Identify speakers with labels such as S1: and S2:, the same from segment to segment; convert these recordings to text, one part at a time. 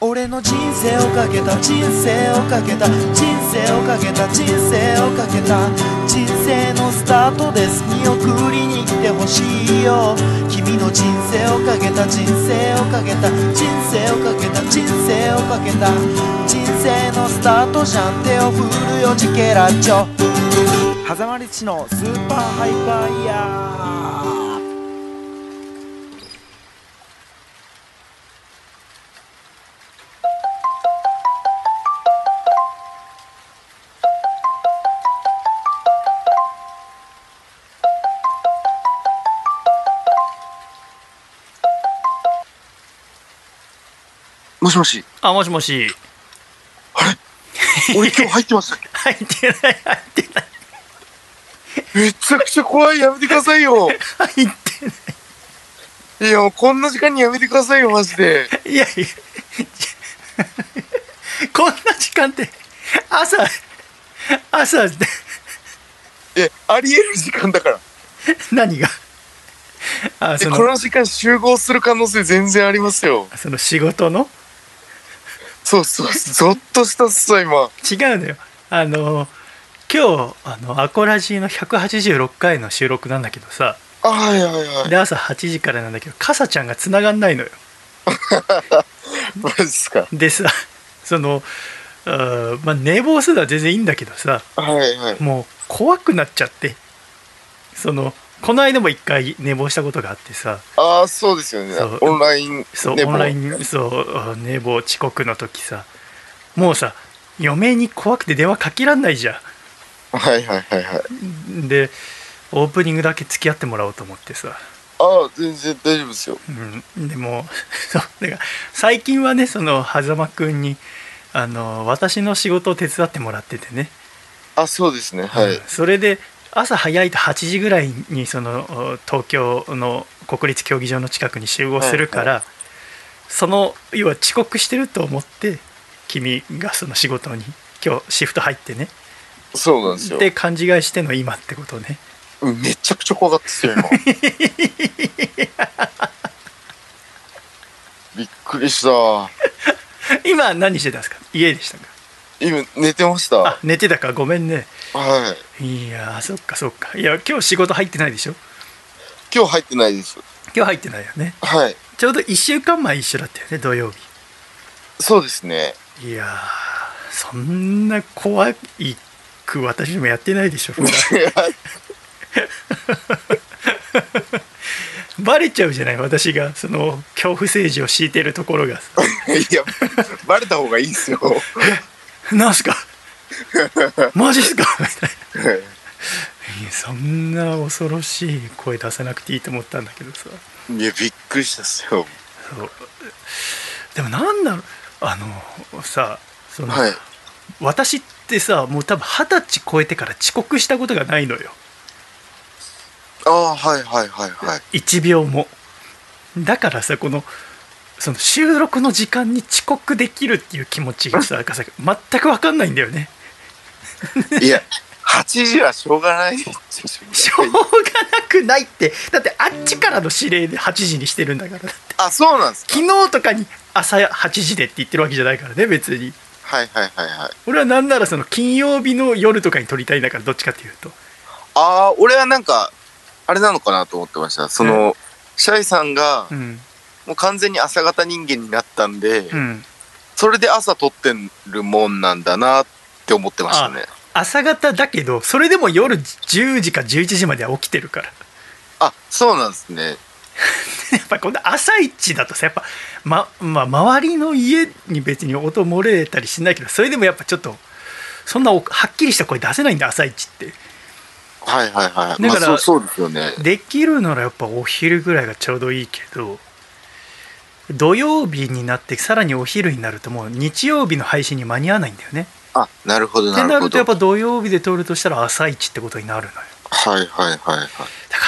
S1: 俺の人生をかけた人生をかけた人生をかけた人生をかけた人生のスタートです見送りに来てほしいよ君の人生をかけた人生をかけた人生をかけた人生をかけた人生のスタートじゃん手を振るよジケラッチョ狭間リッチのスーパーハイパーイヤー
S2: もしも し。
S3: あ、もしもし。
S2: 俺今日入ってましたっけ
S3: 入ってない、入ってない、
S2: めちゃくちゃ怖い。やめてください よ。
S3: 入ってない
S2: や、もうこんな時間にやめてくださいよ、マジで。
S3: い。いやいや、こんな時間って、朝、朝、
S2: え、ありえる時間だから。
S3: 何があ、
S2: え、
S3: そ
S2: こ
S3: の、
S2: の時間集合する可能性全然ありますよ。
S3: その仕事の
S2: そうそう、ゾッとしたっすわ、今。
S3: 違うのよ。あの、今日、あの、アコラジーの186回の収録なんだけどさ、
S2: あはいはいはい。
S3: で、朝8時からなんだけど、かさちゃんが繋がんないのよ。
S2: マジっすか。
S3: でさ、その、あーまあ、寝坊するのは全然いいんだけどさ、
S2: はいはい。
S3: もう怖くなっちゃってそのこの間も一回寝坊したことがあってさ
S2: ああ、そうですよね
S3: そう。
S2: オンライン。
S3: そう、
S2: ね
S3: オンライ。
S2: もう
S3: ンそうあ寝坊遅刻の時さもうさ嫁に怖くて電話かけらんないじゃ
S2: はいはいはいはい。
S3: んでオープニングだけ付き合ってもらおうと思ってさ、
S2: ああ、全然大丈夫ですよ。
S3: うん、でも そうだから最近はねその狭間くんにあの私の仕事を手伝ってもらっててね
S2: あ、そうですね。はい。
S3: それで朝早いと8時ぐらいにそのお東京の国立競技場の近くに集合するから、その要は遅刻してると思って君がその仕事に今日シフト入ってね
S2: そうなんですよ。
S3: で勘違いしての今ってことね
S2: うんめちゃくちゃ怖かったっすよ、 今。びっくりした。
S3: 今何してたんですか家でしたか
S2: 今、寝てました。
S3: あ寝てたかごめんね
S2: はい。
S3: いやーそっかそっかいや今日仕事入ってないでしょ
S2: 今日入ってないです。
S3: 今日入ってないよね
S2: はい。
S3: ちょうど1週間前一緒だったよね土曜日
S2: そうです ね。
S3: いやーそんな怖いく私もやってないでしょ普 段バレちゃうじゃない私がその恐怖政治を敷いてるとこ ろが
S2: いや、バレた方がいいですよ。
S3: 「なんすかマジっすか?」 みたいないやそんな恐ろしい声出さなくていいと思ったんだけどさ
S2: いや、びっくりしたっすよ。
S3: そうでもなんだろうあのさその、
S2: はい。
S3: 私ってさもう多分二十歳超えてから遅刻したことがないのよ
S2: ああ、はいはいはいはい。
S3: 1秒もだからさこのその収録の時間に遅刻できるっていう気持ちが さ赤坂全く分かんないんだよね
S2: いや、8時はしょうがない。し
S3: しょうがなくないってだってあっちからの指令で8時にしてるんだからだって
S2: あ、そうなんですか。
S3: 昨日とかに朝8時でって言ってるわけじゃないからね別に
S2: はいはいはいはい。
S3: 俺はなんならその金曜日の夜とかに撮りたいんだからどっちかっていうと
S2: ああ、俺はなんか、あれなのかなと思ってました。その、シャイさんが
S3: う、ん
S2: もう完全に朝方人間になったんで、
S3: うん
S2: それで朝撮ってるもんなんだなって思ってましたね。
S3: 朝方だけどそれでも夜10時か11時までは起きてるから
S2: あそうなんですね。
S3: やっぱりこんな朝一だとさやっぱ、ままあ、周りの家に別に音漏れたりしないけどそれでもやっぱちょっとそんなおはっきりした声出せないんだ朝一って
S2: はいはいはい。
S3: だから
S2: まあ、そうそうですよね。
S3: できるならやっぱお昼ぐらいがちょうどいいけど土曜日になってさらにお昼になるともう日曜日の配信に間に合わないんだよね
S2: あなるほど
S3: って
S2: な
S3: な
S2: る
S3: る
S2: ほ
S3: とや
S2: ど。
S3: っぱ土曜日で撮るとしたら朝一ってことになるのよ
S2: はいはいはいはい。
S3: だから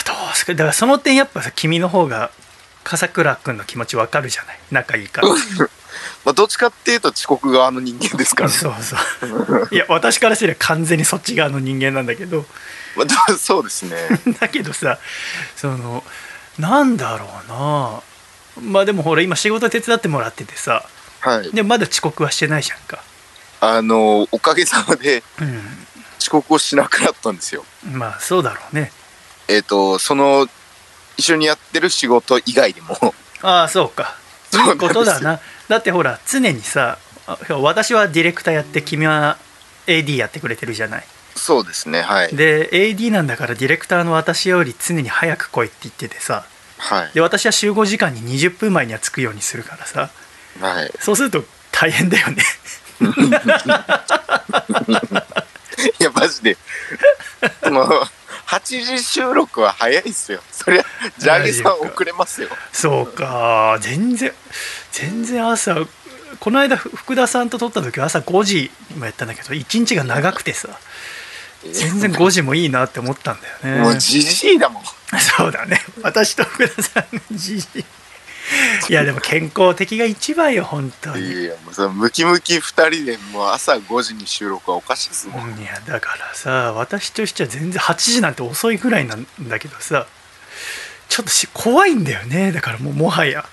S3: どうすかだからその点やっぱさ君の方が笠倉君の気持ちわかるじゃない仲いいから
S2: まあどっちかっていうと遅刻側の人間ですから、ね。
S3: そうそういや私からすれば完全にそっち側の人間なんだけど
S2: まあどそうですね。
S3: だけどさそのなんだろうなまあでもほら今仕事手伝ってもらっててさ
S2: はい。
S3: でまだ遅刻はしてないじゃんか、
S2: あの、おかげさまで遅刻をしなくなったんですよ。
S3: うん、まあそうだろうね
S2: えっ、と、その、一緒にやってる仕事以外でも。
S3: ああそうか
S2: そう
S3: い
S2: ないんです
S3: こ
S2: よ
S3: とだなだってほら常にさあ私はディレクターやって君は AD やってくれてるじゃない
S2: そうですね、はい。
S3: で AD なんだからディレクターの私より常に早く来いって言っててさ
S2: はい。
S3: で私は集合時間に20分前には着くようにするからさ
S2: はい。
S3: そうすると大変だよね
S2: いや、マジで。その、8時収録は早いっすよ。そりゃ、ジャーギさん遅れますよ。
S3: そうか全然全然朝この間ふ福田さんと撮った時は朝5時もやったんだけど1日が長くてさ全然5時もいいなって思ったんだよね
S2: もうじじいだもん。
S3: そうだね私と福田さんのじじいいやでも健康的が一番よ本当に、
S2: いや、もうそのムキムキ2人でもう朝5時に収録はおかしいっすもん。
S3: いやだからさ私としては全然8時なんて遅いぐらいなんだけどさちょっとし怖いんだよねだからもうもはや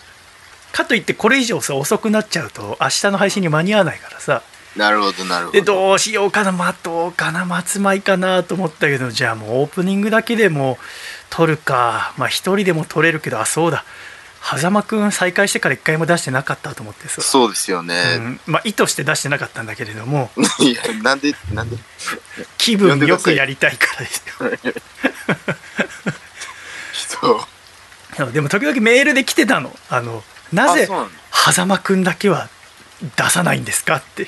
S3: かといってこれ以上さ遅くなっちゃうと明日の配信に間に合わないからさ
S2: なるほど、なるほ
S3: で
S2: ど。
S3: どうしようかな待とうかな待つまいかなと思ったけどじゃあもうオープニングだけでも撮るかまあ一人でも撮れるけどあそうだ狭間くん再開してから一回も出してなかったと思ってさ、
S2: そうですよね。
S3: うんまあ意図して出してなかったんだけれども
S2: いや、なんで、なんで。
S3: 気分よくやりたいからですよ
S2: そう。
S3: でもでも時々メールで来てたのあのなぜ
S2: あそうなの
S3: 狭間くんだけは出さないんですかって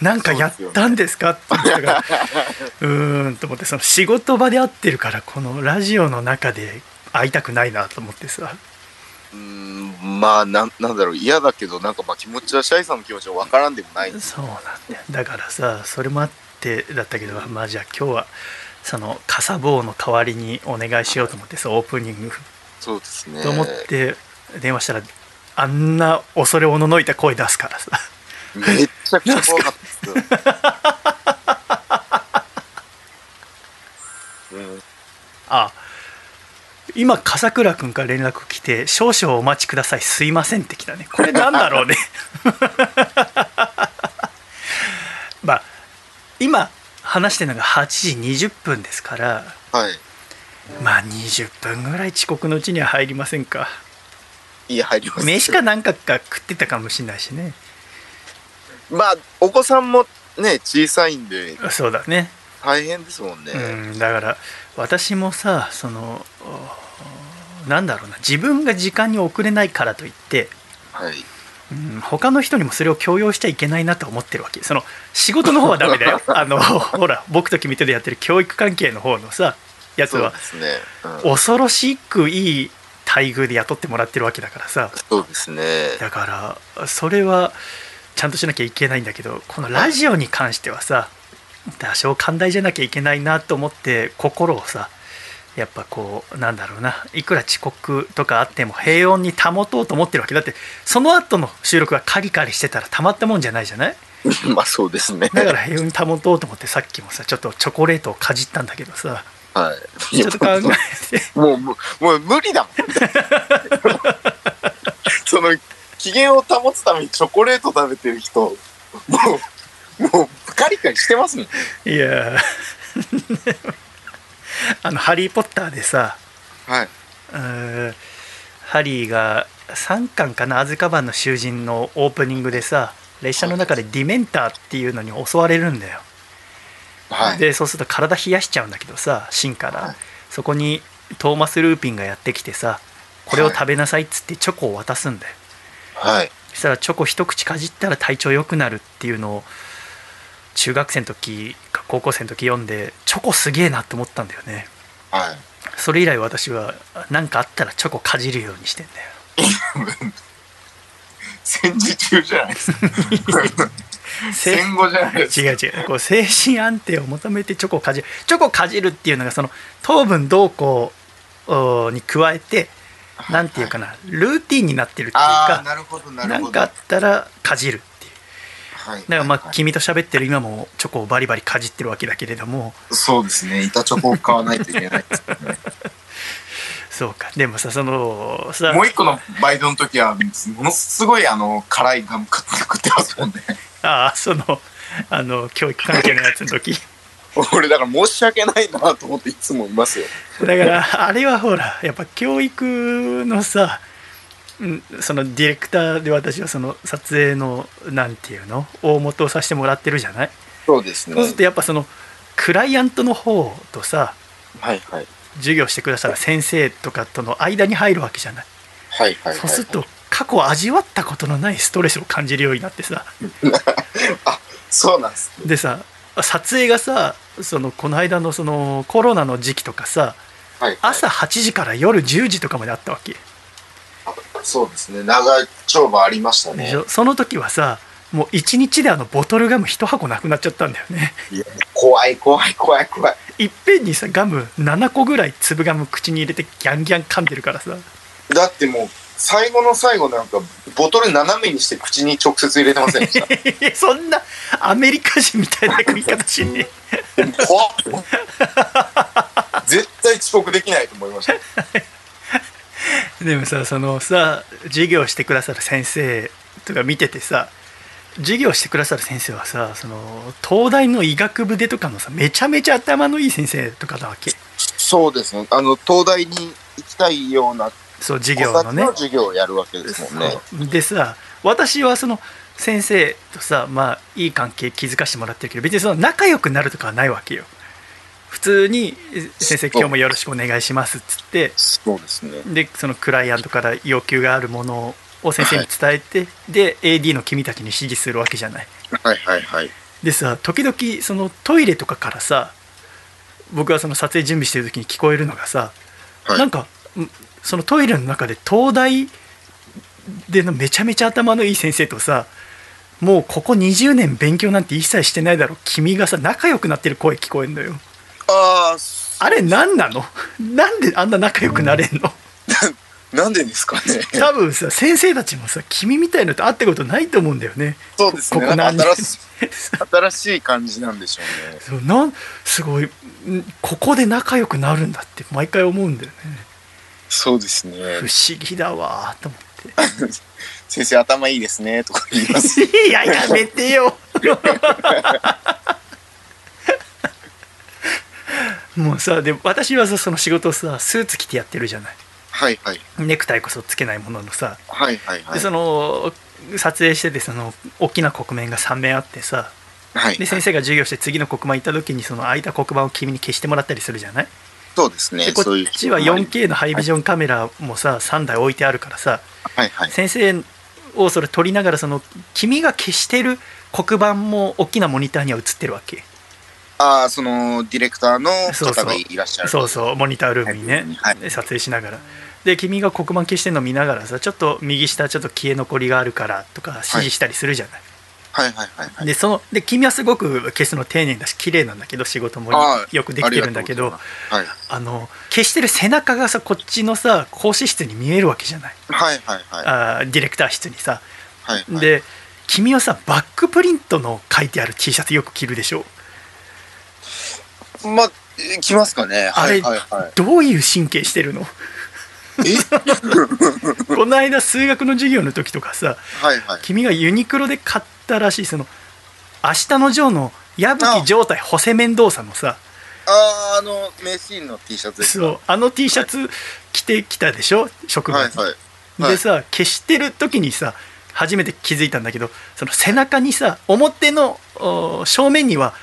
S3: なんかやったんですかって言ったから うーんと思ってその仕事場で会ってるからこのラジオの中で会いたくないなと思ってさ
S2: うーん、まあ、なん、なんだろう、嫌だけど、なんか、まあ、気持ちは、シャイさんの気持ちはわからんでもない。
S3: そうなんだよだからさそれもあってだったけどまあじゃあ今日はその「かさぼう」の代わりにお願いしようと思ってさオープニング
S2: そうですね。
S3: と思って電話したらあんな恐れおののいた声出すからさ。
S2: めっちゃくちゃ怖かったです。うん
S3: あ今笠倉君から連絡来て「少々お待ちくださいすいません」って来たねこれなんだろうね まあ今話してるのが8時20分ですから
S2: はい。
S3: まあ20分ぐらい遅刻のうちには入りませんか
S2: いい入ります。
S3: 飯かなんかか食ってたかもしれないしね
S2: まあ、お子さんもね、小さいんで、
S3: そうだね
S2: 大変ですもんね。
S3: うん、だから私もさそのおなんだろうな自分が時間に遅れないからといって
S2: はい。
S3: うん他の人にもそれを強要しちゃいけないなと思ってるわけその仕事の方はダメ だよあのほら僕と君とでやってる教育関係の方のさやつ
S2: そう
S3: は
S2: ですね。うん
S3: 恐ろしくいい待遇で雇ってもらってるわけだからさ
S2: そうですね。
S3: だからそれはちゃんとしなきゃいけないんだけどこのラジオに関してはさ多少寛大じゃなきゃいけないなと思って心をさやっぱこうなんだろうないくら遅刻とかあっても平穏に保とうと思ってるわけだってその後の収録がカリカリしてたらたまったもんじゃないじゃない
S2: まあ、そうですね。
S3: だから平穏に保とうと思ってさっきもさちょっとチョコレートをかじったんだけどさ
S2: はい。
S3: ちょっと考えて
S2: もう、もうもう無理 だもん。その、機嫌を保つためにチョコレート食べてる人、もう、もう、カリカリしてますもん。
S3: いやー あの「ハリー・ポッター」でさ
S2: はい。
S3: うーんハリーが3巻かな「アズカバンの囚人」のオープニングでさ列車の中でディメンターっていうのに襲われるんだよ、
S2: はい。
S3: でそうすると体冷やしちゃうんだけどさ芯から、
S2: はい
S3: そこにトーマス・ルーピンがやってきてさこれを食べなさいっつってチョコを渡すんだよ、
S2: はい。
S3: そしたらチョコ一口かじったら体調良くなるっていうのを中学生の時か高校生の時読んでチョコすげえなって思ったんだよね
S2: はい。
S3: それ以来私は何かあったらチョコかじるようにしてんだよ
S2: 戦時中じゃない ですか。
S3: せ
S2: 戦後じゃないですか。
S3: 違う違うこう精神安定を求めてチョコをかじるチョコをかじるっていうのがその糖分どうこうおーに加えてなんていうかなルーティンになってるっていう
S2: ああ、
S3: か
S2: なるほど、な
S3: な
S2: るほ
S3: ん
S2: ど。
S3: かあったらかじるっていう
S2: はい、
S3: だからま
S2: はい
S3: あ君と喋ってる今もチョコをバリバリかじってるわけだけれども
S2: そうですね。板チョコを買わないといけないですね。
S3: そうかでもさそのさ
S2: もう一個のバイトの時は、ものすごいあの、辛いガム食ってますもんね。
S3: ああそのあの教育関係のやつの時
S2: 俺、だから申し訳ないなと思っていつもいますよ。
S3: だからあれはほらやっぱ教育のさんそのディレクターで私はその撮影のなんていうの大元をさせてもらってるじゃない
S2: そうです
S3: そうするとやっぱそのクライアントの方とさ
S2: はいはい。
S3: 授業してくださる先生とかとの間に入るわけじゃない
S2: はいはい、はい。
S3: そうすると過去味わったことのないストレスを感じるようになってさ
S2: そうなんです。
S3: でさ撮影がさそのこの間のそのコロナの時期とかさ
S2: はい、はい。
S3: 朝8時から夜10時とかまであったわけ
S2: そうですね。長丁場ありました
S3: で
S2: ね
S3: し。ょその時はさもう1日であのボトルガム1箱なくなっちゃったんだよね
S2: 怖い怖い怖い怖い。
S3: いっぺんにさガム7個ぐらい粒ガム口に入れてギャンギャン噛んでるからさ
S2: だってもう、最後の最後なんか、ボトル斜めにして口に直接入れてませんでした。
S3: いやそんなアメリカ人みたいな食い方しね
S2: 怖っ絶対遅刻できないと思いました。
S3: え でもさそのさ授業してくださる先生とか見ててさ授業してくださる先生はさその東大の医学部でとかのさめちゃめちゃ頭のいい先生とかなわけ
S2: そうですね。あの、東大に行きたいような
S3: そう授業のね
S2: 子たち授業をやるわけで
S3: そうでさ私はその先生とさまあいい関係築かしてもらってるけど別にその仲良くなるとかはないわけよ普通に「先生今日もよろしくお願いします」っつって
S2: そうですね。
S3: でそのクライアントから要求があるものを先生に伝えて、で AD の君たちに指示するわけじゃない
S2: はいはいはい。
S3: でさ時々そのトイレとかからさ僕はその撮影準備してる時に聞こえるのがさ、
S2: はい
S3: なんかんそのトイレの中で東大でのめちゃめちゃ頭のいい先生とさもうここ20年勉強なんて一切してないだろ君がさ仲良くなってる声聞こえんのよ
S2: ああ、
S3: あれ何なのなんであんな仲良くなれんの
S2: なんでですかね。
S3: 多分さ先生たちもさ君みたいのと会ったことないと思うんだよね
S2: そうですね。
S3: ここ
S2: な
S3: 何
S2: んか新しい、新しい感じなんでしょうね。
S3: そうなんすごいんここで仲良くなるんだって毎回思うんだよね
S2: そうですね。
S3: 不思議だわーと思って
S2: 先生頭いいですねとか言います。
S3: いややめてよ もうさで私はさその仕事をさスーツ着てやってるじゃない
S2: はいはい
S3: ネクタイこそつけないもののさ、
S2: はいはいは
S3: で
S2: い。
S3: その撮影しててその大きな黒面が3面あってさ
S2: はい。
S3: で先生が授業して次の黒板行った時にその空いた黒板を君に消してもらったりするじゃない
S2: そうですね
S3: で。こ
S2: そういう
S3: っちは 4K のハイビジョンカメラもさ3台置いてあるからさ
S2: はいはい。
S3: 先生をそれ撮りながらその君が消してる黒板も大きなモニターには映ってるわけ
S2: ああ、そのディレクターの
S3: そうそ
S2: 方
S3: う
S2: がいらっしゃる。
S3: そうそうモニタールームにね、
S2: はい
S3: で撮影しながらで君が黒板消してるの見ながらさちょっと右下ちょっと消え残りがあるからとか指示したりするじゃない、
S2: はいはいはいはい。
S3: でそので君はすごく消すの丁寧だし綺麗なんだけど仕事も
S2: あー
S3: よくできてるんだけ
S2: あり
S3: ど
S2: がとうございます
S3: あの消してる背中がさこっちのさ講師室に見えるわけじゃない
S2: はいはいはいはい
S3: あーディレクター室にさ
S2: はいはい。
S3: で君はさバックプリントの書いてある T シャツよく着るでしょ
S2: まあ、えー来ますかね。
S3: あ
S2: は
S3: れ
S2: いはいはい。
S3: どういう神経してる の
S2: え
S3: この間数学の授業の時とかさ
S2: はいはい。
S3: 君がユニクロで買ったらしいその「明日のジョー」の矢吹状態補正面動作のさ
S2: ああ、あの、名シーンの T シャツです。
S3: そうあの T シャツ着てきたでしょ職場
S2: はい
S3: に
S2: はい。はい
S3: でさ消してる時にさ初めて気づいたんだけどその背中にさ表のお正面には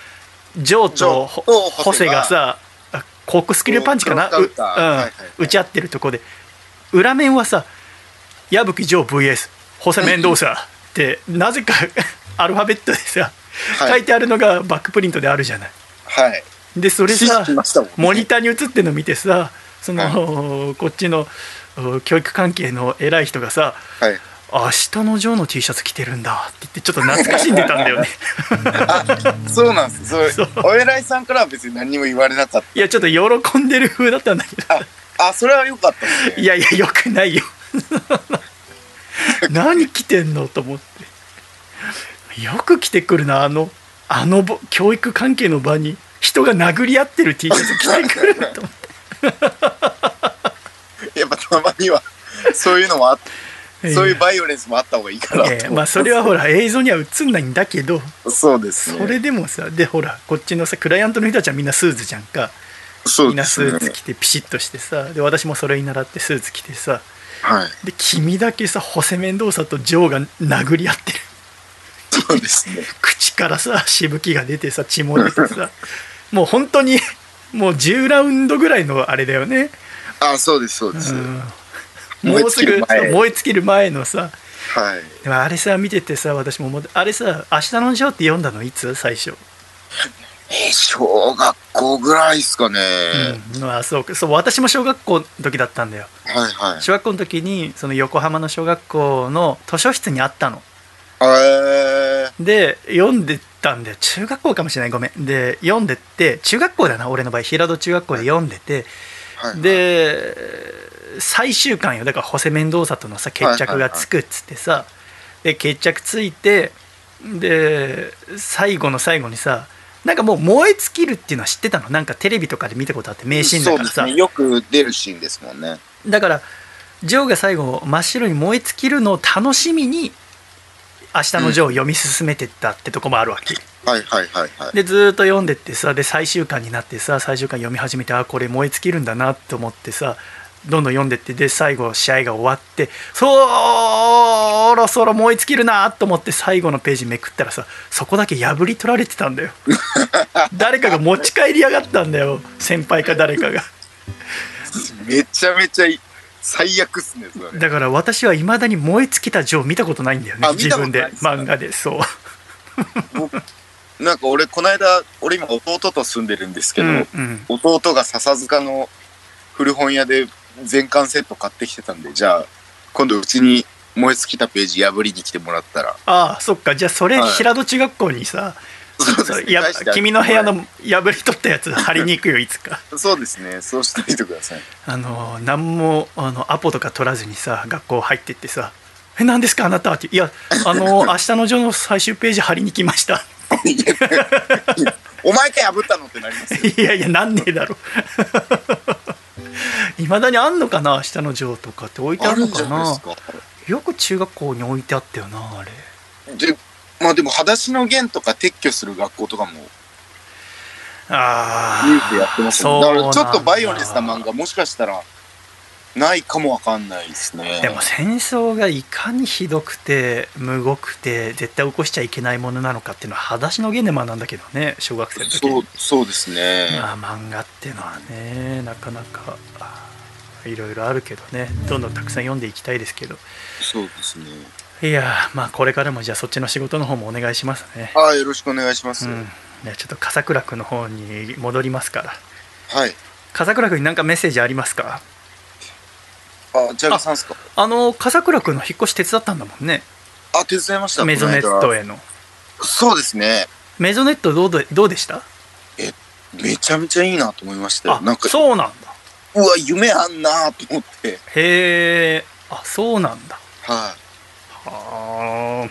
S3: ジョー
S2: ジョ
S3: と
S2: ー
S3: ホ
S2: と
S3: ホセがさあコークスクリューパンチかな
S2: こう
S3: う
S2: 打ったはいはいはい
S3: うん打ち合ってるとこで裏面はさ「矢吹ジョー VS ホセメンドーサー」ってなぜか アルファベットでさ
S2: はい
S3: 書いてあるのがバックプリントであるじゃない。
S2: はい。
S3: でそれ
S2: 指
S3: さ
S2: 示しましたもんね
S3: モニターに映ってるの見てさその、こっちのお教育関係の偉い人がさ
S2: はい。
S3: 「明日のジョーの T シャツ着てるんだ」って言ってちょっと懐かしんでたんだよね
S2: あ、そうなんです。そう
S3: そう
S2: お偉いさんからは別に何も言われなかっ
S3: いやちょっと喜んでる風だったんだけど
S2: た。あ、あそれは良かったですね。
S3: いやいやよくないよ 何着てんのと思ってよく着てくるなあのあのぼ教育関係の場に人が殴り合ってる T シャツ着てくると思って
S2: やっぱたまには、そういうのもあっ
S3: ええ
S2: そういうバイオレンスもあった方がいい かなと思
S3: え
S2: って
S3: えまあそれはほら映像には映んないんだけど
S2: そうですね。
S3: それでもさでほらこっちのさクライアントの人たちはみんなスーツじゃんか
S2: そう
S3: みん
S2: で
S3: なス
S2: す
S3: ー
S2: ね
S3: ツ。着てピシッとしてさで私もそれに習ってスーツ着てさ
S2: はい。
S3: で君だけさホセメンドーサとジョーが殴り合ってる
S2: そうですね。
S3: 口からさしぶきが出てさ血も出て さもう本当にもう10ラウンドぐらいのあれだよね、
S2: あ、そうです、そうです。
S3: うん、もうす
S2: 燃え尽きる
S3: ぐ
S2: 前
S3: そう燃え尽きる前のさ
S2: はい。
S3: でもあれさ見ててさ私も思ってあれさ「明日のジョー」って読んだのいつ最初、
S2: えー小学校ぐらいですかね。
S3: うん、あそうかそう私も小学校の時だったんだよ
S2: はいはい。
S3: 小学校の時にその横浜の小学校の図書室にあったの
S2: え
S3: で読んでたんだよ中学校かもしれないごめんで読んでって中学校だな俺の場合平戸中学校で読んでて
S2: ーはいはい、
S3: で最終巻よだからホセ・メンドーサとのさ決着がつくっつってさ、で決着ついてで最後の最後にさなんかもう燃え尽きるっていうのは知ってたのなんかテレビとかで見たことあって名シーンだから
S2: そ
S3: さ、
S2: うですね。よく出るシーンですもんね。
S3: だからジョーが最後真っ白に燃え尽きるのを楽しみに「明日のジョー」を読み進めてったってとこもあるわけ、
S2: はいはいはいはい。
S3: でずーっと読んでってさで最終巻になってさ最終巻読み始めてあこれ燃え尽きるんだなと思ってさどんどん読んでってで最後試合が終わってそろそろ燃え尽きるなと思って最後のページめくったらさそこだけ破り取られて たんだよ誰かが持ち帰りやがったんだよ先輩か誰かが
S2: めちゃめちゃい最悪っすね、それ。
S3: だから私はいまだに燃え尽きたジョー見たことないんだよね
S2: あ見
S3: 自
S2: たこと
S3: 分
S2: な
S3: で
S2: いですか
S3: 漫画でそう
S2: 僕なんか俺、この間、俺今弟と住んでるんですけど、
S3: うんうん
S2: 弟が笹塚の古本屋で全巻セット買ってきてたんで、じゃあ、今度うちに燃え尽きたページ破りに来てもらったら、
S3: ああそっかじゃあそれ
S2: はい
S3: 平戸中学校にさ、
S2: そう
S3: そう
S2: です
S3: や
S2: 返してあげて
S3: 君の部屋の破り取ったやつ貼りに行くよいつか
S2: そうですね、そうしておいてください。
S3: あの何もあのアポとか取らずにさ学校入ってってさ「え何ですかあなた」って「いや あの明日のジョーの最終ページ貼りに来ました」
S2: お前か破ったのってなりますよ。
S3: いやいやなんねえだろ いまだにあんのかな明日のジョーとかって置いてあ
S2: あ
S3: る
S2: る
S3: の
S2: んじ
S3: か
S2: ゃ
S3: な
S2: ないですか。
S3: よく中学校に置いてあったよなあれ
S2: で、まあでも、裸足の弦とか撤去する学校とかも、
S3: あ
S2: ニュースでやってますもんねだ
S3: そう
S2: か
S3: なん
S2: ら
S3: だ
S2: ちょっとバイオレンスな漫画、もしかしたら、ないかもわかんないですね。
S3: でも戦争がいかにひどくてむごくて絶対起こしちゃいけないものなのかっていうのは裸足のゲで学んだけどね小学生の時
S2: そう、そうですね。
S3: まあ漫画っていうのはねなかなかあーいろいろあるけどねどんどんたくさん読んでいきたいですけど
S2: そうですね。
S3: いやーまあこれからもじゃあそっちの仕事の方もお願いしますね
S2: ああ、よろしくお願いしま
S3: う
S2: す。
S3: んじゃあちょっと笠倉君の方に戻りますから
S2: はい。
S3: 笠倉君に何かメッセージありますか
S2: あ、ジャガさんですか。
S3: あの笠倉君の引っ越し手伝ったんだもんね
S2: あ、手伝いました。
S3: メゾネッ
S2: この
S3: ト
S2: 間
S3: への
S2: そうですね。
S3: メゾネットどうでどうでした
S2: めちゃめちゃいいなと思いましたよ。
S3: あ
S2: なんか、
S3: そうなんだ
S2: うわ、夢あんなと思って。
S3: へえあそうなんだ
S2: はい。
S3: は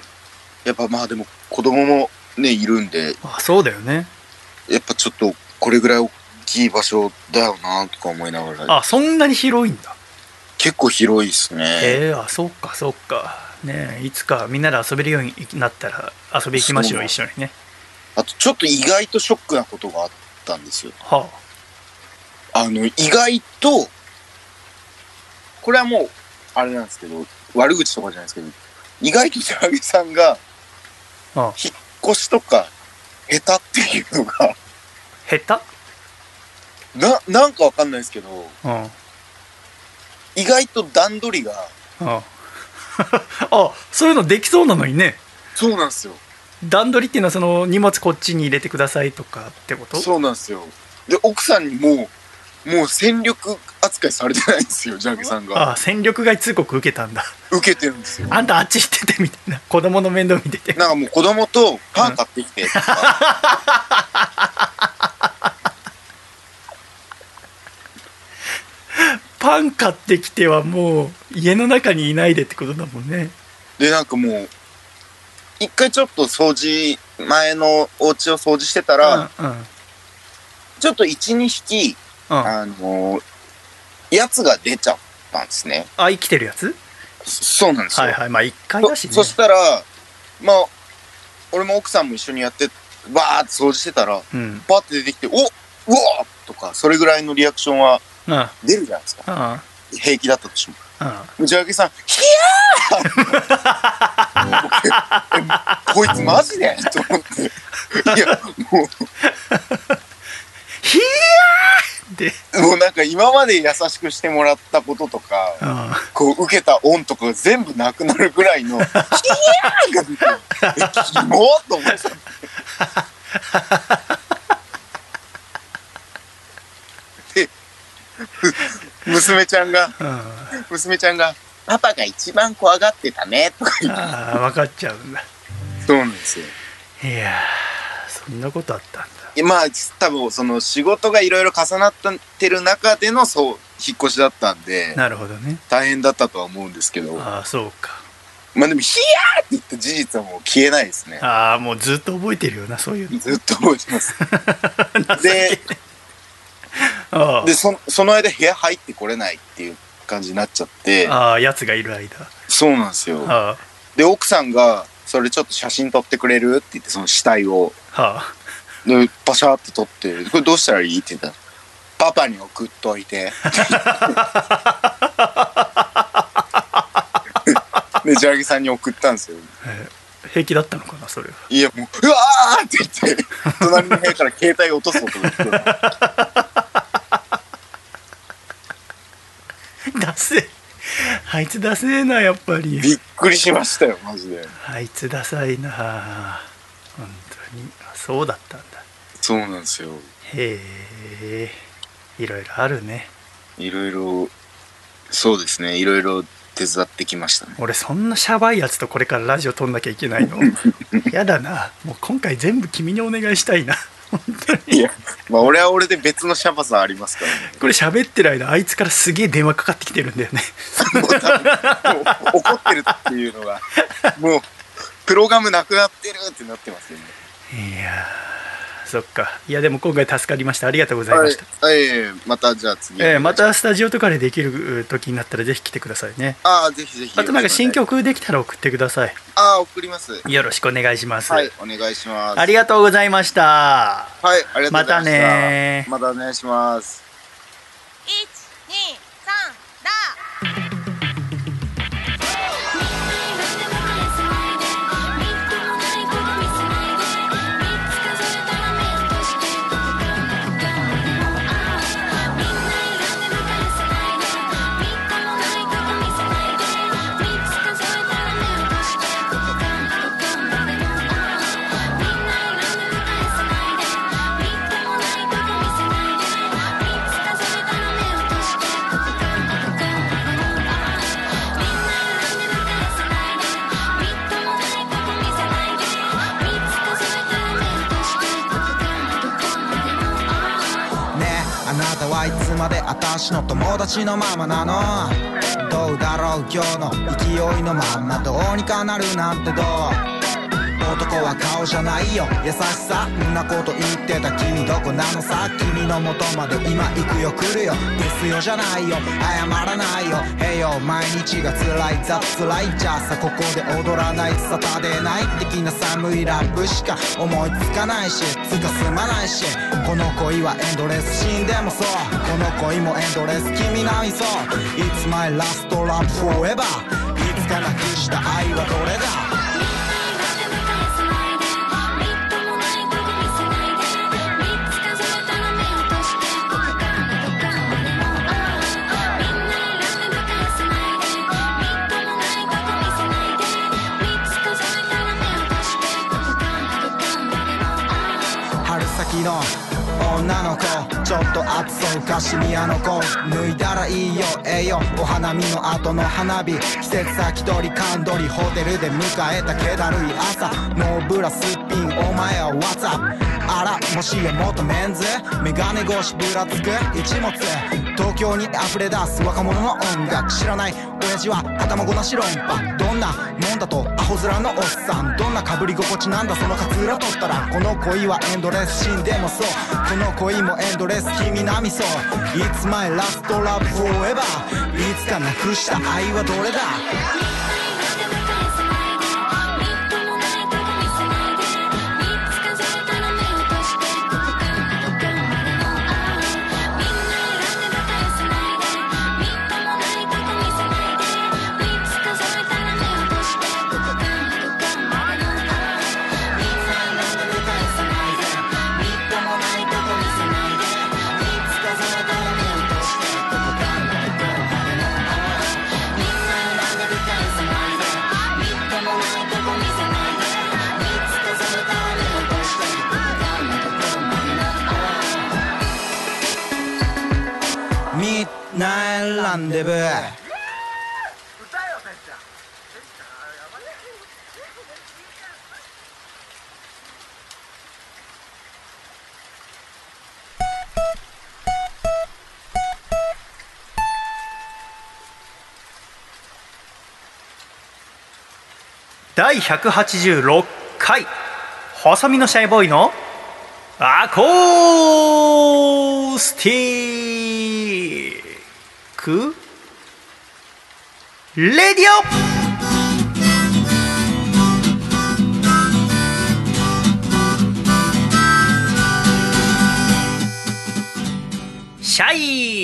S2: やっぱまあでも子供もねいるんで
S3: ああそうだよね
S2: やっぱちょっとこれぐらい大きい場所だよなとか思いながら
S3: あそんなに広いんだ
S2: 結構広いですね
S3: へえあそうかそうかねえいつかみんなで遊べるようになったら遊び行きましょう
S2: そう
S3: 一緒にね
S2: あとちょっと意外とショックなことがあったんですよ
S3: は
S2: あの意外とこれはもうあれなんですけど悪口とかじゃないですけど意外とジャラゲさんが
S3: ああ
S2: 引っ越しとか下手っていうのが
S3: あ下
S2: ななんかわかんないですけど
S3: 手うんうん
S2: 意外と段取りが
S3: ああそういうのできそうなのにね
S2: そうなんですよ
S3: 段取りっていうのはその荷物こっちに入れてくださいとかってこと
S2: そうなんですよで奥さんにもうもう戦力扱いされてないんですよジャンケさんが
S3: ああ戦力外通告受けたんだ
S2: 受けてるんですよ
S3: あんたあっち行っててみたいな子供の面倒見てて
S2: なんかもう子供とパン買ってき てとか、
S3: パン買ってきてはもう家の中にいないでってことだもんね
S2: でなんかもう一回ちょっと掃除前のお家を掃除してたら、
S3: うんうん
S2: ちょっと12匹
S3: うん
S2: あのやつが出ちゃったんですね。
S3: あ生きてるやつ
S2: そそうなんですよ。
S3: はいはいまあ1回だ
S2: そ
S3: しね
S2: そしたら、まあ、俺も奥さんも一緒にやって、バーって掃除してたら、
S3: うん
S2: パッて出てきて、おうわーとか、それぐらいのリアクションは
S3: あ
S2: 出るじゃないですか。
S3: あ
S2: 平気だったとしても。
S3: あ
S2: 打ち上げさん、ひやーこいつマジでと思って。いや、も
S3: ひやーで
S2: う、もうなんか今まで優しくしてもらったこととか、
S3: あ
S2: こう受けた恩とかが全部なくなるぐらいの、ひやーが出て、えキモーと思って。でふ娘ちゃんが、
S3: ああ
S2: 娘ちゃんが、パパが一番怖がってたね、とか言っ
S3: ああ分かっちゃうんだ
S2: て。そうなんですよ。
S3: いやーそんなことあったんだ
S2: まあ多分その仕事がいろいろ重なってる中でのそう引っ越しだったんで
S3: なるほどね
S2: 大変だったとは思うんですけど
S3: ああそうか
S2: まあでも「ヒヤー!」って言った事実はもう消えないですね
S3: ああもうずっと覚えてるよなそういうの
S2: ずっと覚えてます で
S3: あ
S2: でそその間部屋入ってこれないっていう感じになっちゃって
S3: あああやつがいる間
S2: そうなんですよ
S3: あ
S2: で奥さんが「それちょっと写真撮ってくれる?」って言ってその死体を
S3: あはあ
S2: でパシャーって撮って「これどうしたらいい?」って言ったら「パパに送っとい て」でジャラギさんに送ったんですよ
S3: えー平気だったのかなそれはい
S2: やもう「うわー!」って言って隣の部屋から携帯落とそうと思って
S3: ダセえあいつダセえなやっぱり
S2: びっくりしましたよマジで
S3: あいつダサいな本当にあそうだったんだ
S2: そうなんですよ
S3: へえいろいろあるね
S2: いろいろそうですねいろいろ手伝ってきましたね
S3: 俺そんなシャバいやつとこれからラジオ撮んなきゃいけないのやだなもう今回全部君にお願いしたいな本当に
S2: いやまあ俺は俺で別のシャバさありますからね
S3: これ喋ってる間あいつからすげえ電話かかってきてるんだよね
S2: もう多分もう怒ってるっていうのがもうプログラムなくなってるってなってますよね。
S3: いやーそっかいやでも今回助かりましたありがとうございました、
S2: はい、ええまたじゃあ次。
S3: えーま。たスタジオとかでできる時になったらぜひ来てくださいね
S2: ああぜひぜひ。
S3: あとなんか新。曲できたら送ってください
S2: ああ送ります。
S3: よろしくお願いします、
S2: はいお願いします。
S3: ありがとうございました
S2: はいありがとうございました。
S3: またねー
S2: またお願いします。
S4: 一二三だ。
S5: ねえあなたはいつまで私の友達のままなのどうだろう今日の勢いのまんまどうにかなるなんてどう男は顔じゃないよ優しさんなこと言ってた君どこなのさ君の元まで今行くよ来るよですよじゃないよ謝らないよへいよ毎日が辛いザ辛いじゃあさここで踊らないサタデーナイト的な寒いラップしか思いつかないしつかすまないしこの恋はエンドレス死んでもそうこの恋もエンドレス君なみそう It's my last love forever いつかなくした愛はどれだ春先の女の子ちょっと暑そうかシニアの子脱いだらいいよええよお花見の後の花火季節先取り感取りホテルで迎えた気だるい朝ノーブラすっぴんお前は What's up あらもしや元メンズメガネ越しぶらつく一物東京に溢れ出す若者の音楽知らない親父は頭ごなし論破どんなもんだとアホホ面のおっさんどんな被り心地なんだそのカツラ取ったらこの恋はエンドレス死んでもそうこの恋もエンドレス君なみそう It's my last love forever いつかなくした愛はどれだミッドナイトランデブー
S3: 第186回細身のシャイボーイのアコースティックレディオシャ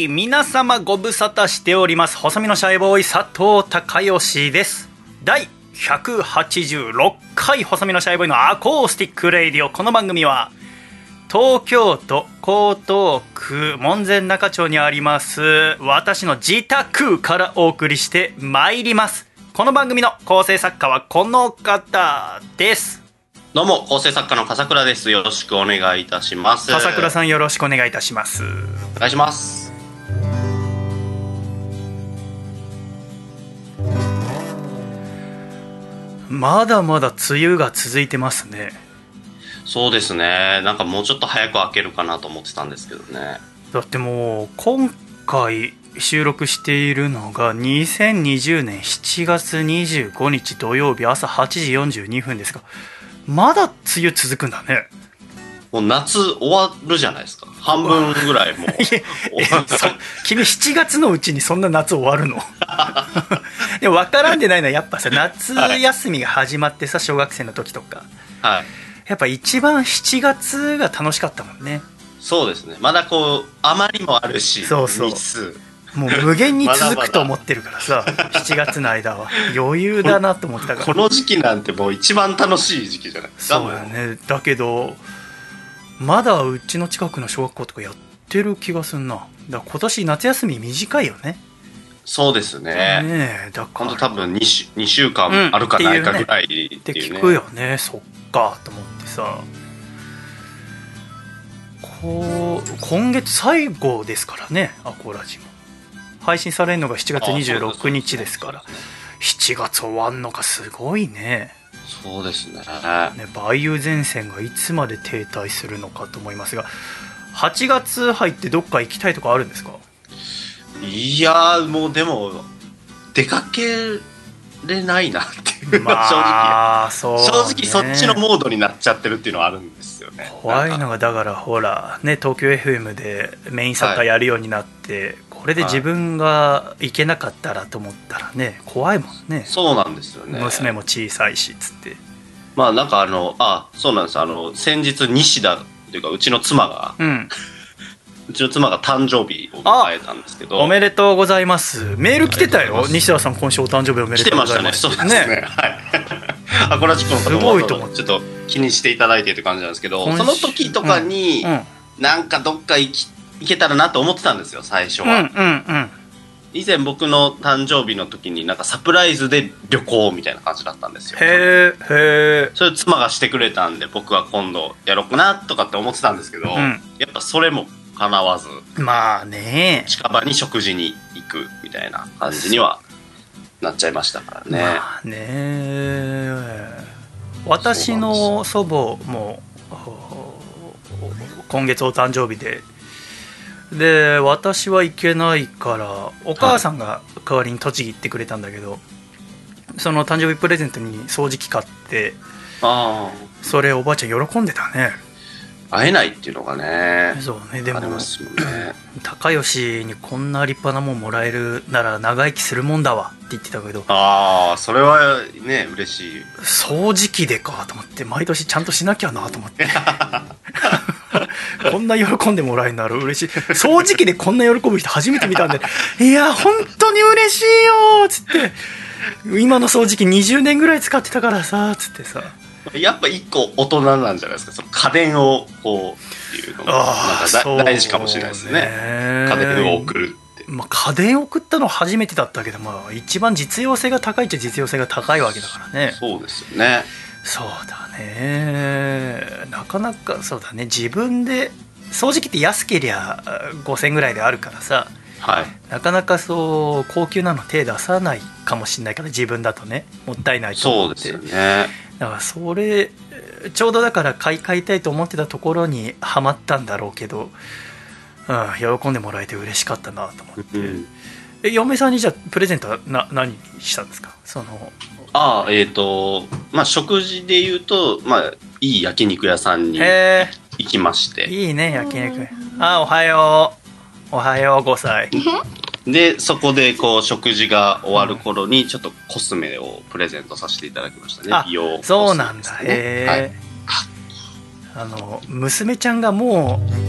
S3: イ皆様ご無沙汰しております細身のシャイボーイ佐藤孝義です第186回細身のシャイボーイのアコースティックレディオこの番組は東京都江東区門前仲町にあります私の自宅からお送りしてまいりますこの番組の構成作家はこの方です
S6: どうも、構成作家の笠倉です。よろしくお願いいたします。
S3: 笠倉
S6: ん。
S3: さんよろしくお願いいたします
S6: お願いします。
S3: まだまだ梅雨が続いてますね
S6: そうですね。なんかもうちょっと早く開けるかなと思ってたんですけどね。
S3: だってもう今回収録しているのが2020年7月25日土曜日朝8時42分ですがまだ梅雨続くんだね
S6: もう夏終わるじゃないですか。半分ぐら いもう。
S3: え
S6: 終わる
S3: そ君7月のうちにそんな夏終わるのでも分からんでないのはやっぱさ夏休みが始まってさ小学生の時とか
S6: はい。
S3: やっぱ一番7月が楽しかったもんね
S6: そうですね。まだこう、あまりもあるし、
S3: そうそう
S6: 日数。
S3: もう無限に
S6: まだ
S3: 続
S6: ま
S3: く
S6: だ
S3: と思ってるからさ7月の間は余裕だなと思ってたから
S6: この時期なんてもう一番楽しい時期じゃないですか。
S3: そうよねだけどまだうちの近くの小学校とかやってる気がすんなだから今年夏休み短いよね
S6: そうですね。
S3: ねえだか
S6: 本
S3: ら
S6: 当多分 2, 週二週
S3: うん
S6: 間あるかないかぐらい
S3: っ
S6: って
S3: て
S6: いうね。
S3: 聞くよねそっかと思ってさこう今月最後ですからねアコラジも配信されるのが7月26日ですから7月終わんのかすごいね
S6: そうですね。
S3: ね、梅雨前線がいつまで停滞するのかと思いますが8月入ってどっか行きたいとかあるん ですか
S6: いやーもうでも出かけれないなっていう、
S3: まあそう、
S6: 正
S3: ね、
S6: 直正直そっちのモードになっちゃってるっていうのはあるんですよね
S3: 怖い
S6: なんか
S3: のがだからほらね東京 FM でメイン作家やるようになって、これで自分が行けなかったらと思ったらね怖いもんね
S6: そうなんですよね
S3: 娘も小さいしっつって
S6: まあなんかあのあそうなんですあの先日西田というかうちの妻が
S3: うん
S6: うちの妻が誕生日を迎えたんですけど
S3: おめでとうございますメール来てたよ西田さん今週お誕生日おめ
S6: 来
S3: でと
S6: て
S3: うご
S6: まし
S3: ざ
S6: た
S3: い
S6: ね
S3: ます
S6: そうですねはいあこれはちょっと
S3: すごいと思う
S6: ちょっと気にしていただいてって感じなんですけど
S3: 今週
S6: その時とかに、
S3: うん
S6: なんかどっか行き行けたらなと思ってたんですよ最初
S3: うん
S6: は、
S3: うんうん
S6: 以前僕の誕生日の時になんかサプライズで旅行みたいな感じだったんですよ
S3: へえへえ
S6: それを妻がしてくれたんで僕は今度やろうかなとかって思ってたんですけど、
S3: ん
S6: やっぱそれも叶わず
S3: まあね
S6: 近場に食事に行くみたいな感じにはなっちゃいましたからね、
S3: まあね私の祖母もほう今月お誕生日でで私は行けないからお母さんが代わりに栃木行ってくれたんだけど、その誕生日プレゼントに掃除機買って
S6: あ
S3: それおばあちゃん喜んでたね
S6: あ会えないっていうのがね
S3: そうねで
S6: あり
S3: も
S6: ますもんね
S3: 高吉にこんな立派なもんもらえるなら長生きするもんだわって言ってたけど
S6: ああそれはね嬉しい
S3: 掃除機でかと思って毎年ちゃんとしなきゃなと思って こんな喜んでもらえるなら嬉しい掃除機でこんな喜ぶ人初めて見たん でいや本当に嬉しいよっつって今の掃除機20年ぐらい使ってたからさつってさ
S6: やっぱ一個大人なんじゃないですかその家電をこうっていうのも
S3: あ
S6: なん
S3: あ
S6: かだ
S3: そうね
S6: 大事かもしれないですね家電を送るって
S3: まあ、家電を送ったの初めてだったけど、まあ、一番実用性が高いっちゃ実用性が高いわけだからね
S6: そうですよね
S3: そうだねなかなかそうだね自分で掃除機って安けりゃあ5,000ぐらいであるからさ
S6: はい
S3: なかなかそう高級なの手出さないかもしれないから自分だとねもったいないと
S6: そ
S3: 思
S6: う
S3: っ
S6: で
S3: て
S6: すよね
S3: だからそれえーちょうどだから買い替えたいと思ってたところにはまったんだろうけど、うん、喜んでもらえて嬉しかったなと思って、
S6: うん
S3: え嫁さんにじゃあプレゼントはな何したんですかその
S6: ああえっ、とまあ食事で言うとまあいい焼肉屋さんに行
S3: へ
S6: きまし
S3: え
S6: て
S3: いいね焼肉あおはようおはよう5歳
S6: でそこでこう食事が終わる頃にちょっとコスメをプレゼントさせていただきましたね
S3: あ
S6: 美容コスメ
S3: そうなんだ
S6: ですねはい
S3: へえあの娘ちゃんがもう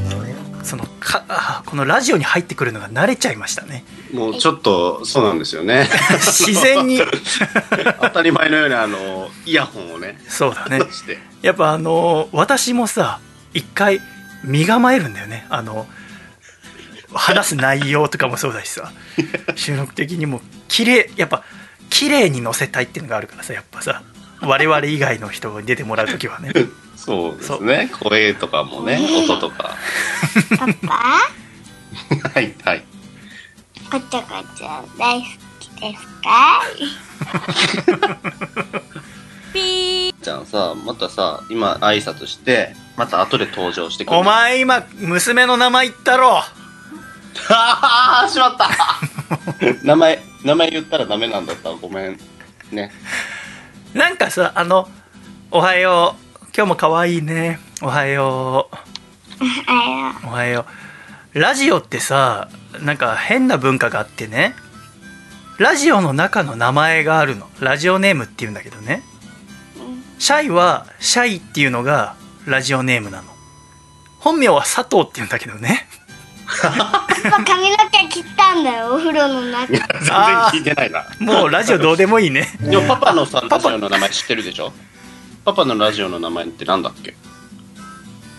S3: そのかあこのラジオに入ってくるのが慣れちゃいました ね
S6: もうちょっとそうなんですよね
S3: 自然に
S6: 当たり前のようにあのイヤホンをね
S3: そうだね
S6: 出して
S3: やっぱあの私もさ一回身構えるんだよねあの話す内容とかもそうだしさ収録的にも綺麗やっぱ綺麗に載せたいっていうのがあるからさやっぱさ我々以外の人に出てもらう時はね
S6: そうですね声とかもね音とか
S7: パパ、
S6: はいはい
S7: こちゃこちゃ大好きですか
S6: ちゃんさまたさ今挨拶してまた後で登場してくる
S3: お前今娘の名前言ったろ
S6: ああしまった 名前名前言ったらダメなんだったわごめんね
S3: なんかさあの「おはよう今日も可愛いねおはよ
S7: あ
S3: うおはよう」ラジオってさなんか変な文化があってねラジオの中の名前があるのラジオネームっていうんだけどねシャイはシャイっていうのがラジオネームなの本名は佐藤っていうんだけどね
S7: パパ髪の毛切ったんだよお風呂の中
S6: 全然
S3: あー
S6: 聞いてないな
S3: もうラジオどうでもい いね
S6: でもパパのさ
S3: パ
S6: ラ
S3: パ
S6: ジオの名前知ってるでしょパパのラジオの名前ってなんだっけ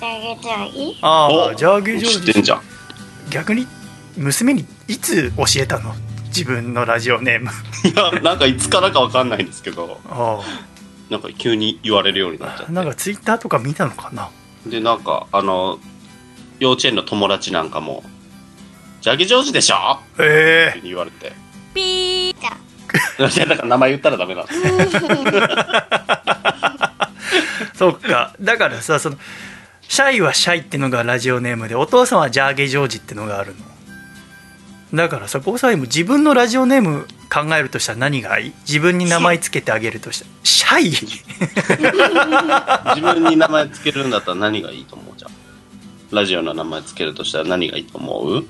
S7: 大丈夫
S3: ああ
S6: お
S3: ジャーゲージョ
S6: 知
S3: ー
S6: ってんじゃん
S3: 逆に娘にいつ教えたの自分のラジオネーム
S6: いやなんかいつからかわかんないんですけど
S3: あ
S6: なんか急に言われるようになっちゃ
S3: あ
S6: って
S3: なんかツイッターとか見たのかな
S6: でなんかあの幼稚園の友達なんかも「ジャギジョージでしょ?」
S3: え
S6: って言われて
S7: ピーちゃん
S6: いやだから名前言ったらダメなんです
S3: えそっかだからさそのシャイはシャイってのがラジオネームでお父さんはジャーゲジョージってのがあるのだからさ5歳も自分のラジオネーム考えるとしたら何がいい自分に名前つけてあげるとしたらシャイ
S6: 自分に名前つけるんだったら何がいいと思うじゃんラジオの名前つけるとしたら何がいいと思う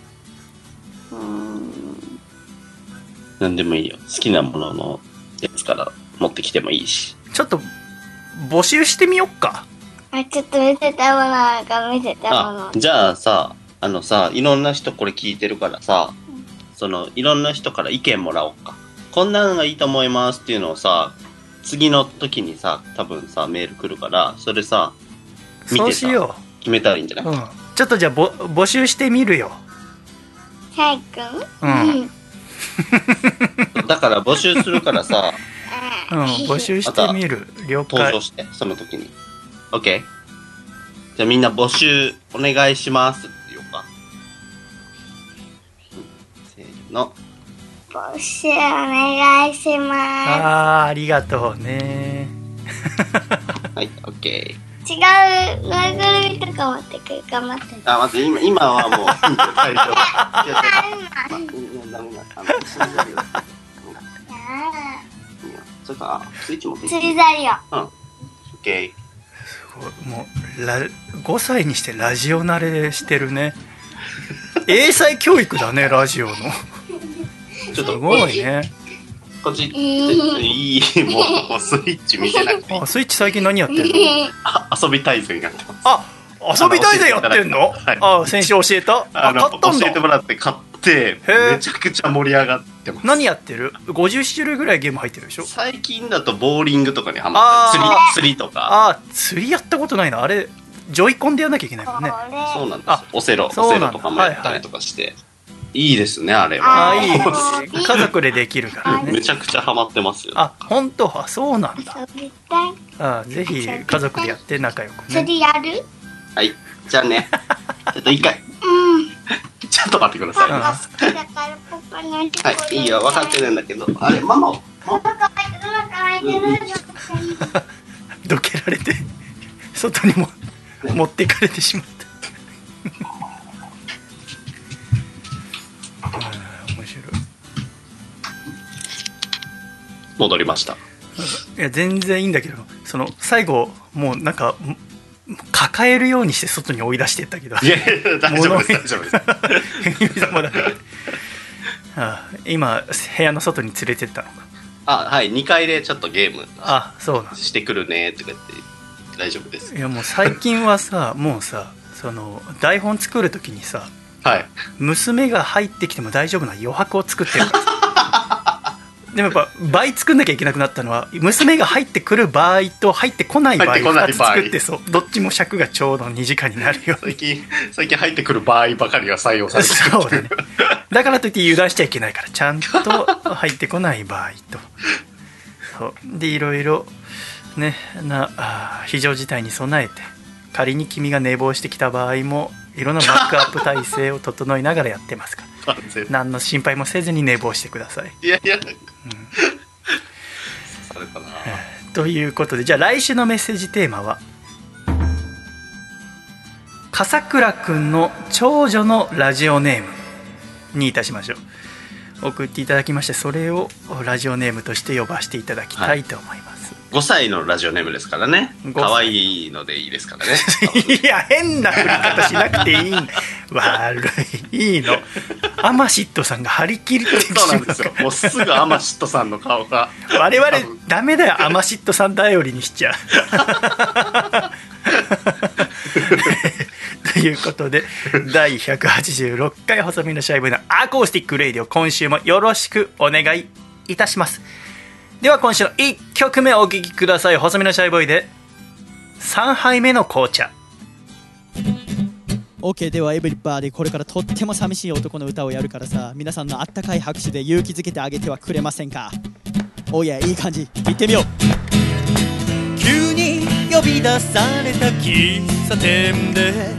S6: 何でもいいよ好きなもののやつから持ってきてもいいし
S3: ちょっと募集してみよっか
S7: あちょっと見せたものなんか見せたもの
S6: あじゃあさあのさいろんな人これ聞いてるからさそのいろんな人から意見もらおうかこんなのがいいと思いますっていうのをさ次の時にさ多分さメール来るからそれさ見てた
S3: そうしよ、
S6: 決めたらいいんじゃないう
S3: うん、ちょっとじゃあぼ募集してみるよ
S7: シャイくん
S3: うん、うん、
S6: だから募集するからさ、
S3: 募集してみる了
S6: 登場
S3: 解
S6: して、その時に。OK? じゃあみんな募集お願いしますって言おうか。うんせーの。
S7: 募集お願いしま
S3: あーありがとうね
S6: はい、OK。
S7: す違うぬいぐるみとか持ってくるか待ってる
S6: あ、待って、今、今はもう、大丈夫。いや、ちょっとまあうんダメだあの死んじゃうよ
S7: あ
S6: うんちそれか、あスイッチ持ってき
S7: 釣
S6: てい
S7: り
S6: い。
S7: ざりを。
S6: うん。オッケ
S3: もうラ5歳にしてラジオ慣れしてるね英才教育だねラジオの
S6: ー。ちょっ
S3: す
S6: と、
S3: ごいね
S6: こっち、いい、もう、もうスイッチ見せなくていい
S3: あ。スイッチ最近何やってんの
S6: あ遊び大全になってます。
S3: あ遊び大全やってんの
S6: あの教えていただいた
S3: あ先週教えた
S6: あ
S3: あ
S6: の
S3: 買ったん
S6: 教えても
S3: だ
S6: らって買って
S3: ー
S6: めちゃくちゃ盛り上がってます
S3: 何やってる50種類ぐらいゲーム入ってるでしょ
S6: 最近だとボーリングとかにハマったり
S3: あ
S6: 釣り釣りとか
S3: あー釣りやったことないなあれジョイコンでやんなきゃいけないも
S7: こ
S3: んね
S6: そう
S7: れ。
S6: なんです
S3: あ
S6: オセロオ
S3: そうな
S6: セ
S3: んだ
S6: ロとかもやったりとかして、いいですねあれ
S3: あ
S6: は
S3: あいい
S7: あー
S3: 家族でできるからね
S6: めちゃくちゃハマってますよ
S3: あ本当あそうなんだ
S7: 遊びたい。
S3: あぜひ家族でやって仲良く
S7: 釣
S3: ね
S7: りやる
S6: はいじゃあねちょっと一回
S7: うん。
S6: ちょっと待ってくだ
S7: パ
S6: さ
S3: う
S6: い
S3: ん
S7: パ好きだからパパのところ
S6: はいいいよ分かってるんだけどあれママ
S7: お腹空いてるお腹空いてる
S3: どけられて外にも持ってかれてしまったあー面白い
S6: 戻りました
S3: いや全然いいんだけどその最後もうなんかも抱えるようにして外に追い出してったけど
S6: いやいや大丈夫です大丈夫です
S3: 神様だああ今部屋の外に連れてったのか
S6: あはい2階でちょっとゲーム
S3: あそうなん
S6: してくるねとか言って大丈夫です
S3: いやもう最近はさもうさその台本作る時にさ
S6: はい
S3: 娘が入ってきても大丈夫な余白を作ってる からさでもやっぱ倍作んなきゃいけなくなったのは娘が入ってくる場合と入ってこない場合
S6: 入ってこない
S3: 2つ
S6: 場合
S3: 作ってそうどっちも尺がちょうど2時間になるように
S6: 最近最近入ってくる場合ばかりが採用されて
S3: そう
S6: る
S3: だねだからといって油断しちゃいけないからちゃんと入ってこない場合とそうでいろいろねなあー非常事態に備えて仮に君が寝坊してきた場合もいろんなバックアップ体制を整えながらやってますから
S6: 完 全に
S3: 何の心配もせずに寝坊してください
S6: いやいや、刺されたな
S3: ということでじゃあ来週のメッセージテーマは「笠倉くんの長女のラジオネーム」にいたしましょう送っていただきましてそれをラジオネームとして呼ばせていただきたいと思います、
S6: 5歳のラジオネームですからね
S3: 5歳
S6: 可愛いのでいいですからね
S3: い、や変な振り方しなくていい悪いい いのアマシットさんが張り切ってし
S6: そ
S3: ま
S6: うな
S3: うんか
S6: ですよ
S3: ら
S6: もうすぐアマシットさんの顔が
S3: 我々ダメだよアマシットさん頼りにしちゃうということで第186回細身のシャイボーイのアコースティック・レイディオ今週もよろしくお願いいたしますでは今週の1曲目お聴きください細身のシャイボーイで3杯目の紅茶
S8: OK ではエブリバーでこれからとっても寂しい男の歌をやるからさ皆さんのあったかい拍手で勇気づけてあげてはくれませんかおやいい感じ行ってみよう
S1: 急に呼び出された喫茶店で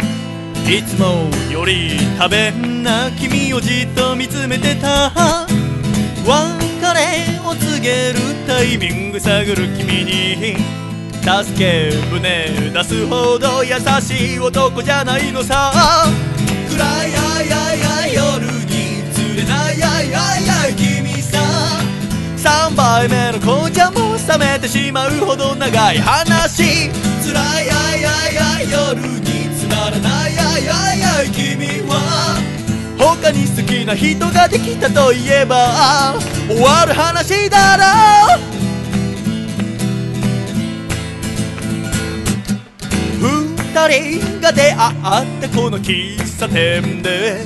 S1: いつもより食べんな君をじっと見つめてた別れを告げるタイミング探る君に助け舟出すほど優しい男じゃないのさ暗いあいあいあい夜に釣れないあいあいあい君さ3杯目の紅茶も冷めてしまうほど長い話辛いあいあいあい夜につまらないあいあいあい君は他に好きな人ができたといえば終わる話だろう二人が出会ったこの喫茶店で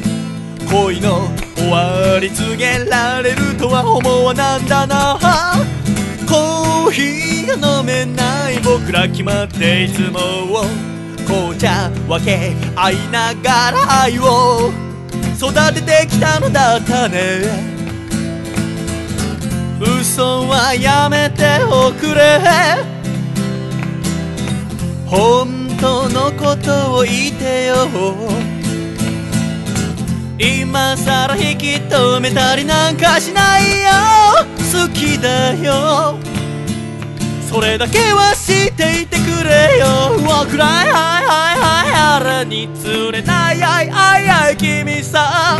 S1: 恋の終わり告げられるとは思わなんだなコーヒーが飲めない僕ら決まっていつも紅茶分け合いながら愛を育ててきたのだったね嘘はやめておくれ本当のことを言ってよ今さら引き止めたりなんかしないよ好きだよそれだけは知っていてくれよ暗いはいはいはいあれに釣れないあいあいあい君さ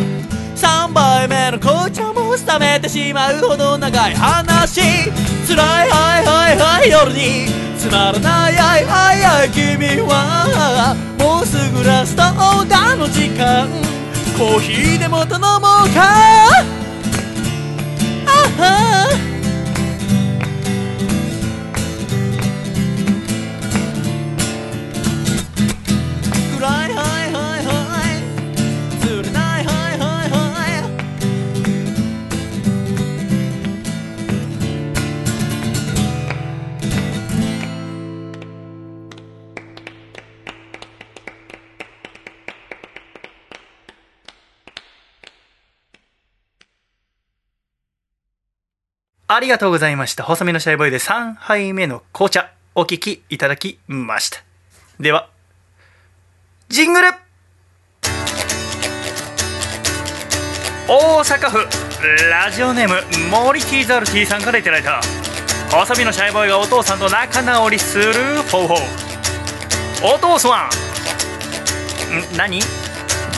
S1: 3
S8: 3杯目の紅茶も冷めてしまうほど長い話辛いはいはいはい夜につまらないあいあいあい君はもうすぐラストオーダーの時間コーヒーでも頼もうかあは暗いはいはいはい釣れないはいはいはい
S3: ありがとうございました。細身のシャイボーイで3杯目の紅茶、お聞きいただきました。では、ジングル大阪府ラジオネームモリティザルティさんからいただいた細身のシャイボーイがお父さんと仲直りする方法お父さんん何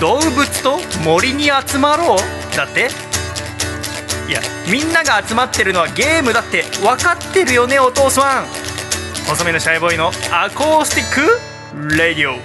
S3: 動物と森に集まろうだっていやみんなが集まってるのはゲームだって分かってるよねお父さん細めのシャイボーイのアコースティックレディオ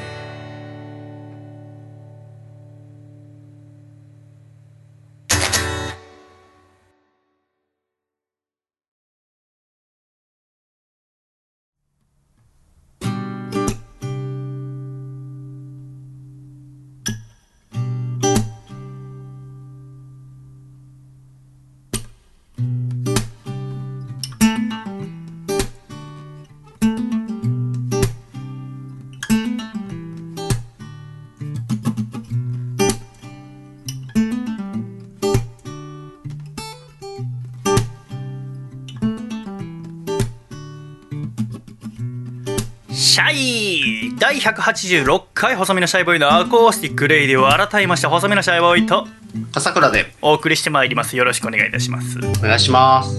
S3: シャイ第186回細身のシャイボーイのアコースティックレイディを改めまして細身のシャイボーイと
S6: 笠倉で
S3: お送りしてまいりますよろしくお願いいたします
S6: お願いします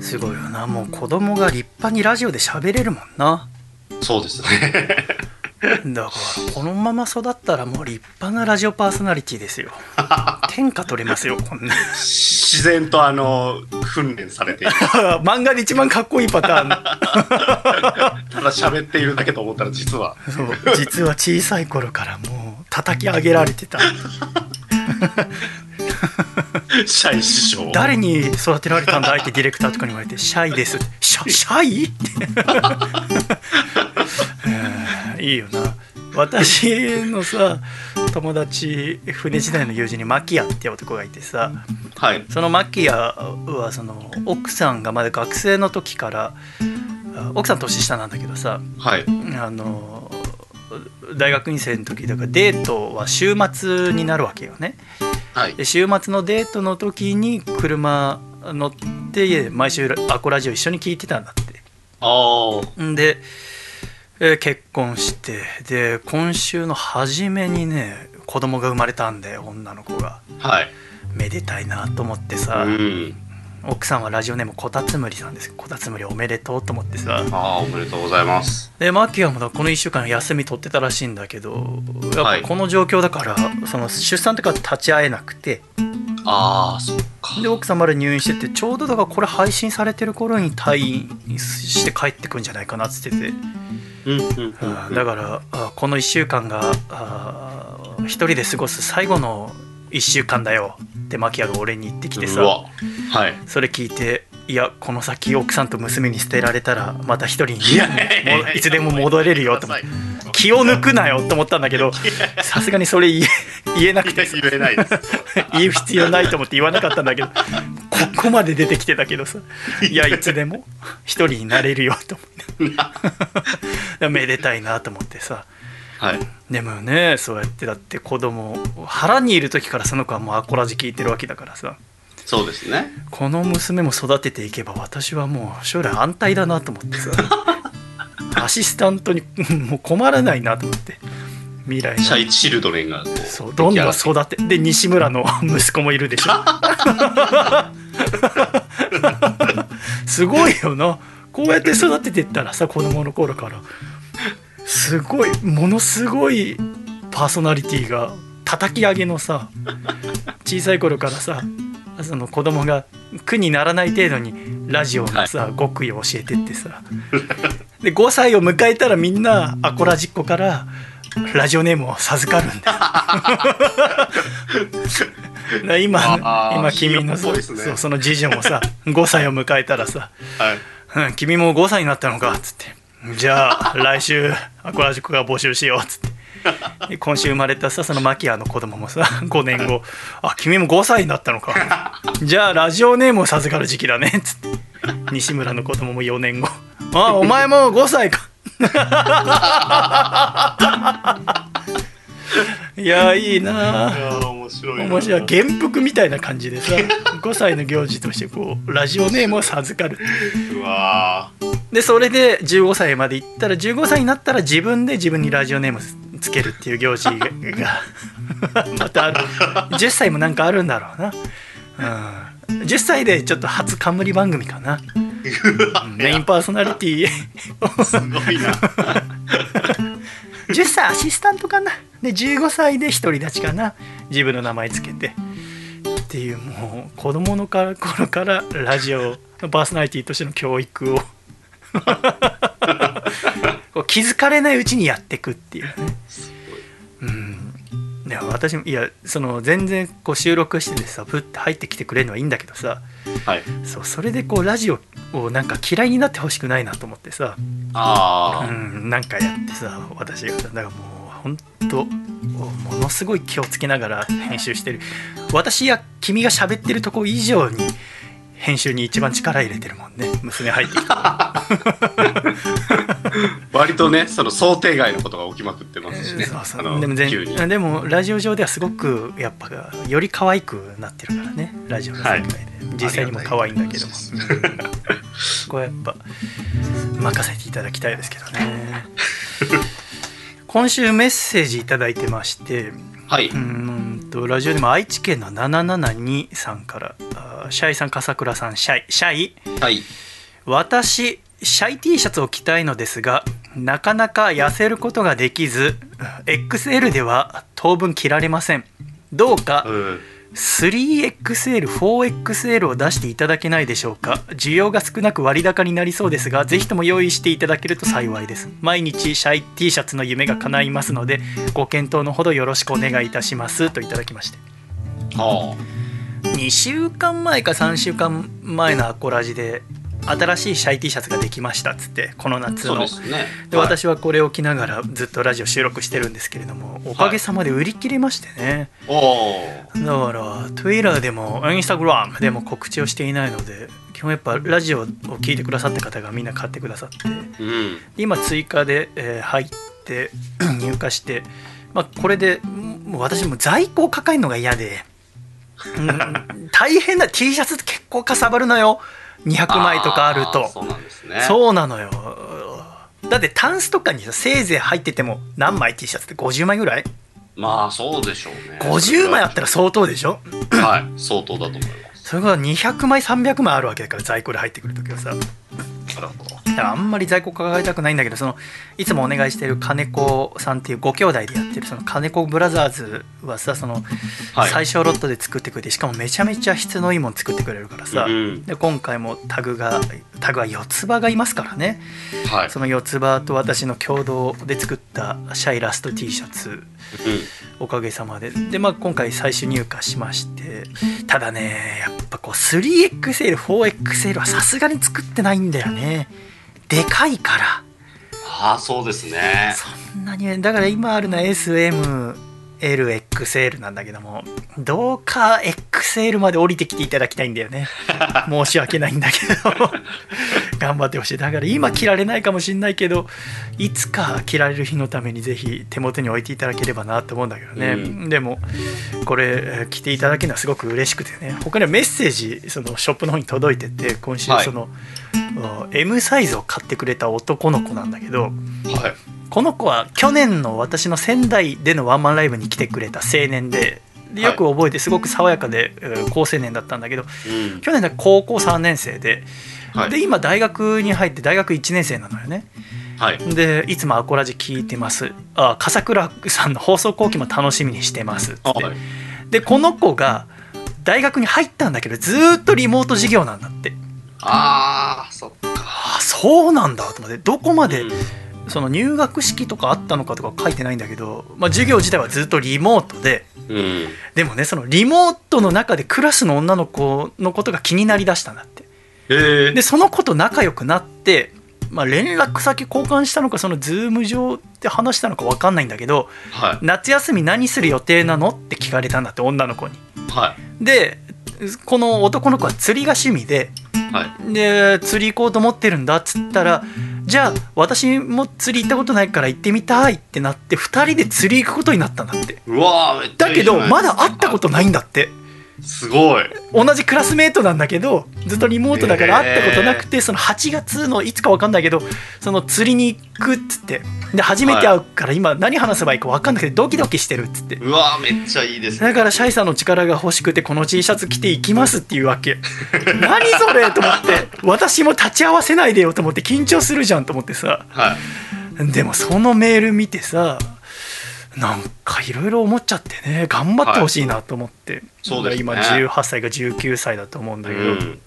S3: すごいよなもう子供が立派にラジオで喋れるもんな
S6: そうですね
S3: だからこのまま育ったらもう立派なラジオパーソナリティですよ 天下取れますよこんな
S6: 自然とあの訓練され ている
S3: 漫画で一番かっこいいパター
S6: ただ喋っているだけと思ったら実は
S3: ンそう実は小さい頃からもう叩き上げられてた
S6: シャイ師匠
S3: 誰に育てられたんだいってディレクターとかに言われて「シャイです」シャ「シャイ?」って うんいいよな私のさ友達船時代の友人にマキアって男がいてさ
S6: はい
S3: そのマキアはその奥さんがまだ学生の時からあ奥さん年下なんだけどさ
S6: はい
S3: あの大学院生の時だからデートは週末になるわけよね。
S6: はい
S3: で週末のデートの時に車乗って毎週アコラジオ一緒に聞いてたんだっ
S6: ああは
S3: てんで、えー結婚してで今週の初めにね子供が生まれたんで女の子が
S6: い
S3: めでたいなと思ってさ、
S6: うん
S3: 奥さんはラジオネームこたつむりさんですこたつむりおめでとうと思ってさ
S6: ああおめでとうございます
S3: でマキアもだこの1週間休み取ってたらしいんだけどや
S6: は
S3: っぱ
S6: い
S3: この状況だから、その出産とか立ち会えなくて
S6: ああそっか
S3: で奥さんまで入院しててちょうどだからこれ配信されてる頃に退院して帰ってくんじゃないかなっつってて、
S6: うんうんうん
S3: あ
S6: う
S3: だ
S6: ん
S3: からあこの1週間があ一人で過ごす最後の1週間だよってマキアが俺に言ってきて
S6: う
S3: さ
S6: わはい
S3: それ聞いていやこの先奥さんと娘に捨てられたらまた一人に
S6: いやいやい
S3: も
S6: や
S3: ういつでも戻れるよと思って気を抜くなよと思ったんだけどさすがにそれ言え言えなく
S6: い
S3: て
S6: や
S3: さ
S6: 言えないです
S3: 言う必要ないと思って言わなかったんだけどここまで出てきてたけどさいやいつでも一人になれるよと思ってめでたいなと思ってさ
S6: はい
S3: でもねそうやってだって子供腹にいる時からその子はもうアコラジ聞いてるわけだからさ
S6: そうですね
S3: この娘も育てていけば私はもう将来安泰だなと思ってさアシスタントにもう困らないなと思って未来の
S6: シャイチルドレンがこ
S3: そうどんどん育てで西村の 息子もいるでしょすごいよなこうやって育ててったらさ子供の頃からすごいものすごいパーソナリティが叩き上げのさ小さい頃からさその子供が苦にならない程度にラジオのさ、極意を教えてってさで5歳を迎えたらみんなアコラジっ子からラジオネームを授かるんだよ な今
S6: あー
S3: 今君の
S6: ヒー
S3: そ
S6: ローっぽいうですね
S3: そうその次女もさ5歳を迎えたらさ
S6: はい。
S3: うん、君も5歳になったのかっつってじゃあ来週アコラジックが募集しようっつってで今週生まれたさそのマキアの子供もさ5年後あ君も5歳になったのかじゃあラジオネームを授かる時期だねっつって西村の子供も4年後あお前も5歳かいやいいなあ
S6: ああ、面白
S3: 面白い原服みたいな感じでさ5歳の行事としてこうラジオネームを授かる
S6: うわ
S3: でそれで15歳まで行ったら15歳になったら自分で自分にラジオネームつけるっていう行事が またある10歳もなんかあるんだろうな、うん、10歳でちょっと初冠番組かなうんメインパーソナリティ
S6: すごいな。
S3: 10歳アシスタントかなで15歳で独り立ちかな自分の名前つけてっていうもう子供の頃からラジオのパーソナリティとしての教育をこう気づかれないうちにやってくっていうねうんいや私もいやその全然こう収録しててさぶって入ってきてくれるのはいいんだけどさ
S6: はい。
S3: そうそれでこうラジオをなんか嫌いになってほしくないなと思ってさ
S6: あ
S3: う
S6: あ、
S3: ん、なんかやってさ私がだからもうほんとものすごい気をつけながら編集してる私や君が喋ってるとこ以上に編集に一番力入れてるもんね娘入ってきた
S6: 割とね、その想定外のことが起きまくってますしね。
S3: そうそ
S6: あ
S3: う
S6: の
S3: でも
S6: 急に。
S3: 全でもラジオ上ではすごくやっぱより可愛くなってるからねラジオの世界で、実際にも可愛いんだけどもうんこれやっぱ任せていただきたいですけどね 今週メッセージ頂いただいてまして
S6: はい。
S3: うーんとラジオでも愛知県の772さんからあーシャイさん笠倉さんシャイシャイ
S6: はい。
S3: 私シャイ T シャツを着たいのですがなかなか痩せることができず XL では当分着られませんどうか
S6: うん。
S3: 3XL4XL を出していただけないでしょうか需要が少なく割高になりそうですがぜひとも用意していただけると幸いです毎日シャイ T シャツの夢が叶いますのでご検討のほどよろしくお願いいたしますといただきまして
S6: あ
S3: 2週間前か3週間前のアコラジで新しいシャイ T シャツができましたっつってこの
S6: あ、
S3: 夏
S6: そう
S3: の
S6: ですね。
S3: で
S6: はい
S3: 私はこれを着ながらずっとラジオ収録してるんですけれどもおかげさまで売り切れましてね、
S6: おお。
S3: だから Twitter でも Instagram でも告知をしていないので基本やっぱラジオを聞いてくださった方がみんな買ってくださって
S6: うん。
S3: 今追加で、えー入って 入荷して、まあ、これでもう私も在庫を抱えるのが嫌で、 うん、大変だ T シャツって結構かさばるのよ200枚とかある
S6: ー
S3: と
S6: そうなんですね。
S3: そうなのよだってタンスとかにさせいぜい入ってても何枚 T シャツって50枚ぐらい
S6: まあ、そうでしょうね。
S3: 50枚あったら相当でしょ
S6: はい、相当だと思います。
S3: それが200枚300枚あるわけだから在庫で入ってくる時はさ
S6: なるほど。
S3: だからあんまり在庫抱えたくないんだけどそのいつもお願いしてる金子さんっていうご兄弟でやってるその金子ブラザーズはさその
S6: はい
S3: 最小ロットで作ってくれてしかもめちゃめちゃ質のいいもん作ってくれるからさ、
S6: うん
S3: で今回もタグがタグは四つ葉がいますからね
S6: はい。
S3: その四つ葉と私の共同で作ったシャイラスト T シャツ
S6: う
S3: おかげさまでで、まあ、今回最終入荷しましてただねやっぱこう 3XL4XL はさすがに作ってないんだよねでかいか
S6: ん。ああ、そうですね
S3: ら。そんなにだから今あるのは SMLXL なんだけどもどうか XL まで降りてきていただきたいんだよ ね申し訳ないんだけど頑張ってほしいだから今着られないかもしんないけどいつか着られる日のためにぜひ手元に置いていただければなと思うんだけどね、
S6: うん
S3: でもこれえー着ていただけるのはすごく嬉しくてね他にはメッセージそのショップの方に届いてて今週
S6: はい
S3: その、うん M サイズを買ってくれた男の子なんだけど
S6: はい。
S3: この子は去年の私の仙台でのワンマンライブに来てくれた青年で。でよく覚えてすごく爽やかで、えー高青年だったんだけど
S6: うん。
S3: 去年だ高校3年生で、
S6: はい。
S3: で今大学に入って大学1年生なのよね、
S6: はい。
S3: でいつもアコラジ聞いてますあ笠倉さんの放送後期も楽しみにしてますって
S6: はい
S3: でこの子が大学に入ったんだけどずーっとリモート授業なんだって
S6: ああ、そっか。
S3: あそうなんだと思ってどこまで
S6: うん
S3: その入学式とかあったのかとか書いてないんだけど、まあ、授業自体はずっとリモートで
S6: うん。
S3: でもねそのリモートの中でクラスの女の子のことが気になりだしたんだって
S6: へえ
S3: で。その子と仲良くなって、まあ、連絡先交換したのかそのズーム上で話したのか分かんないんだけど
S6: は
S3: 夏休み何する予定なのって聞かれたんだって女の子に
S6: い。は
S3: でこの男の子は釣りが趣味で
S6: い。はい。
S3: で釣り行こうと思ってるんだっつったらじゃあ私も釣り行ったことないから行ってみたいってなって2人で釣り行くことになったんだって
S6: うわーめっちゃ
S3: だ
S6: いい
S3: け
S6: じゃ
S3: ど
S6: ない
S3: まだ会ったことないんだって
S6: すごい。
S3: 同じクラスメートなんだけどずっとリモートだから会ったことなくて、その8月のいつか分かんないけどその釣りに行くっつってで初めて会うから今何話せばいいか分かんなくてドキドキしてるっつって
S6: うわーめっちゃいいですね。
S3: だからシャイさんの力が欲しくてこの T シャツ着ていきますっていうわけ 何それと思って私も立ち会わせないでよと思って緊張するじゃんと思ってさ
S6: はい。
S3: でもそのメール見てさなんかいろいろ思っちゃってね頑張ってほしいなと思って、
S6: そうですね
S3: 今18歳か19歳だと思うんだ
S6: う
S3: けど、
S6: ん。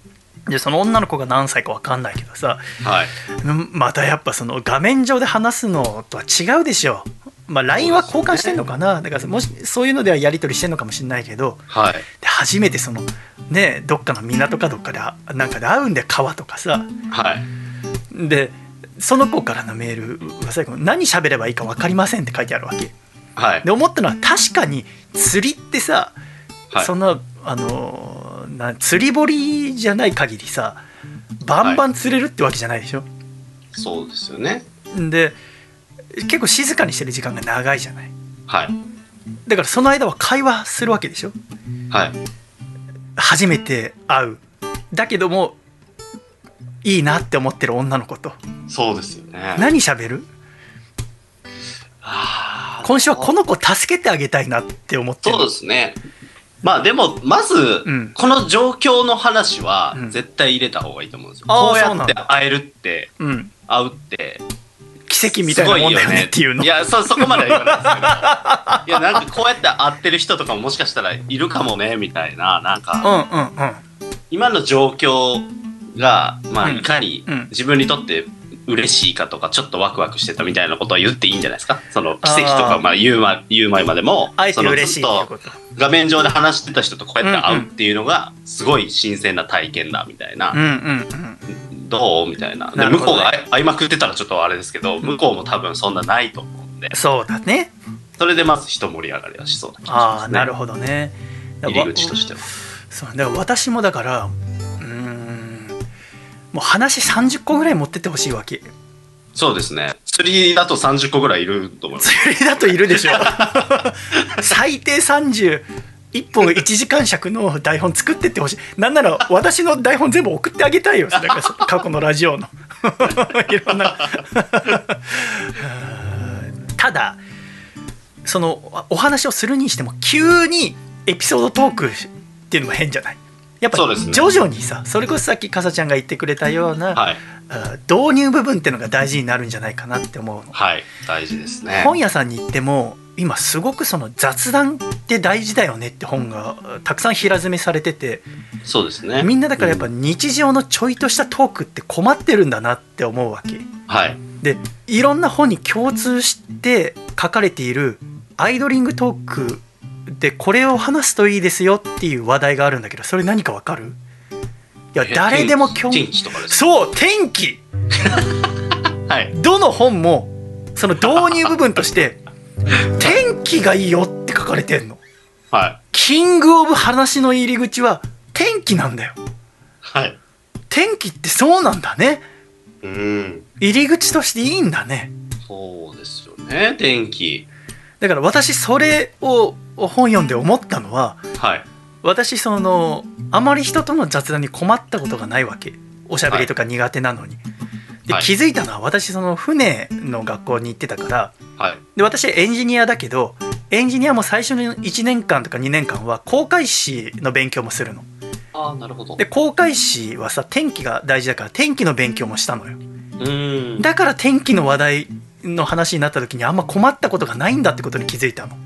S3: でその女の子が何歳か分かんないけどさ
S6: はい。
S3: んまたやっぱその画面上で話すのとは違うでしょまあ LINE は交換してんのかな、だからもしそういうのではやり取りしてんのかもしれないけど
S6: はい。
S3: で初めてそのねどっかの港かどっかであなんかで会うんだよ川とかさ
S6: はい。
S3: でその子からのメールは最後何喋ればいいか分かりませんって書いてあるわけ
S6: はい。
S3: で思ったのは確かに釣りってさ、
S6: はい。
S3: そんなあのーな釣り堀じゃない限りさバンバン釣れるってわけじゃないでしょ、
S6: そうですよね。
S3: で結構静かにしてる時間が長いじゃない
S6: はい。
S3: だからその間は会話するわけでしょ
S6: はい。
S3: 初めて会うだけどもいいなって思ってる女の子と
S6: そうですよね。
S3: 何喋る
S6: あー
S3: 今週はこの子助けてあげたいなって思ってる
S6: そうですね。まあでも、まず、
S3: うん
S6: この状況の話は
S3: うん
S6: 絶対入れた方がいいと思うんですよ。
S3: あー
S6: こう
S3: そう
S6: や
S3: な
S6: っ
S3: ん
S6: て
S3: だ
S6: 会えるって、
S3: うん、
S6: 会うって、
S3: 奇跡みたいなもんだよねっていうの
S6: いやそそこまでは言わないですけどいやなんかこうやって会ってる人とかももしかしたらいるかもねみたいななん
S3: うん
S6: か
S3: うんうん
S6: 今の状況が、まあ、
S3: うん
S6: いかに
S3: うん
S6: 自分にとって嬉しいかとかちょっとワクワクしてたみたいなことは言っていいんじゃないですかその奇跡と
S3: あ
S6: か
S3: ー
S6: まあ、言うま言う前までも
S3: あえて
S6: その
S3: 嬉しい
S6: ず
S3: っ
S6: ってと
S3: こと
S6: 画面上で話してた人とこうやって会うっていうのがすごい新鮮な体験だみたいな、
S3: うんうんうん
S6: どうみたいなで
S3: なるほ
S6: 向
S3: ど
S6: こう
S3: ね
S6: が会い会いまくってたらちょっとあれですけど向こうも多分そんなないと思うんで
S3: そうだね
S6: それでまず人盛り上がりはしそうな気がしま
S3: あ
S6: す
S3: あ
S6: ね。
S3: なるほどね
S6: 入り口としては。
S3: そうだから私もだからうーんもう話30個ぐらい持ってってほしいわけ
S6: そうですね。釣りだと30個ぐらいいると思います。
S3: 釣りだといるでしょ最低31本1時間尺の台本作ってってほしいなんなら私の台本全部送ってあげたいよだからそ過去のラジオの いろんな ただそのお話をするにしても急にエピソードトークっていうのも変じゃないやっぱ
S6: そうですね
S3: 徐々にさそ,、れこそさっきかさちゃんが言ってくれたような、
S6: はい。
S3: あ導入部分っていうのが大事になるんじゃないかなって思うの。
S6: はい。大事ですね。
S3: 本屋さんに行っても今すごくその雑談って大事だよねって本がたくさん平積みされてて
S6: そうですね。
S3: みんなだからやっ
S6: う
S3: ぱ日常のちょいとしたトークって困ってるんだなって思うわけ
S6: んはい。
S3: でいろんな本に共通して書かれているアイドリングトークでこれを話すといいですよっていう話題があるんだけどそれ何かわかるいや
S6: え
S3: 誰でも
S6: 天
S3: 興
S6: 気
S3: 味
S6: 天気とかです。
S3: そう天気
S6: はい。
S3: どの本もその導入部分と して「天気がいいよ」って書かれてんの。
S6: はい。
S3: キングオブ話の入り口は天気なんだよ。
S6: はい。
S3: 天気ってそうなんだね。
S6: うん。
S3: 入り口としていいんだね。
S6: そうですよね。天気。
S3: だから私それを本読んで思ったのは
S6: はい。
S3: 私そのあまり人との雑談に困ったことがないわけおしゃべりとか苦手なのに。で
S6: はい
S3: 気づいたのは私その船の学校に行ってたから
S6: はい。
S3: で私エンジニアだけどエンジニアも最初の1年間とか2年間は航海士の勉強もするの。
S6: ああ、なるほど。
S3: で航海士はさ天気が大事だから天気の勉強もしたのよ。
S6: うん。
S3: だから天気の話題の話になった時にあんま困ったことがないんだってことに気づいたの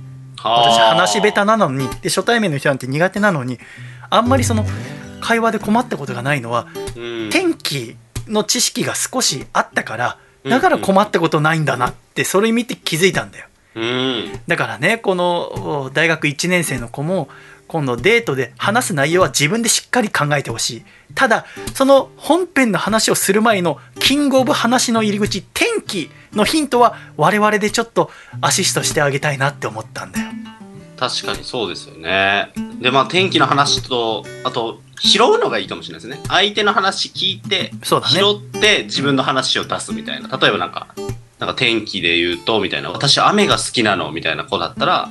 S3: 私話下手なのにで初対面の人なんて苦手なのにあんまりその会話で困ったことがないのは
S6: うん、
S3: 天気の知識が少しあったからだから困ったことないんだなってそれ見て気づいたんだよ
S6: うん。
S3: だからねこのお大学1年生の子も今度デートで話す内容は自分でしっかり考えてほしいただその本編の話をする前のキングオブ話の入り口天気のヒントは我々でちょっとアシストしてあげたいなって思ったんだよ
S6: 確かにそうですよね。で、まあ、天気の話と、あと、拾うのがいいかもしれないですね。相手の話聞いて、
S3: そうだね
S6: 拾って自分の話を出すみたいな。例えばなんか、なんか天気で言うと、みたいな、私雨が好きなのみたいな子だったら、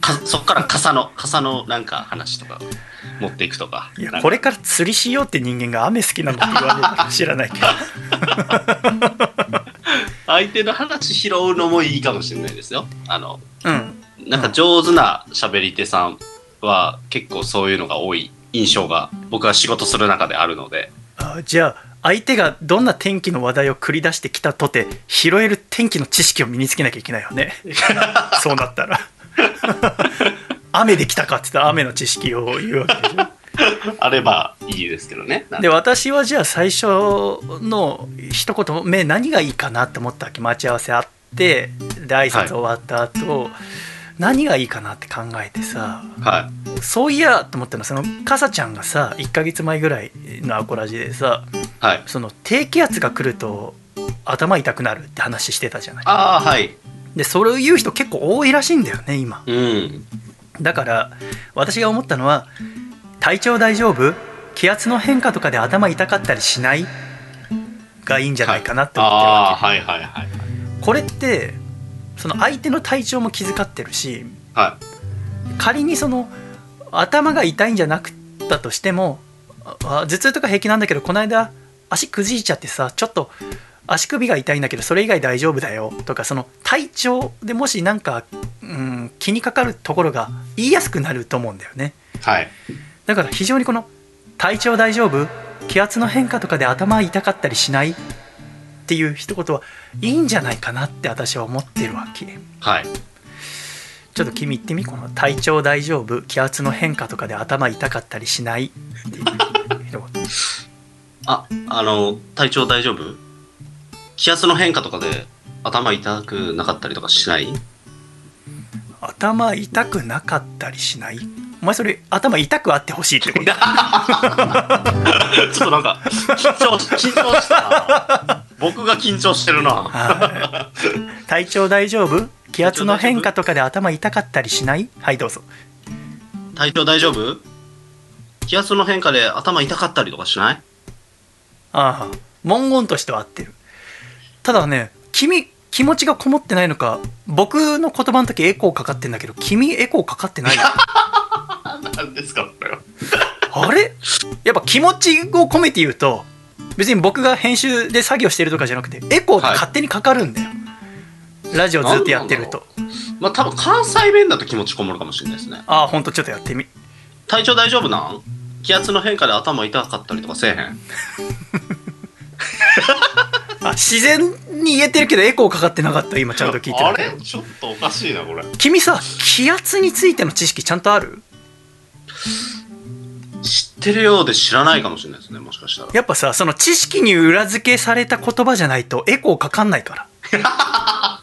S6: かそっから傘の、傘のなんか話とか持っていくとか。
S3: い
S6: なん
S3: や
S6: か
S3: これから釣りしようって人間が雨好きなのって言われるか知らないけど
S6: 相手の話拾うのもいいかもしれないですよ。あの、
S3: うん
S6: なんか上手な喋り手さんは結構そういうのが多い印象が僕は仕事する中であるので。
S3: あじゃあ相手がどんな天気の話題を繰り出してきたとて拾える天気の知識を身につけなきゃいけないよねそうなったら雨できたかって言ったら雨の知識を言うわけでしょ
S6: あればいいですけどね。なん
S3: で
S6: か
S3: 私はじゃあ最初の一言目何がいいかなって思ったわけ待ち合わせあってで挨拶終わった後、何がいいかなって考えてさ
S6: は
S3: そういやと思ったのはそのかさちゃんがさ1ヶ月前ぐらいのアコラジでさ
S6: い。はい。
S3: その低気圧が来ると頭痛くなるって話してたじゃない
S6: ああ、はい。
S3: でそれを言う人結構多いらしいんだよね今
S6: うん。
S3: だから私が思ったのは体調大丈夫気圧の変化とかで頭痛かったりしないがいいんじゃないかなって思ってるわ
S6: ああ、はいはいはい。
S3: けこれってその相手の体調も気遣ってるし
S6: は
S3: 仮にその頭が痛いんじゃなくったとしてもああ頭痛とか平気なんだけどこの間足くじいちゃってさちょっと足首が痛いんだけどそれ以外大丈夫だよとかその体調でもしなんか、うん、気にかかるところが言いやすくなると思うんだよね
S6: い。はい。
S3: だから非常にこの「体調大丈夫気圧の変化とかで頭痛かったりしない?」っていう一言はいいんじゃないかなって私は思ってるわけ。
S6: はい。
S3: ちょっと君言ってみこの体調大丈夫気圧の変化とかで頭痛かったりしないっていう
S6: あ、あの、体調大丈夫気圧の変化とかで頭痛くなかったりとかし ない
S3: 頭痛くなかったりしないお前それ頭痛くあってほしいってこと
S6: ちょっとなんか、緊張、緊張したな。僕が緊張してるな。
S3: はい体調大丈夫気圧の変化とかで頭痛かったりしないはいどうぞ
S6: 体調大丈夫気圧の変化で頭痛かったりとかしない
S3: ああ文言としては合ってるただね君気持ちがこもってないのか僕の言葉の時エコーかかってんだけど君エコーかかってないよ
S6: なん ですかこれは。
S3: あれやっぱ気持ちを込めて言うと別に僕が編集で作業してるとかじゃなくてエコーって勝手にかかるんだよ、ラジオずっとやってると
S6: まあ多分関西弁だと気持ちこもるかもしれないですね。
S3: ああほんとちょっとやってみ
S6: 体調大丈夫なん気圧の変化で頭痛かったりとかせえへん
S3: あ自然に言えてるけどエコーかかってなかった今ちゃんと聞いて
S6: あ
S3: るけ
S6: れ
S3: ど
S6: ちょっとおかしいなこれ
S3: 君さ気圧についての知識ちゃんとある
S6: 知ってるようで知らないかもしれないですねもしかしたら
S3: やっぱさその知識に裏付けされた言葉じゃないとエコーかかんないから だか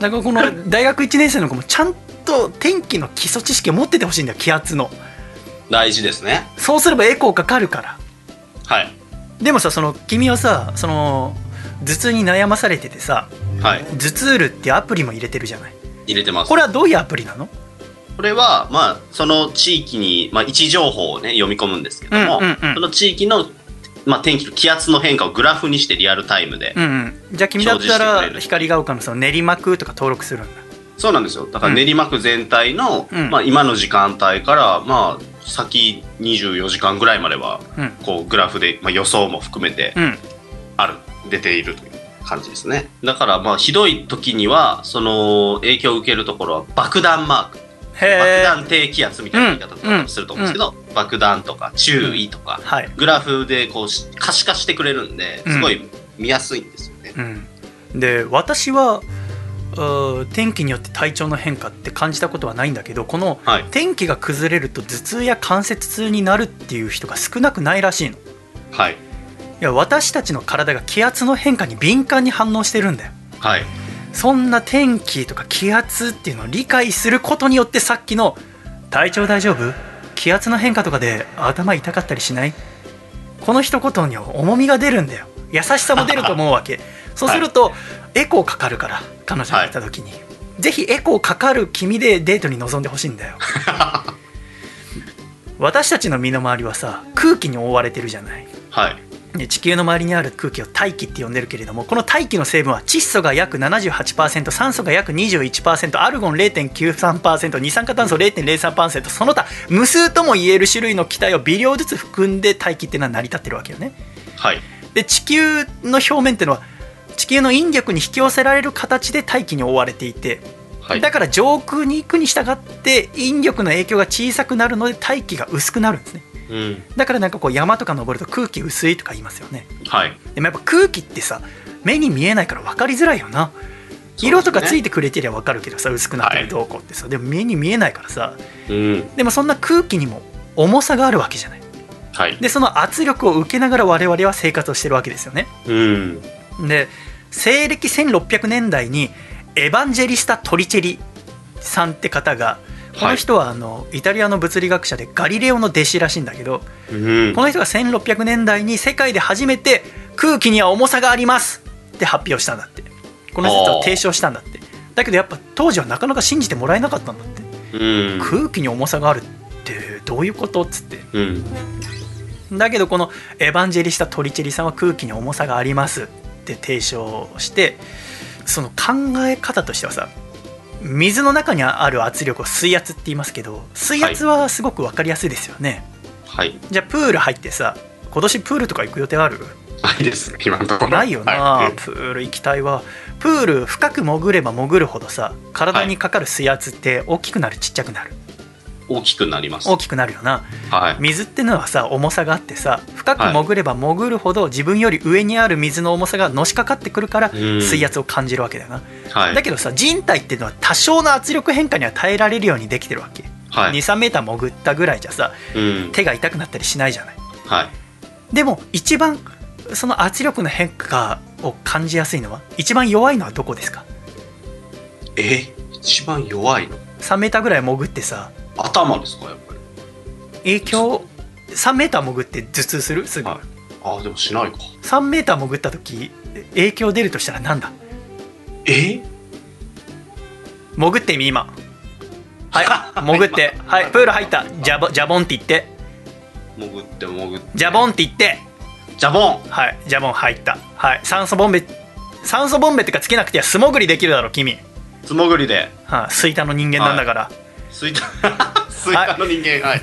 S3: らこの大学1年生の子もちゃんと天気の基礎知識を持っててほしいんだよ気圧の
S6: 大事ですね
S3: そうすればエコーかかるから
S6: はい
S3: でもさその君はさその頭痛に悩まされててさ
S6: はい
S3: 頭痛るってアプリも入れてるじゃない
S6: 入れてます
S3: これはどういうアプリなの
S6: これはまあその地域に、まあ、位置情報をね読み込むんですけども、
S3: うんうんうん
S6: その地域の、まあ、天気の気圧の変化をグラフにしてリアルタイムで、
S3: うん、うん、じゃあ君だった
S6: 表示して
S3: ら
S6: くれる
S3: 光が丘のその練馬区とか登録するんだ
S6: そうなんですよだから練馬区全体の、
S3: うん
S6: まあ、今の時間帯からまあ先24時間ぐらいまでは、
S3: うん
S6: こうグラフで、まあ、予想も含めて、
S3: うん
S6: ある出ているという感じですねだからまあひどい時にはその影響を受けるところは爆弾マーク、
S3: へえ
S6: 爆弾低気圧みたいな言い方とかすると思うんですけど、爆弾とか注意とか、
S3: はい
S6: グラフでこうし可視化してくれるんですごい見やすいんですよね。
S3: うん、で私はうー天気によって体調の変化って感じたことはないんだけどこの
S6: はい。
S3: 天気が崩れると頭痛や関節痛になるっていう人が少なくないらしいのい
S6: はい。
S3: や私たちの体が気圧の変化に敏感に反応してるんだよ
S6: はい。
S3: そんな天気とか気圧っていうのを理解することによってさっきの「体調大丈夫気圧の変化とかで頭痛かったりしない?」この一言に重みが出るんだよ優しさも出ると思うわけそうすると、エコーかかるから彼女がいた時に、ぜひエコーかかる君でデートに臨んでほしいんだよ私たちの身の回りはさ空気に覆われてるじゃない
S6: はい。
S3: で地球の周りにある空気を大気って呼んでるけれどもこの大気の成分は窒素が約78%酸素が約21%アルゴン0.93%二酸化炭素0.03%その他無数ともいえる種類の気体を微量ずつ含んで大気っていうのは成り立ってるわけよね
S6: はい。
S3: で地球の表面っていうのは地球の引力に引き寄せられる形で大気に覆われていて
S6: はい。
S3: だから上空に行くに従って引力の影響が小さくなるので大気が薄くなるんですね
S6: うん。
S3: だからなんかこう山とか登ると空気薄いとか言いますよね
S6: はい。
S3: でもやっぱ空気ってさ目に見えないから分かりづらいよな、色とかついてくれてりゃ分かるけどさ薄くなってるどうこうってさ、でも目に見えないからさ
S6: うん。
S3: でもそんな空気にも重さがあるわけじゃない
S6: はい。
S3: でその圧力を受けながら我々は生活をしてるわけですよね
S6: うん。
S3: で西暦1600年代にエヴァンジェリスタ・トリチェリさんって方がこの人はあのイタリアの物理学者でガリレオの弟子らしいんだけど、
S6: うん
S3: こ。の人が1600年代に世界で初めて空気には重さがありますって発表したんだってこの説を提唱したんだってだけどやっぱ当時はなかなか信じてもらえなかったんだって、
S6: うん。
S3: 空気に重さがあるってどういうことっつって
S6: うん。
S3: だけどこのエヴァンジェリスタ・トリチェリさんは空気に重さがありますって提唱してその考え方としてはさ水の中にある圧力を水圧って言いますけど水圧はすごく分かりやすいですよね、
S6: はい。
S3: じゃあプール入ってさ今年プールとか行く予定ある
S6: ないですね、今のところ。
S3: ないよな、
S6: はい
S3: プール行きたいわプール深く潜れば潜るほどさ体にかかる水圧って大きくなるちっちゃくなる
S6: 大きくなります。
S3: 大きくなるよな
S6: はい。
S3: 水ってのはさ重さがあってさ深く潜れば潜るほど自分より上にある水の重さがのしかかってくるから
S6: うん
S3: 水圧を感じるわけだよな、
S6: はい
S3: だ。けどさ人体っていうのは多少の圧力変化には耐えられるようにできてるわけ、
S6: はい。
S3: 23メーター潜ったぐらいじゃさ
S6: うん。
S3: 手が痛くなったりしないじゃない
S6: はい。
S3: でも一番その圧力の変化を感じやすいのは一番弱いのはどこですか
S6: え一番弱いの
S3: 3m ぐらい潜ってさ
S6: 頭ですか、やっぱり。
S3: 影響 3m 潜って頭痛するすぐ、
S6: はいああ、でもしないか。
S3: 3m 潜った時影響出るとしたらなんだ
S6: え
S3: 潜ってみ今はい潜 ってはいプール入ったジャボジャボンって言って
S6: 潜って潜って。
S3: ジャボ
S6: ン
S3: ンって言って
S6: ジャボン
S3: はいジャボン入ったはい酸素ボンベ酸素ボンベってかつけなくては素潜りできるだろ君
S6: 素潜りで。
S3: はい、吹田の人間なんだから、
S6: スイカ、スイカの人間、はい。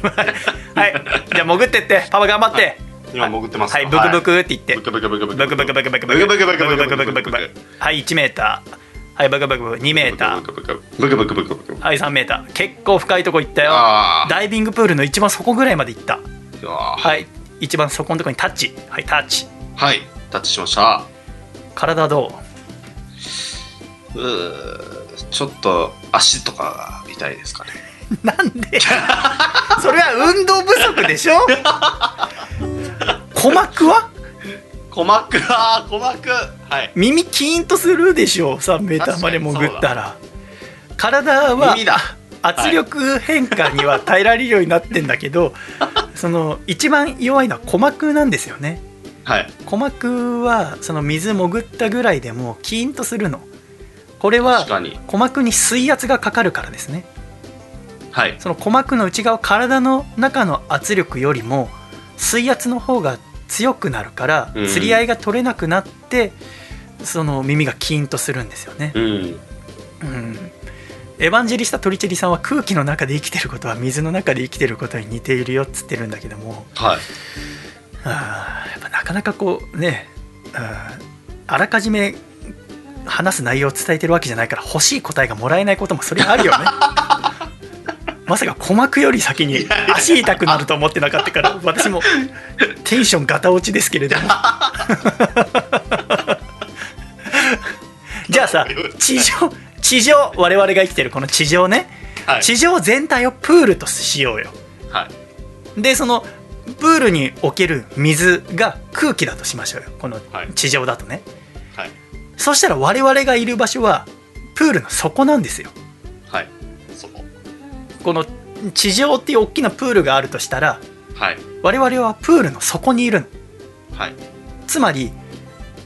S3: はい、じゃあ潜ってってパパ頑張って、
S6: 今潜ってます。
S3: はい、ブクブクって言って、
S6: ブクブクブクブ
S3: ブクブクブクブクブクブクブクブクブクブクブクはい、1メーター。はい、ブクブクブク、2メータ
S6: ブクブクブクブクブクブク
S3: ー。はい、3メーター。結構深いとこ行ったよ。
S6: あ
S3: ダイビングプールの一番底ぐらいまで行った。
S6: ーあー
S3: はい、一番底のとこにタッチ。はい、タッチ。
S6: はいタッチしました
S3: 体ど
S6: うーちょっと足とかが痛いですかね
S3: うなんでそれは運動不足でしょ鼓膜は
S6: 鼓膜あー鼓膜はい
S3: 耳キーンとするでしょ3メーターまで潜ったら体は
S6: 耳だ
S3: 圧力変化には耐えられるようになってんだけどその一番弱いのは鼓膜なんですよね
S6: はい
S3: 鼓膜はその水潜ったぐらいでもうキーンとするのこれ
S6: 確
S3: は
S6: かに
S3: 鼓膜に水圧がかかるからですね
S6: はい
S3: その鼓膜の内側体の中の圧力よりも水圧の方が強くなるから
S6: うん
S3: 釣り合いが取れなくなって、その耳がキーンとするんですよね、
S6: うん
S3: うん、エヴァンジェリスタ・トリチェリさんは空気の中で生きてることは水の中で生きてることに似ているよっつってるんだけども
S6: はい
S3: あーやっぱなかなかこうねあーあらかじめ話す内容を伝えてるわけじゃないから欲しい答えがもらえないこともそれはあるよ ねまさか鼓膜より先に足痛くなると思ってなか ったから私もテンションガタ落ちですけれどもじゃあさ地上地上我々が生きてるこの地上ね、
S6: はい
S3: 地上全体をプールとしようよ
S6: はい
S3: でそのプールにおける水が空気だとしましょうよこの
S6: はい
S3: 地上だとね、
S6: はい
S3: そしたら我々がいる場所はプールの底なんですよ
S6: はいそこ
S3: この地上っていう大きなプールがあるとしたら
S6: はい
S3: 我々はプールの底にいるの
S6: はい
S3: つまり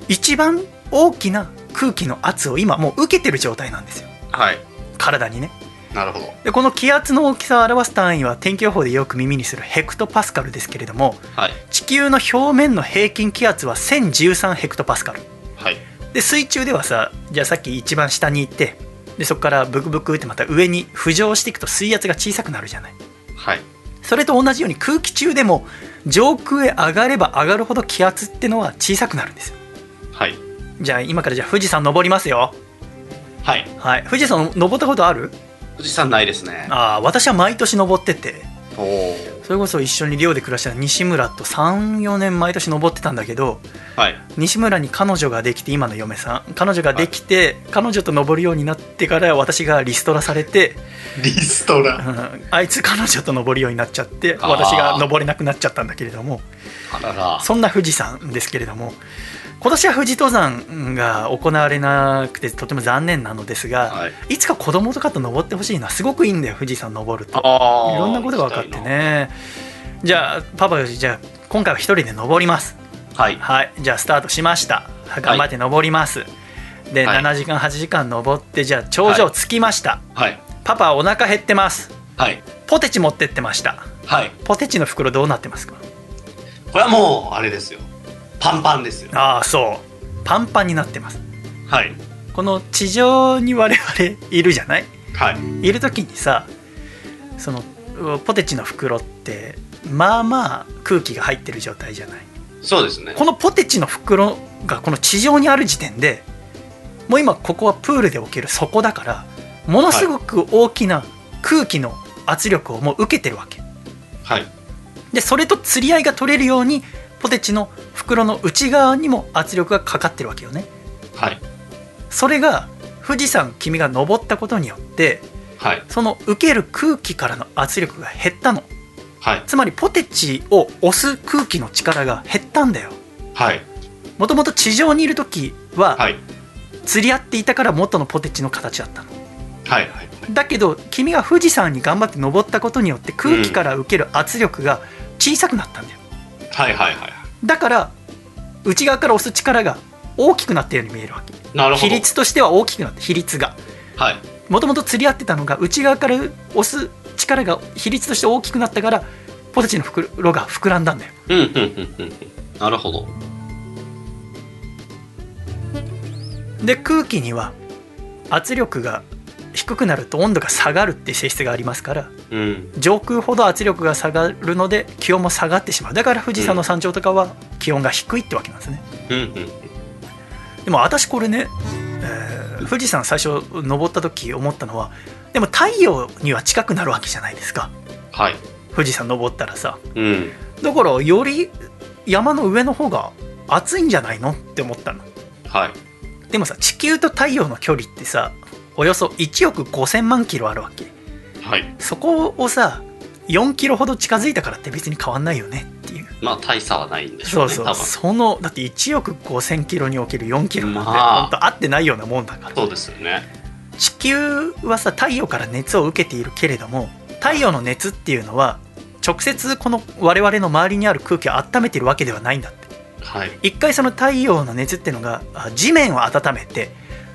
S3: 一番大きな空気の圧を今もう受けてる状態なんですよ
S6: はい
S3: 体にね
S6: なるほど
S3: でこの気圧の大きさを表す単位は天気予報でよく耳にするヘクトパスカルですけれども
S6: はい
S3: 地球の表面の平均気圧は1013ヘクトパスカル
S6: はい
S3: で水中ではさじゃあさっき一番下に行ってでそこからブクブクってまた上に浮上していくと水圧が小さくなるじゃない
S6: はい
S3: それと同じように空気中でも上空へ上がれば上がるほど気圧ってのは小さくなるんですよ
S6: はい
S3: じゃあ今からじゃあ富士山登りますよ
S6: はい
S3: はい富士山登ったことある
S6: 富士山ないですね
S3: ああ私は毎年登ってて
S6: おお
S3: それこそ一緒に寮で暮らしてた西村と34年毎年登ってたんだけど
S6: はい
S3: 西村に彼女ができて今の嫁さん彼女ができて、彼女と登るようになってから私がリストラされて、
S6: リスト
S3: う
S6: ラ
S3: ん、あいつ彼女と登るようになっちゃって
S6: あー
S3: 私が登れなくなっちゃったんだけれども
S6: あらら
S3: そんな富士山ですけれども今年は富士登山が行われなくてとても残念なのですが、
S6: はい
S3: い、つか子供とかと登ってほしいなすごくいいんだよ富士山登ると
S6: あー
S3: いろんなことが分かってねじゃあパパよりじゃあ今回は一人で登ります
S6: はい
S3: はいじゃあスタートしました頑張って登ります、で、
S6: はい
S3: 7時間8時間登ってじゃあ頂上着きました、
S6: はい
S3: パパお腹減ってます
S6: はい
S3: ポテチ持ってってました
S6: はい
S3: ポテチの袋どうなってますか
S6: これはもうあれですよパンパンですよ
S3: ああそうパンパンになってます
S6: はい
S3: この地上に我々いるじゃない
S6: はい
S3: いる時にさそのうポテチの袋ってまあまあ空気が入ってる状態じゃない
S6: そうですね
S3: このポテチの袋がこの地上にある時点でもう今ここはプールで起きる底だからものすごく大きな空気の圧力をもう受けてるわけ
S6: はい
S3: でそれと釣り合いが取れるようにポテチの袋の内側にも圧力がかかってるわけよね
S6: はい
S3: それが富士山君が登ったことによって
S6: はい
S3: その受ける空気からの圧力が減ったの
S6: はい
S3: つまりポテチを押す空気の力が減ったんだよ
S6: はい
S3: もともと地上にいる時は、
S6: はい
S3: 釣り合っていたから元のポテチの形だったの
S6: はいはい
S3: だけど君が富士山に頑張って登ったことによって空気から受ける圧力が小さくなったんだよ
S6: はいはいはい
S3: だから内側から押す力が大きくなったように見えるわけ
S6: なるほ
S3: 比
S6: ど
S3: 率としては大きくなった比率が
S6: はい
S3: もともと釣り合ってたのが内側から押す力が比率として大きくなったからポテチの袋が膨らんだんだよ
S6: うんうんうんうんうんなるほど
S3: で空気には圧力が低くなると温度が下がるっていう性質がありますから
S6: うん
S3: 上空ほど圧力が下がるので気温も下がってしまうだから富士山の山頂とかは気温が低いってわけなんですね
S6: うんうん
S3: でも私これね、えー富士山最初登った時思ったのはでも太陽には近くなるわけじゃないですか
S6: はい
S3: 富士山登ったらさ
S6: うん
S3: だからより山の上の方が暑いんじゃないのって思ったの
S6: はい
S3: でもさ地球と太陽の距離ってさおよそ1億5000万キロあるわけ
S6: はい
S3: そこをさ4キロほど近づいたからって別に変わんないよねっていう
S6: まあ大差はないんでしょ
S3: そううそう
S6: ね多分
S3: そのだって1億5000キロにおける4キロなんて、
S6: まあ
S3: ほんと合ってないようなもんだから
S6: そうですよね
S3: 地球はさ太陽から熱を受けているけれども太陽の熱っていうのは直接この我々の周りにある空気を温めてるわけではないんだって
S6: はい
S3: 一回その太陽の熱っていうのがあ地面を温めて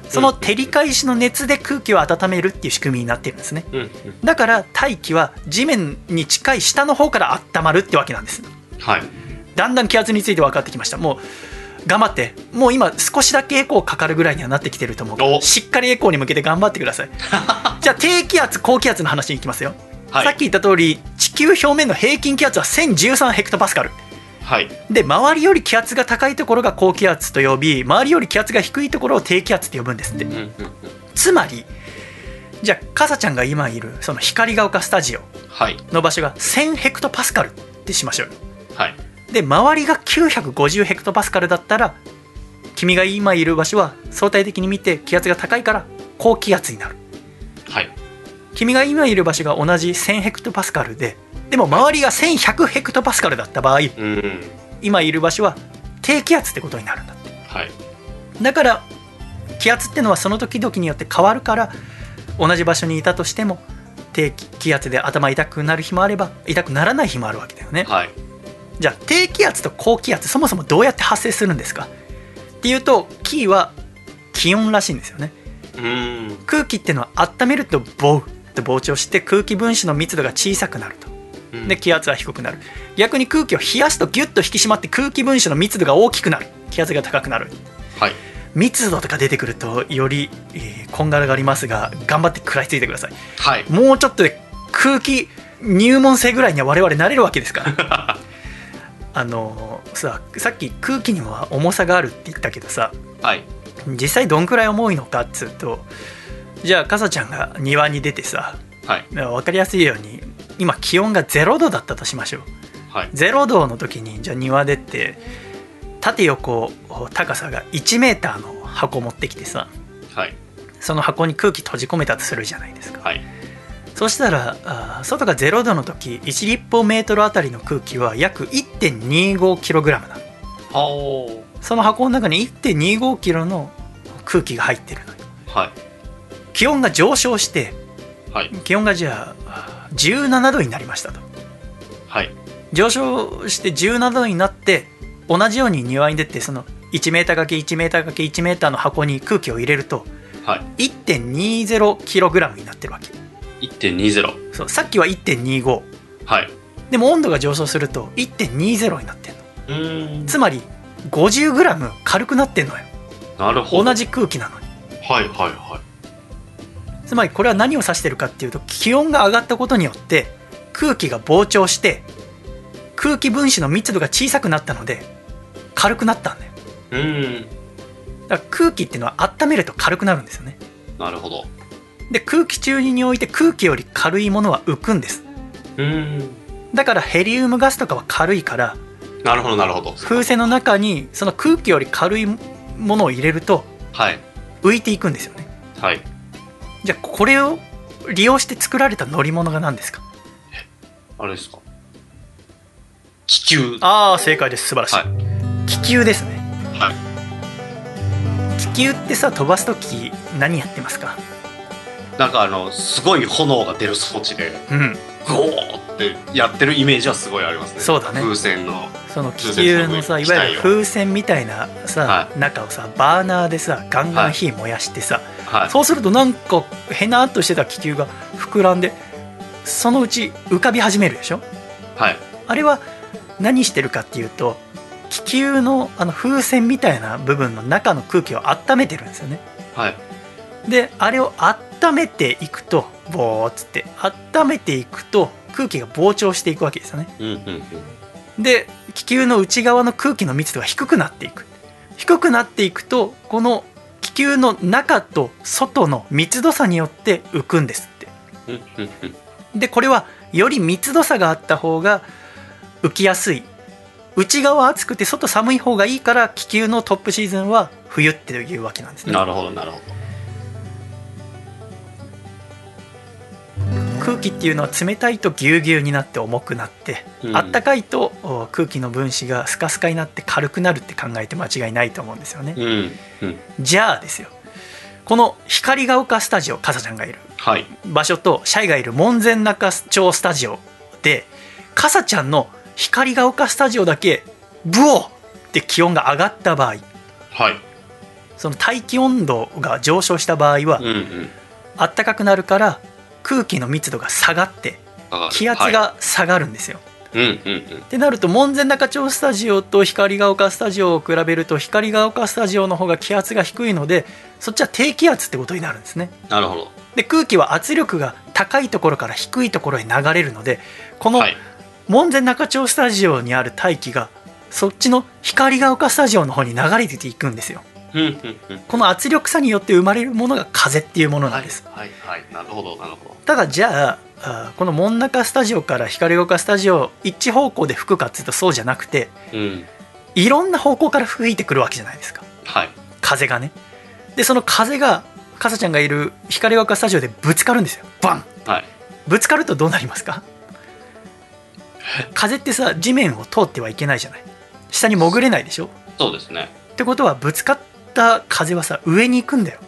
S3: その照り返しの熱で空気を温めるっていう仕組みになってるんですね
S6: うんうん
S3: だから大気は地面に近い下の方から温まるってわけなんです
S6: はい
S3: だんだん気圧について分かってきましたもう頑張ってもう今少しだけエコーかかるぐらいにはなってきてると思うから
S6: お
S3: しっかりエコーに向けて頑張ってくださ いじゃあ低気圧高気圧の話に行きますよ、
S6: はい
S3: さっき言った通り地球表面の平均気圧は1013ヘクトパスカル
S6: はい
S3: で周りより気圧が高いところが高気圧と呼び周りより気圧が低いところを低気圧って呼ぶんですって
S6: うんうんうん
S3: つまりじゃあかさちゃんが今いるその光が丘スタジオ
S6: はい
S3: の場所が1000ヘクトパスカルってしましょうよ
S6: はい
S3: で周りが950ヘクトパスカルだったら君が今いる場所は相対的に見て気圧が高いから高気圧になる
S6: はい。
S3: 君が今いる場所が同じ1000ヘクトパスカルででも周りが1100ヘクトパスカルだった場合
S6: うん。
S3: 今いる場所は低気圧ってことになるんだって
S6: はい。
S3: だから気圧ってのはその時々によって変わるから同じ場所にいたとしても低気圧で頭痛くなる日もあれば痛くならない日もあるわけだよね
S6: はい。
S3: じゃあ低気圧と高気圧そもそもどうやって発生するんですかっていうとキーは気温らしいんですよね
S6: うん。
S3: 空気ってのは温めるとボウと膨張して空気分子の密度が小さくなると
S6: うん
S3: で気圧は低くなる逆に空気を冷やすとギュッと引き締まって空気分子の密度が大きくなる気圧が高くなる
S6: はい。
S3: 密度とか出てくるとより、えーこんがらがりますが頑張って食らいついてください
S6: はい。
S3: もうちょっとで空気入門生ぐらいには我々なれるわけですからあのささっき空気には重さがあるって言ったけどさ
S6: はい。
S3: 実際どんくらい重いのかっつうとじゃあかさちゃんが庭に出てさ
S6: はい。
S3: 分かりやすいように今気温が0度だったとしましょう
S6: はい。
S3: 0度の時にじゃあ庭出て縦横高さが1メーターの箱持ってきてさ
S6: はい。
S3: その箱に空気閉じ込めたとするじゃないですか
S6: はい。
S3: そしたらあー外が0度の時1立方メートルあたりの空気は約 1.25kg なの
S6: おー。
S3: その箱の中に 1.25kg の空気が入ってるのよ
S6: は
S3: 気温が上昇して
S6: い。はい。
S3: 気温がじゃああー17度になりましたと
S6: はい。
S3: 上昇して17度になって同じように庭に出てその1メーターかけ1メーターかけ1メーターの箱に空気を入れると
S6: はい。
S3: 1.20kg になってるわけ
S6: 1.20。
S3: そうさっきは1.25
S6: はい。
S3: でも温度が上昇すると1.20になってるの
S6: うーん。
S3: つまり 50g 軽くなってんのよ
S6: なるほど。
S3: 同。じ空気なのに
S6: はい。はい。は
S3: つまりこれは何を指してるかっていうと気温が上がったことによって空気が膨張して空気分子の密度が小さくなったので軽くなったんだよ
S6: い。うーん。
S3: だから空気っていうのは温めると軽くなるんですよね
S6: なるほど。
S3: で空気中において空気より軽いものは浮くんです
S6: うーん。
S3: だからヘリウムガスとかは軽いから
S6: なるほど、なるほど。
S3: 風船の中にその空気より軽いものを入れると
S6: はい。
S3: 浮いていくんですよね
S6: はい。
S3: じゃあこれを利用して作られた乗り物が何ですか
S6: あれですか。気球。
S3: ああ正解です素晴らしい、
S6: は
S3: 気球ですね
S6: はい。
S3: 気球ってさ飛ばす時何やってますか
S6: なんかあの、すごい炎が出る装置で、
S3: うん
S6: ゴーってやってるイメージはすごいありますね。
S3: そうだね
S6: 風船の。
S3: その気球のさいわゆる風船みたいなさ、
S6: は
S3: 中をさバーナーでさガンガン火燃やしてさ、
S6: はい。
S3: そうするとなんかへなっとしてた気球が膨らんでそのうち浮かび始めるでしょ
S6: はい。
S3: あれは何してるかっていうと気球のあの風船みたいな部分の中の空気を温めてるんですよね
S6: はい。
S3: であれを温めていくとボーっつって温めていくと空気が膨張していくわけですよね
S6: うんうんうん。
S3: で気球の内側の空気の密度が低くなっていく低くなっていくとこの気球の中と外の密度差によって浮くんですって
S6: うんうんうん。
S3: でこれはより密度差があった方が浮きやすい内側暑くて外寒い方がいいから気球のトップシーズンは冬っていうわけなんですね
S6: なるほどなるほ
S3: 空気っていうのは冷たいとぎゅうぎゅうになって重くなって、
S6: うん
S3: あったかいとお空気の分子がスカスカになって軽くなるって考えて間違いないと思うんですよね、
S6: ど。うんうん
S3: じゃあですよこの光が丘スタジオかさちゃんがいる
S6: はい
S3: 場所とシャイがいる門前仲町スタジオでかさちゃんの光が丘スタジオだけブオーって気温が上がった場合
S6: はい
S3: その大気温度が上昇した場合は
S6: うんうん。
S3: あったかくなるから空気の密度が下がって
S6: 上がる
S3: 気圧
S6: は
S3: が下がるんですよ。
S6: いうんうんうん
S3: ってなると門前仲町スタジオと光が丘スタジオを比べると光が丘スタジオの方が気圧が低いのでそっちは低気圧ってことになるんですね。
S6: なるほど。
S3: で空気は圧力が高いところから低いところへ流れるのでこの
S6: はい
S3: 門前仲町スタジオにある大気がそっちの光が丘スタジオの方に流れ出ていくんですよ。
S6: うんうんうん。
S3: この圧力差によって生まれるものが風っていうものな
S6: は
S3: ん
S6: い
S3: です。
S6: はいはいなるほどなるほど。
S3: ただじゃああーこの門中スタジオから光が丘スタジオ一方向で吹くかっていうとそうじゃなくて
S6: うん
S3: いろんな方向から吹いてくるわけじゃないですか
S6: はい。
S3: 風がねでその風がかさちゃんがいる光が丘スタジオでぶつかるんですよバン
S6: はい。
S3: ぶつかるとどうなりますか風ってさ地面を通ってはいけないじゃない下に潜れないでしょ
S6: そうですね。
S3: ってことはぶつかった風はさ上に行くんだよ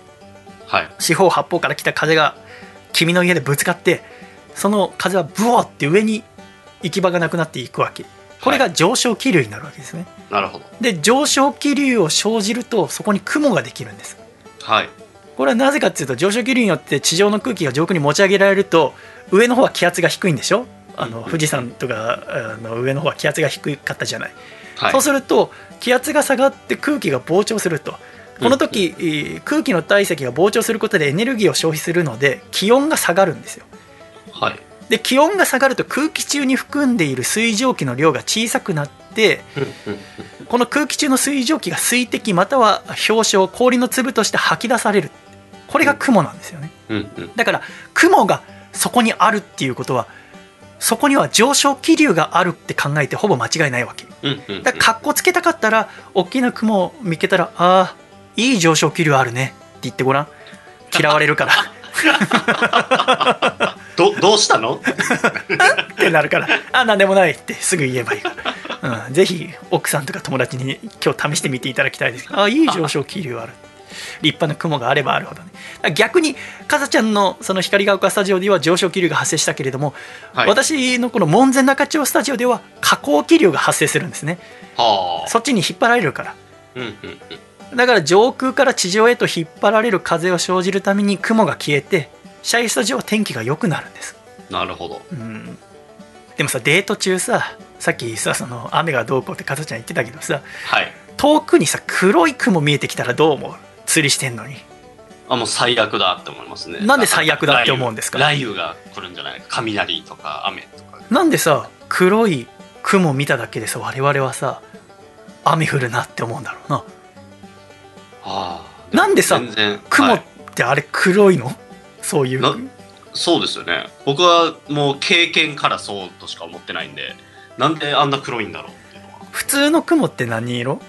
S6: はい。
S3: 四方八方から来た風が君の家でぶつかってその風はブワーって上に行き場がなくなっていくわけこれが上昇気流になるわけですね、
S6: なるほど。
S3: で上昇気流を生じるとそこに雲ができるんです
S6: はい。
S3: これはなぜかっていうと上昇気流によって地上の空気が上空に持ち上げられると上の方は気圧が低いんでしょあ
S6: うん
S3: の
S6: うん
S3: 富士山とかあの上の方は気圧が低かったじゃない、
S6: はい。
S3: そうすると気圧が下がって空気が膨張するとこの時、えー空気の体積が膨張することでエネルギーを消費するので気温が下がるんですよ
S6: はい。
S3: で気温が下がると空気中に含んでいる水蒸気の量が小さくなってこの空気中の水蒸気が水滴または氷晶氷の粒として吐き出されるこれが雲なんですよね
S6: うんうん。
S3: だから雲がそこにあるっていうことはそこには上昇気流があるって考えてほぼ間違いないわけ
S6: うんうんうん。
S3: だからかっこつけたかったら大きな雲を見つけたら「あーいい上昇気流あるね」って言ってごらん嫌われるから
S6: ど、どうしたの
S3: ってなるから「あなんでもない」ってすぐ言えばいいから、うん、ぜひ奥さんとか友達に今日試してみていただきたいですけどあーいい上昇気流ある立派な雲があればあるほどねだから逆にかさちゃんのその光が丘スタジオでは上昇気流が発生したけれども、
S6: はい
S3: 私のこの門前仲町スタジオでは下降気流が発生するんですね
S6: はあ。
S3: そっちに引っ張られるから
S6: うんうんうん。
S3: だから上空から地上へと引っ張られる風を生じるために雲が消えてシャイスタジオは天気が良くなるんです、
S6: なるほど。
S3: うん、でもさデート中ささっきさその雨がどうこうってかさちゃん言ってたけどさ
S6: はい。
S3: 遠くにさ黒い雲見えてきたらどう思う釣りしてんのに
S6: あ、もう最悪だって思いますね。
S3: なんで最悪だって思うんですか
S6: 雷雨雷雨が来るんじゃないか。雷とか雨とか。
S3: なんでさ黒い雲見ただけでさ我々はさ雨降るなって思うんだろうな
S6: はあ。
S3: なんでさ
S6: 全然
S3: 雲
S6: は
S3: っ
S6: い
S3: てあれ黒いの、そういう
S6: なそうですよね。僕はもう経験からそうとしか思ってないんで、なんであんな黒いんだろうっていうのは。
S3: 普通の雲って何色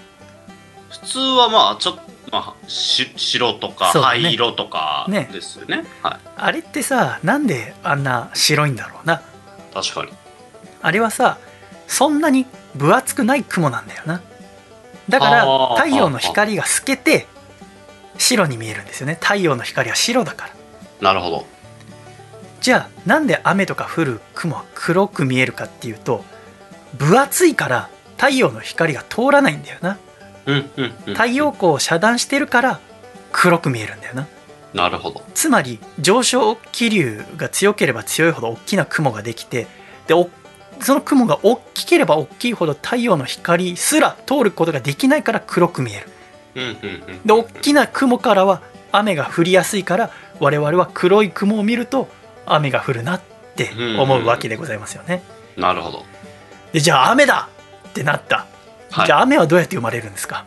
S6: 普通はまあちょっと、まあ、し白とか
S3: そうだね
S6: 灰色とか
S3: ね
S6: ですよねは
S3: あれってさなんであんな白いんだろうない
S6: 確かに
S3: あれはさそんなに分厚くない雲なんだよなだから
S6: あー
S3: 太陽の光が透けて白に見えるんですよね太陽の光は白だから
S6: なるほど
S3: じゃあなんで雨とか降る雲は黒く見えるかっていうと分厚いから太陽の光が通らないんだよな
S6: うんうん、うん、
S3: 太陽光を遮断してるから黒く見えるんだよな
S6: なるほど
S3: つまり上昇気流が強ければ強いほど大きな雲ができてでおその雲が大きければ大きいほど太陽の光すら通ることができないから黒く見える
S6: うんうんうん
S3: で大きな雲からは雨が降りやすいから我々は黒い雲を見ると雨が降るなって思うわけでございますよね
S6: なるほど
S3: でじゃあ雨だってなった
S6: はい
S3: じゃあ雨はどうやって生まれるんですか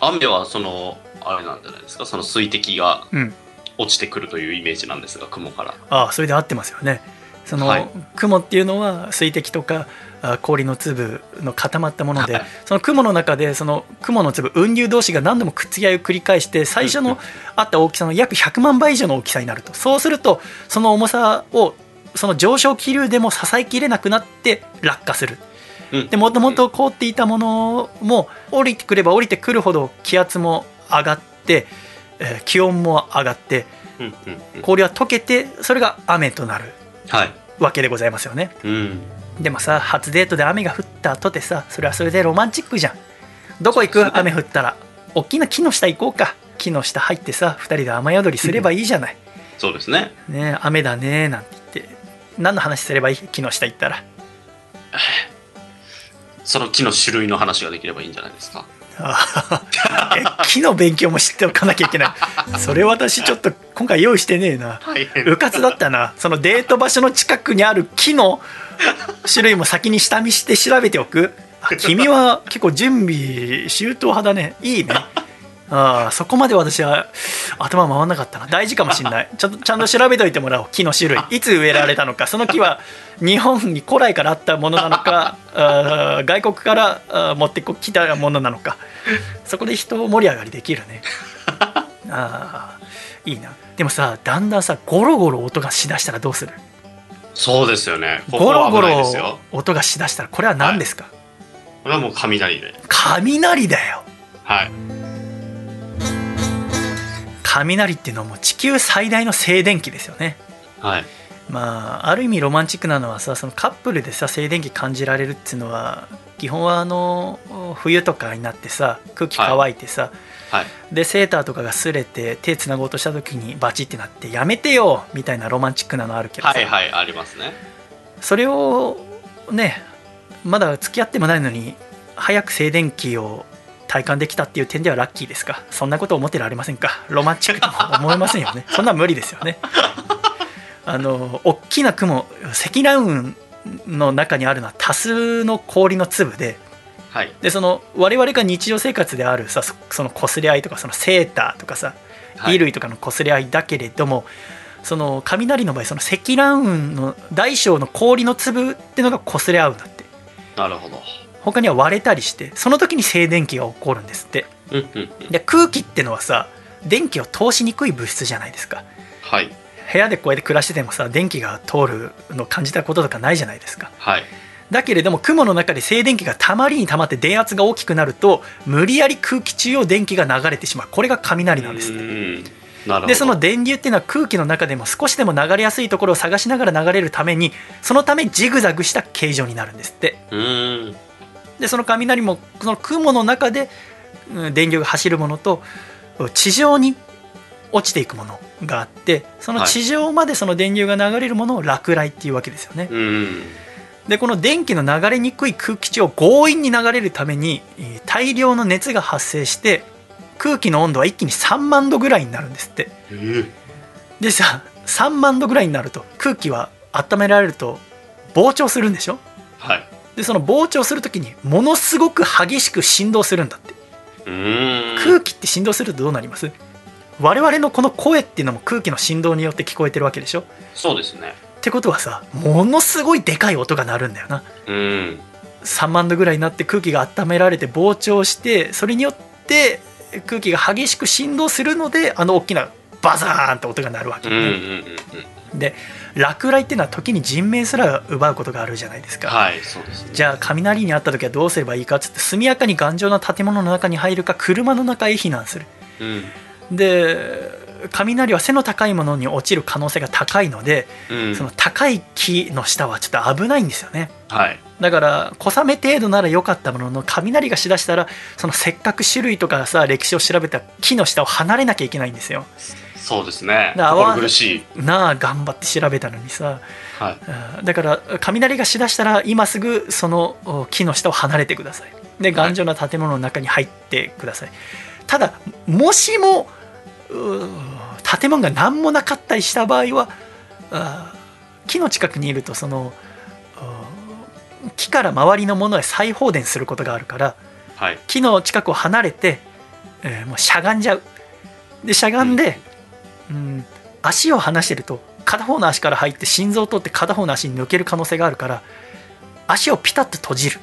S6: 雨はそのあれなんじゃないですかその水滴が
S3: うん
S6: 落ちてくるというイメージなんですが雲から
S3: ああそれで合ってますよねその、
S6: はい
S3: 雲っていうのは水滴とかあ氷の粒の固まったもので、
S6: はい
S3: その雲の中でその雲の粒雲流同士が何度もくっつき合いを繰り返して最初
S6: うんう
S3: の
S6: ん
S3: あった大きさの約100万倍以上の大きさになるとそうするとその重さをその上昇気流でも支えきれなくなって落下する
S6: うん
S3: でもともと凍っていたものも降りてくれば降りてくるほど気圧も上がって、えー気温も上がって
S6: うんうんうん
S3: 氷は溶けてそれが雨となる
S6: はい
S3: わけでございますよね
S6: うん
S3: でもさ初デートで雨が降った後でさそれはそれでロマンチックじゃんどこ行
S6: そうです
S3: く
S6: ね
S3: 雨降ったら大きな木の下行こうか木の下入ってさ2人で雨宿りすればいいじゃない
S6: そうですね
S3: ねえ雨だねなんて言って何の話すればいい木の下行ったら
S6: その木の種類の話ができればいいんじゃないですか
S3: あーえ木の勉強も知っておかなきゃいけないそれ私ちょっと今回用意してねえな
S6: 大変
S3: うかつだったなそのデート場所の近くにある木の種類も先に下見して調べておくあ君は結構準備周到派だねいいねああそこまで私は頭回んなかったな大事かもしれないちゃんとちゃんと調べといてもらおう木の種類いつ植えられたのかその木は日本に古来からあったものなのかあー外国からあー持ってこ来たものなのかそこで人盛り上がりできるねああいいなでもさだんだんさゴロゴロ音がしだしたらどうする
S9: そうですよね。ここ
S3: ゴロ
S9: は
S3: ゴ
S9: 危ない
S3: ロ
S9: ですよ。
S3: 音がしだしたらこれは何ですか、
S9: これはもう雷で。
S3: 雷だよ
S9: はい。
S3: 雷っていうのはもう地球最大の静電気ですよね
S9: はい。
S3: まあある意味ロマンチックなのはさそのカップルでさ静電気感じられるっていうのは基本はあの冬とかになってさ空気乾いてさ、
S9: はい。
S3: でセーターとかが擦れて手つなごうとした時にバチってなって「やめてよ!」みたいなロマンチックなのあるけどさ、
S9: はいはい、ありますね。
S3: それをねまだ付き合ってもないのに早く静電気を体感できたっていう点ではラッキーですかそんなこと思ってられませんかロマンチックとも思えませんよねそんなん無理ですよねあの大きな雲積乱雲の中にあるのは多数の氷の粒で
S9: はい。
S3: でその我々が日常生活であるさそその擦れ合いとかそのセーターとかさ
S9: はい
S3: 衣類とかの擦れ合いだけれども、その雷の場合その積乱雲の大小の氷の粒ってのが擦れ合うんだって
S9: なるほど。
S3: 他には割れたりしてその時に静電気が起こるんですって
S9: うんうんうん。
S3: で空気ってのはさ電気を通しにくい物質じゃないですか
S9: はい。
S3: 部屋でこうやって暮らしててもさ電気が通るの感じたこととかないじゃないですか
S9: はい。
S3: だけれども雲の中で静電気がたまりにたまって電圧が大きくなると無理やり空気中を電気が流れてしまうこれが雷なんですって
S9: うん。なるほど。
S3: でその電流っていうのは空気の中でも少しでも流れやすいところを探しながら流れるためにそのためジグザグした形状になるんですって
S9: うーん。
S3: でその雷もその雲の中でうん電流が走るものとうん地上に落ちていくものがあってその地上までその電流が流れるものを落雷っていうわけですよね、
S9: うん。
S3: でこの電気の流れにくい空気中を強引に流れるためにえー大量の熱が発生して空気の温度は一気に3万度ぐらいになるんですって
S9: うん
S3: でさ3万度ぐらいになると空気は温められると膨張するんでしょ
S9: はい。
S3: でその膨張する時にものすごく激しく振動するんだって
S9: うーん。
S3: 空気って振動するとどうなります我々のこの声っていうのも空気の振動によって聞こえてるわけでしょ
S9: そうですね。
S3: ってことはさものすごいでかい音が鳴るんだよな
S9: うん。
S3: 3万度ぐらいになって空気が温められて膨張してそれによって空気が激しく振動するのであの大きなバザーンって音が鳴るわ
S9: う
S3: け
S9: んうんうん
S3: ね、
S9: うん。
S3: で落雷っていうのは時に人命すら奪うことがあるじゃないですか、
S9: はい、そうですね。
S3: じゃあ雷に遭った時はどうすればいいかっつって速やかに頑丈な建物の中に入るか車の中へ避難する
S9: うん。
S3: で雷は背の高いものに落ちる可能性が高いので、
S9: うん。
S3: その高い木の下はちょっと危ないんですよね
S9: はい。
S3: だから小雨程度なら良かったものの雷がしだしたらそのせっかく種類とかさ歴史を調べた木の下を離れなきゃいけないんですよ
S9: そうですね。
S3: だから
S9: 心苦しい。
S3: なあ頑張って調べたのにさ
S9: はい。
S3: あーだから雷がしだしたら今すぐそのお木の下を離れてくださいで頑丈な建物の中に入ってください、ただもしもうー建物が何もなかったりした場合はあー木の近くにいるとそのうー木から周りのものへ再放電することがあるから
S9: はい。
S3: 木の近くを離れて、えーもうしゃがんじゃうでしゃがんで、うん、足を離してると片方の足から入って心臓を通って片方の足に抜ける可能性があるから足をピタッと閉じる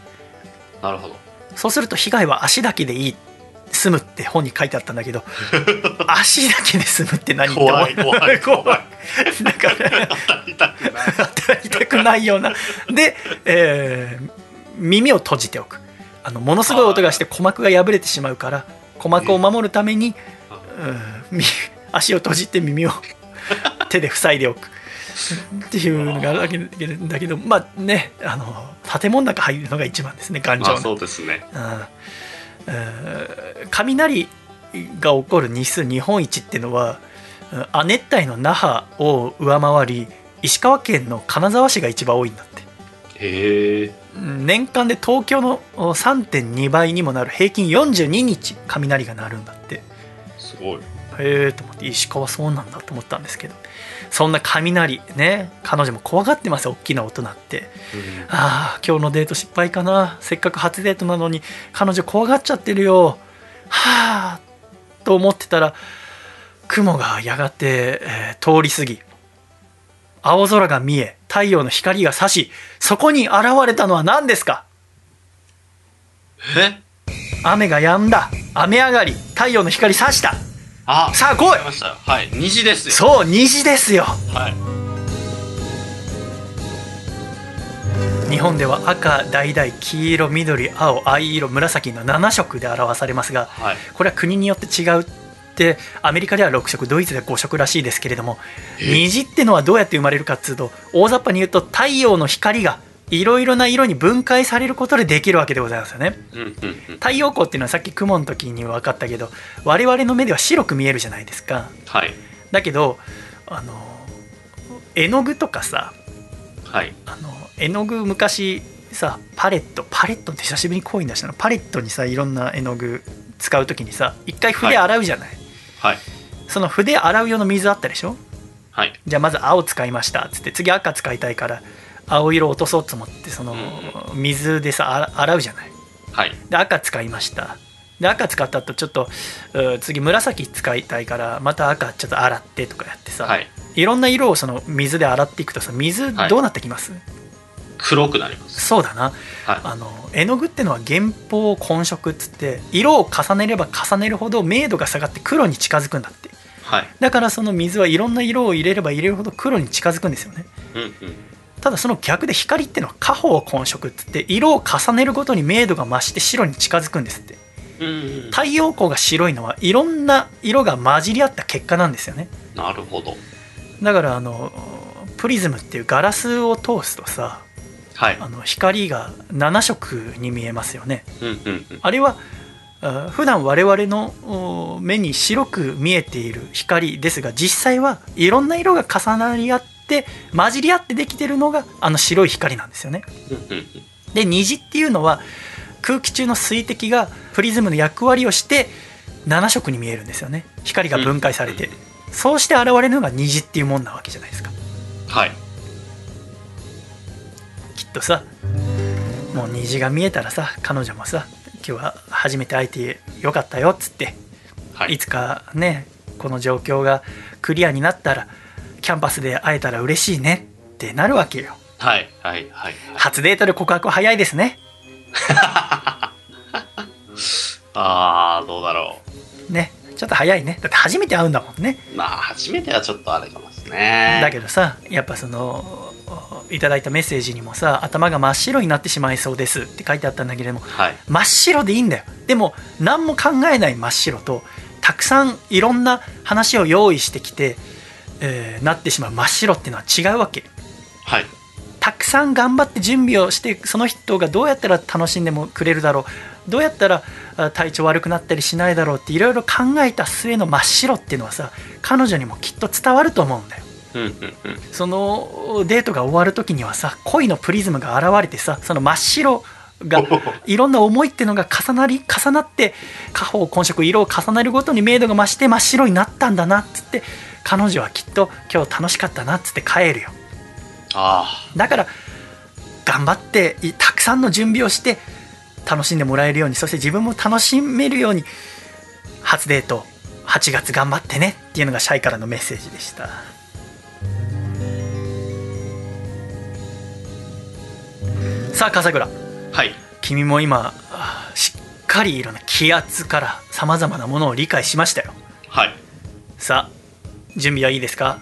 S9: なるほど。
S3: そうすると被害は足だけでいい済むって本に書いてあったんだ けど足だけで済むって何って思う
S9: 怖い 怖い怖い。
S3: だから
S9: 痛くない。
S3: 働きたくないようなで、えー耳を閉じておくあのものすごい音がして鼓膜が破れてしまうから鼓膜を守るために、うんみ足を閉じ て耳を手で塞いでおくっていうのがあるわけだけどまあねあの建物の中入るのが一番ですね頑
S9: ま
S3: 丈
S9: あ
S3: な
S9: そうですね。
S3: うんうん雷が起こる日数日本一っていうのはうん亜熱帯の那覇を上回り石川県の金沢市が一番多いんだって
S9: へえ。
S3: うん年間で東京のお3.2倍にもなる平均42日雷が鳴るんだって
S9: すごい。
S3: へえと思って石川そうなんだと思ったんですけどそんな雷ね彼女も怖がってますよ大きな音鳴ってああ今日のデート失敗かなせっかく初デートなのに彼女怖がっちゃってるよはあと思ってたら雲がやがて、えー通り過ぎ青空が見え太陽の光が差しそこに現れたのは何ですか
S9: え
S3: 雨が止んだ雨上がり太陽の光差した
S9: あ、
S3: さあ来い
S9: 来ましたよ。はい。虹ですよ。
S3: そう虹ですよ
S9: はい。
S3: 日本では赤橙黄色緑青藍色紫の7色で表されますが
S9: はい。
S3: これは国によって違うってアメリカでは6色ドイツでは5色らしいですけれども
S9: え
S3: 虹ってのはどうやって生まれるかっつうと大雑把に言うと太陽の光がいろいろな色に分解されることでできるわけでございますよね
S9: うんうんうん。
S3: 太陽光っていうのはさっき雲の時に分かったけど我々の目では白く見えるじゃないですか
S9: はい。
S3: だけどあの絵の具とかさ
S9: はい。
S3: あの絵の具昔さパレットパレットって久しぶりにコイン出したのパレットにさいろんな絵の具使う時にさ一回筆洗うじゃない、
S9: はい。
S3: その筆洗う用の水あったでしょ
S9: はい。
S3: じゃあまず青使いましたっつって次赤使いたいから青色落とそうと思ってその
S9: うん
S3: 水でさあ洗うじゃない
S9: はい。
S3: で赤使いましたで赤使った後ちょっとうー次紫使いたいからまた赤ちょっと洗ってとかやってさ、、
S9: はいい。
S3: ろんな色をその水で洗っていくとさ水
S9: はい
S3: どうなってきます、
S9: 黒くなります。
S3: そうだな
S9: は
S3: あの絵の具ってのは原稿混色っつって色を重ねれば重ねるほど明度が下がって黒に近づくんだって
S9: い。はい。
S3: だからその水はいろんな色を入れれば入れるほど黒に近づくんですよね
S9: うんうん。
S3: ただその逆で光ってのは下方混色っつって色を重ねるごとに明度が増して白に近づくんですって
S9: うんうん。
S3: 太陽光が白いのはいろんな色が混じり合った結果なんですよね
S9: なるほど。
S3: だからあのプリズムっていうガラスを通すとさ
S9: はい。
S3: あの光が7色に見えますよね
S9: うんうんうん。
S3: あれはあ普段我々のお目に白く見えている光ですが実際はいろんな色が重なり合って混じり合ってできてるのがあの白い光なんですよね。
S9: うんうんうん。
S3: で虹っていうのは空気中の水滴がプリズムの役割をして7色に見えるんですよね光が分解されて、そうして現れるのが虹っていうもんなわけじゃないですか
S9: はい。
S3: きっとさもう虹が見えたらさ彼女もさ今日は初めて会えてよかったよっつって
S9: はいい。
S3: つかねこの状況がクリアになったらキャンパスで会えたら嬉しいねってなるわけよ
S9: はい。はい。はい。はい。
S3: 初デートで告白は早いですね
S9: あー、どうだろ
S3: ねちょっと早いねだって初めて会うんだもんね
S9: う。まあ、初めてはちょっとあれかもしれない。
S3: だけどさやっぱそのいただいたメッセージにもさ頭が真っ白になってしまいそうですって書いてあったんだけれども
S9: はい。
S3: 真っ白でいいんだよでも何も考えない真っ白とたくさんいろんな話を用意してきて、えーなってしまう真っ白っていうのは違うわけ
S9: はい。
S3: たくさん頑張って準備をしてその人がどうやったら楽しんでもくれるだろうどうやったらあ体調悪くなったりしないだろうっていろいろ考えた末の真っ白っていうのはさ彼女にもきっと伝わると思うんだよ
S9: うんうんうん。
S3: そのデートが終わる時にはさ恋のプリズムが現れてさその真っ白がいろんな思いってのが重なり重なって下方混色色を重ねるごとに明度が増して真っ白になったんだなっつって彼女はきっと今日楽しかったなっつって帰るよ
S9: あ
S3: だから頑張っていたくさんの準備をして楽しんでもらえるようにそして自分も楽しめるように初デート8月頑張ってねっていうのがシャイからのメッセージでしたさあ笠倉
S9: ー。はい。
S3: 君も今あーしっかりいろんな気圧からさまざまなものを理解しましたよ
S9: はい。
S3: さあ準備はいいですか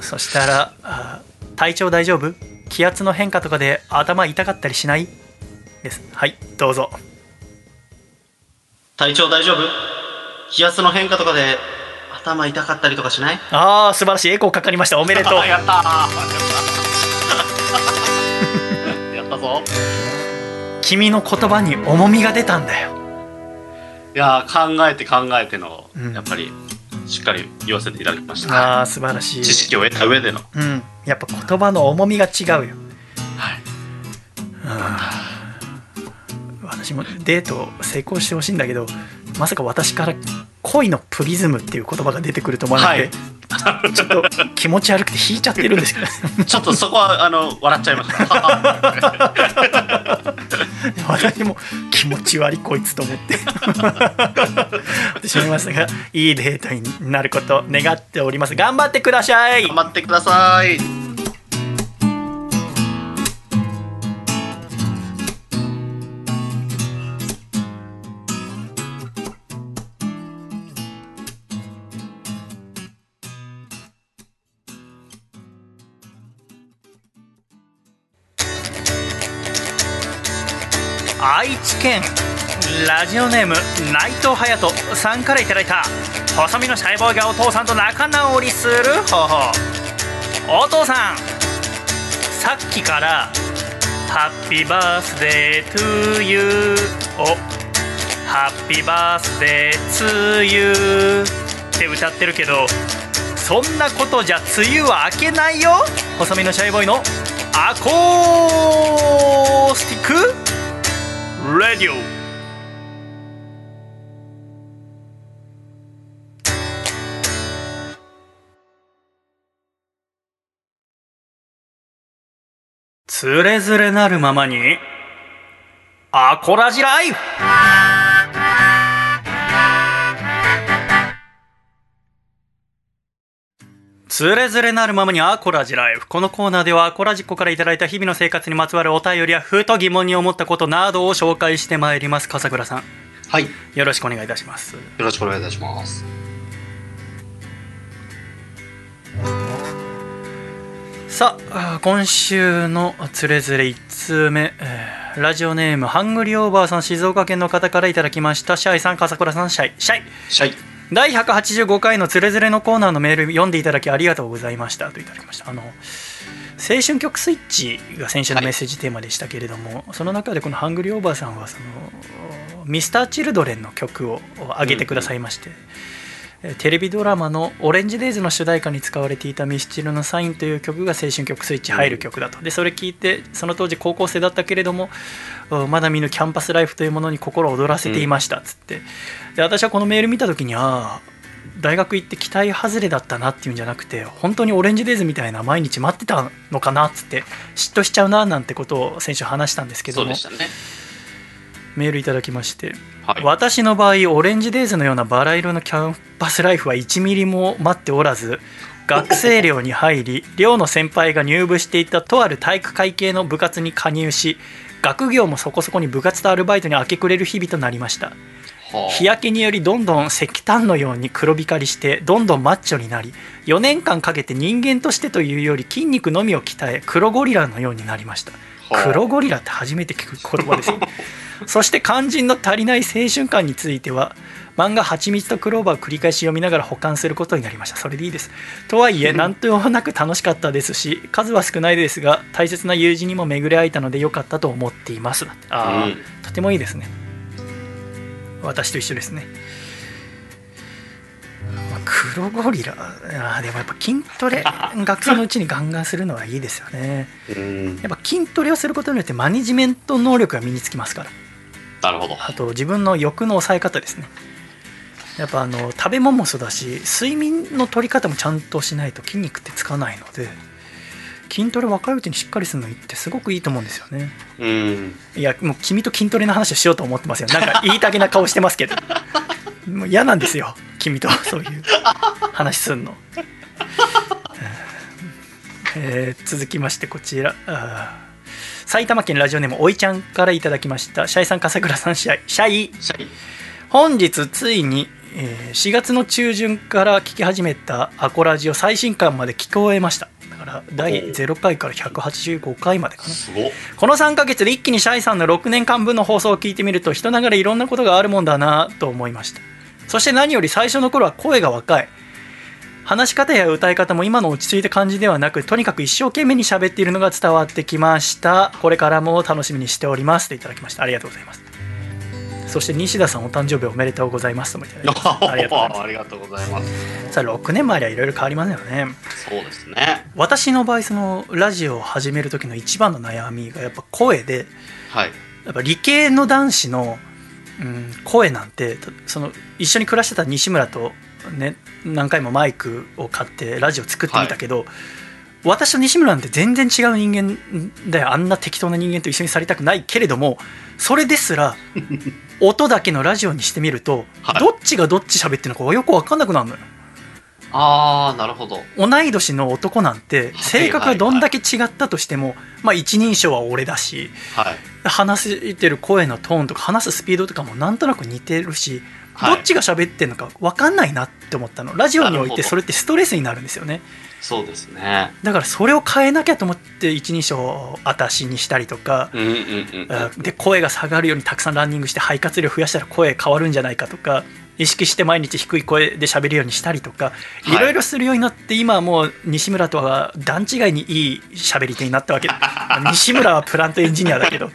S3: そしたらあ「体調大丈夫気圧の変化とかで頭痛かったりしない?」ですはいどうぞ
S6: 体調大丈夫気圧の変化とかで頭痛かったりとかしない
S3: あー素晴らしいエコーかかりましたおめでとう
S9: やったー。 やったぞ。
S3: 君の言葉に重みが出たんだよ
S9: いやー考えて考えての、
S3: うん
S9: やっぱりしっかり言わせていただきました、
S3: あー素晴らしい
S9: 知識を得た上での、は
S3: うんやっぱ言葉の重みが違うよ
S9: い、
S3: 私もデート成功してほしいんだけどまさか私から恋のプリズムっていう言葉が出てくると思わなくて、ちょっと気持ち悪くて引いちゃってるんですけど
S9: ちょっとそこはあの笑っちゃいました
S3: 私も気持ち悪いこいつと思って ってしまいましたがいいデートになることを願っております頑張ってください
S9: 頑張ってください。
S3: 愛知県ラジオネーム内藤隼人さんからいただいた細身のシャイボーイがお父さんと仲直りする方法お父さんさっきから「ハッピーバースデートゥーユー」を「ハッピーバースデーツーユー」って歌ってるけどそんなことじゃ梅雨は明けないよ細身のシャイボーイのアコースティックレディオつれづれなるままにアコラジライフつれづれなるままにアコラジライフこのコーナーではアコラジっ子からいただいた日々の生活にまつわるお便りやふと疑問に思ったことなどを紹介してまいります笠倉さん
S9: はい。よ
S3: よろしくお願いいたします
S9: ろしくお願いいたします。
S3: さああー今週の「つれづれ」1通目えーラジオネームハングリーオーバーさん静岡県の方からいただきましたシャイさん笠倉さんシャイシャイ
S9: シャイ。
S3: 第185回の「つれづれ」のコーナーのメール読んでいただきありがとうございましたといただきましたあの青春曲スイッチが先週のメッセージテーマでしたけれども、その中でこのハングリーオーバーさんはそのミスターチルドレンの曲を上げてくださいまして、えーテレビドラマの「オレンジデイズ」の主題歌に使われていたミスチルの「サイン」という曲が青春曲スイッチ入る曲だとでそれ聞いてその当時高校生だったけれどもうんまだ見ぬキャンパスライフというものに心躍らせていましたっつってで私はこのメール見た時にああ大学行って期待外れだったなっていうんじゃなくて本当にオレンジデイズみたいな毎日待ってたのかなっつって嫉妬しちゃうななんてことを先週話したんですけ
S9: そ
S3: ど
S9: う
S3: も
S9: でしたね。
S3: メールいただきまして
S9: はい。
S3: 私の場合オレンジデイズのようなバラ色のキャンパスライフは1ミリも待っておらず学生寮に入り 寮の先輩が入部していたとある体育会系の部活に加入し学業もそこそこに部活とアルバイトに明け暮れる日々となりました
S9: は
S3: 日焼けによりどんどん石炭のように黒光りしてどんどんマッチョになり4年間かけて人間としてというより筋肉のみを鍛え黒ゴリラのようになりました
S9: はあ
S3: 黒ゴリラって初めて聞く言 葉ですねそして肝心の足りない青春感については漫画「はちみつとクローバー」を繰り返し読みながら保管することになりましたそれでいいですとはいえ何ともなく楽しかったですし数は少ないですが大切な友人にも巡り会えたので良かったと思っていますああ、
S9: うん
S3: とてもいいですね私と一緒ですね、まあ黒ゴリラあーでもやっぱ筋ト レ学生のうちにガンガンするのはいいですよね
S9: うん。
S3: やっぱ筋トレをすることによってマネジメント能力が身につきますから
S9: なるほど。
S3: あと自分の欲の抑え方ですねやっぱあの食べ物もそうだし睡眠の取り方もちゃんとしないと筋肉ってつかないので筋トレ若いうちにしっかりするのってすごくいいと思うんですよね
S9: うん。
S3: いやもう君と筋トレの話をしようと思ってますよなんか言いたげな顔してますけど もう嫌なんですよ君とそういう話すんの、 えー続きましてこちらあー埼玉県ラジオネームおいちゃんからいただきましたシャイさん笠倉さんシャイシャイ
S9: シャイ。
S3: 本日ついに、えー4月の中旬から聞き始めた「アコラジオ」最新刊まで聞こえましただから第0回から185回までかな
S9: すごっ。
S3: この3ヶ月で一気にシャイさんの6年間分の放送を聞いてみると人ながらいろんなことがあるもんだなと思いましたそして何より最初の頃は声が若い話し方や歌い方も今の落ち着いた感じではなくとにかく一生懸命に喋っているのが伝わってきましたこれからも楽しみにしておりますといただきましたありがとうございますそして西田さんお誕生日おめでとうございますともいただきましたありがとうござい ま
S9: ありがとうございます。
S3: すさあ6年前ではいろいろ変わりますよね
S9: そうですね。
S3: 私の場合そのラジオを始める時の一番の悩みがやっぱ声で
S9: はい。
S3: やっぱ理系の男子の、うん、声なんてとその一緒に暮らしてた西村と、ね、何回もマイクを買ってラジオ作ってみたけど、私と西村なんて全然違う人間だよあんな適当な人間と一緒にされたくないけれどもそれで すら音だけのラジオにしてみると、
S9: はい
S3: どっちがどっち喋ってるのかがよく分かんなくなるのよ
S9: あー、なるほど。
S3: 同い年の男なんて性格がどんだけ違ったとしても、まあ一人称は俺だし
S9: はい。
S3: 話してる声のトーンとか話すスピードとかもなんとなく似てるし、
S9: はい
S3: どっちが喋ってるのか分かんないなって思ったのラジオにおい
S9: なるほ
S3: て
S9: ど
S3: それってストレスになるんですよね
S9: そうですね。
S3: だからそれを変えなきゃと思って一人称を「あたし」にしたりとか、
S9: うんうんうん。
S3: あで声が下がるようにたくさんランニングして肺活量増やしたら声変わるんじゃないかとか意識して毎日低い声で喋るようにしたりとか
S9: はい
S3: いろいろするようになって今はもう西村とは段違いにいい喋り手になったわけまあ西村はプラントエンジニアだけど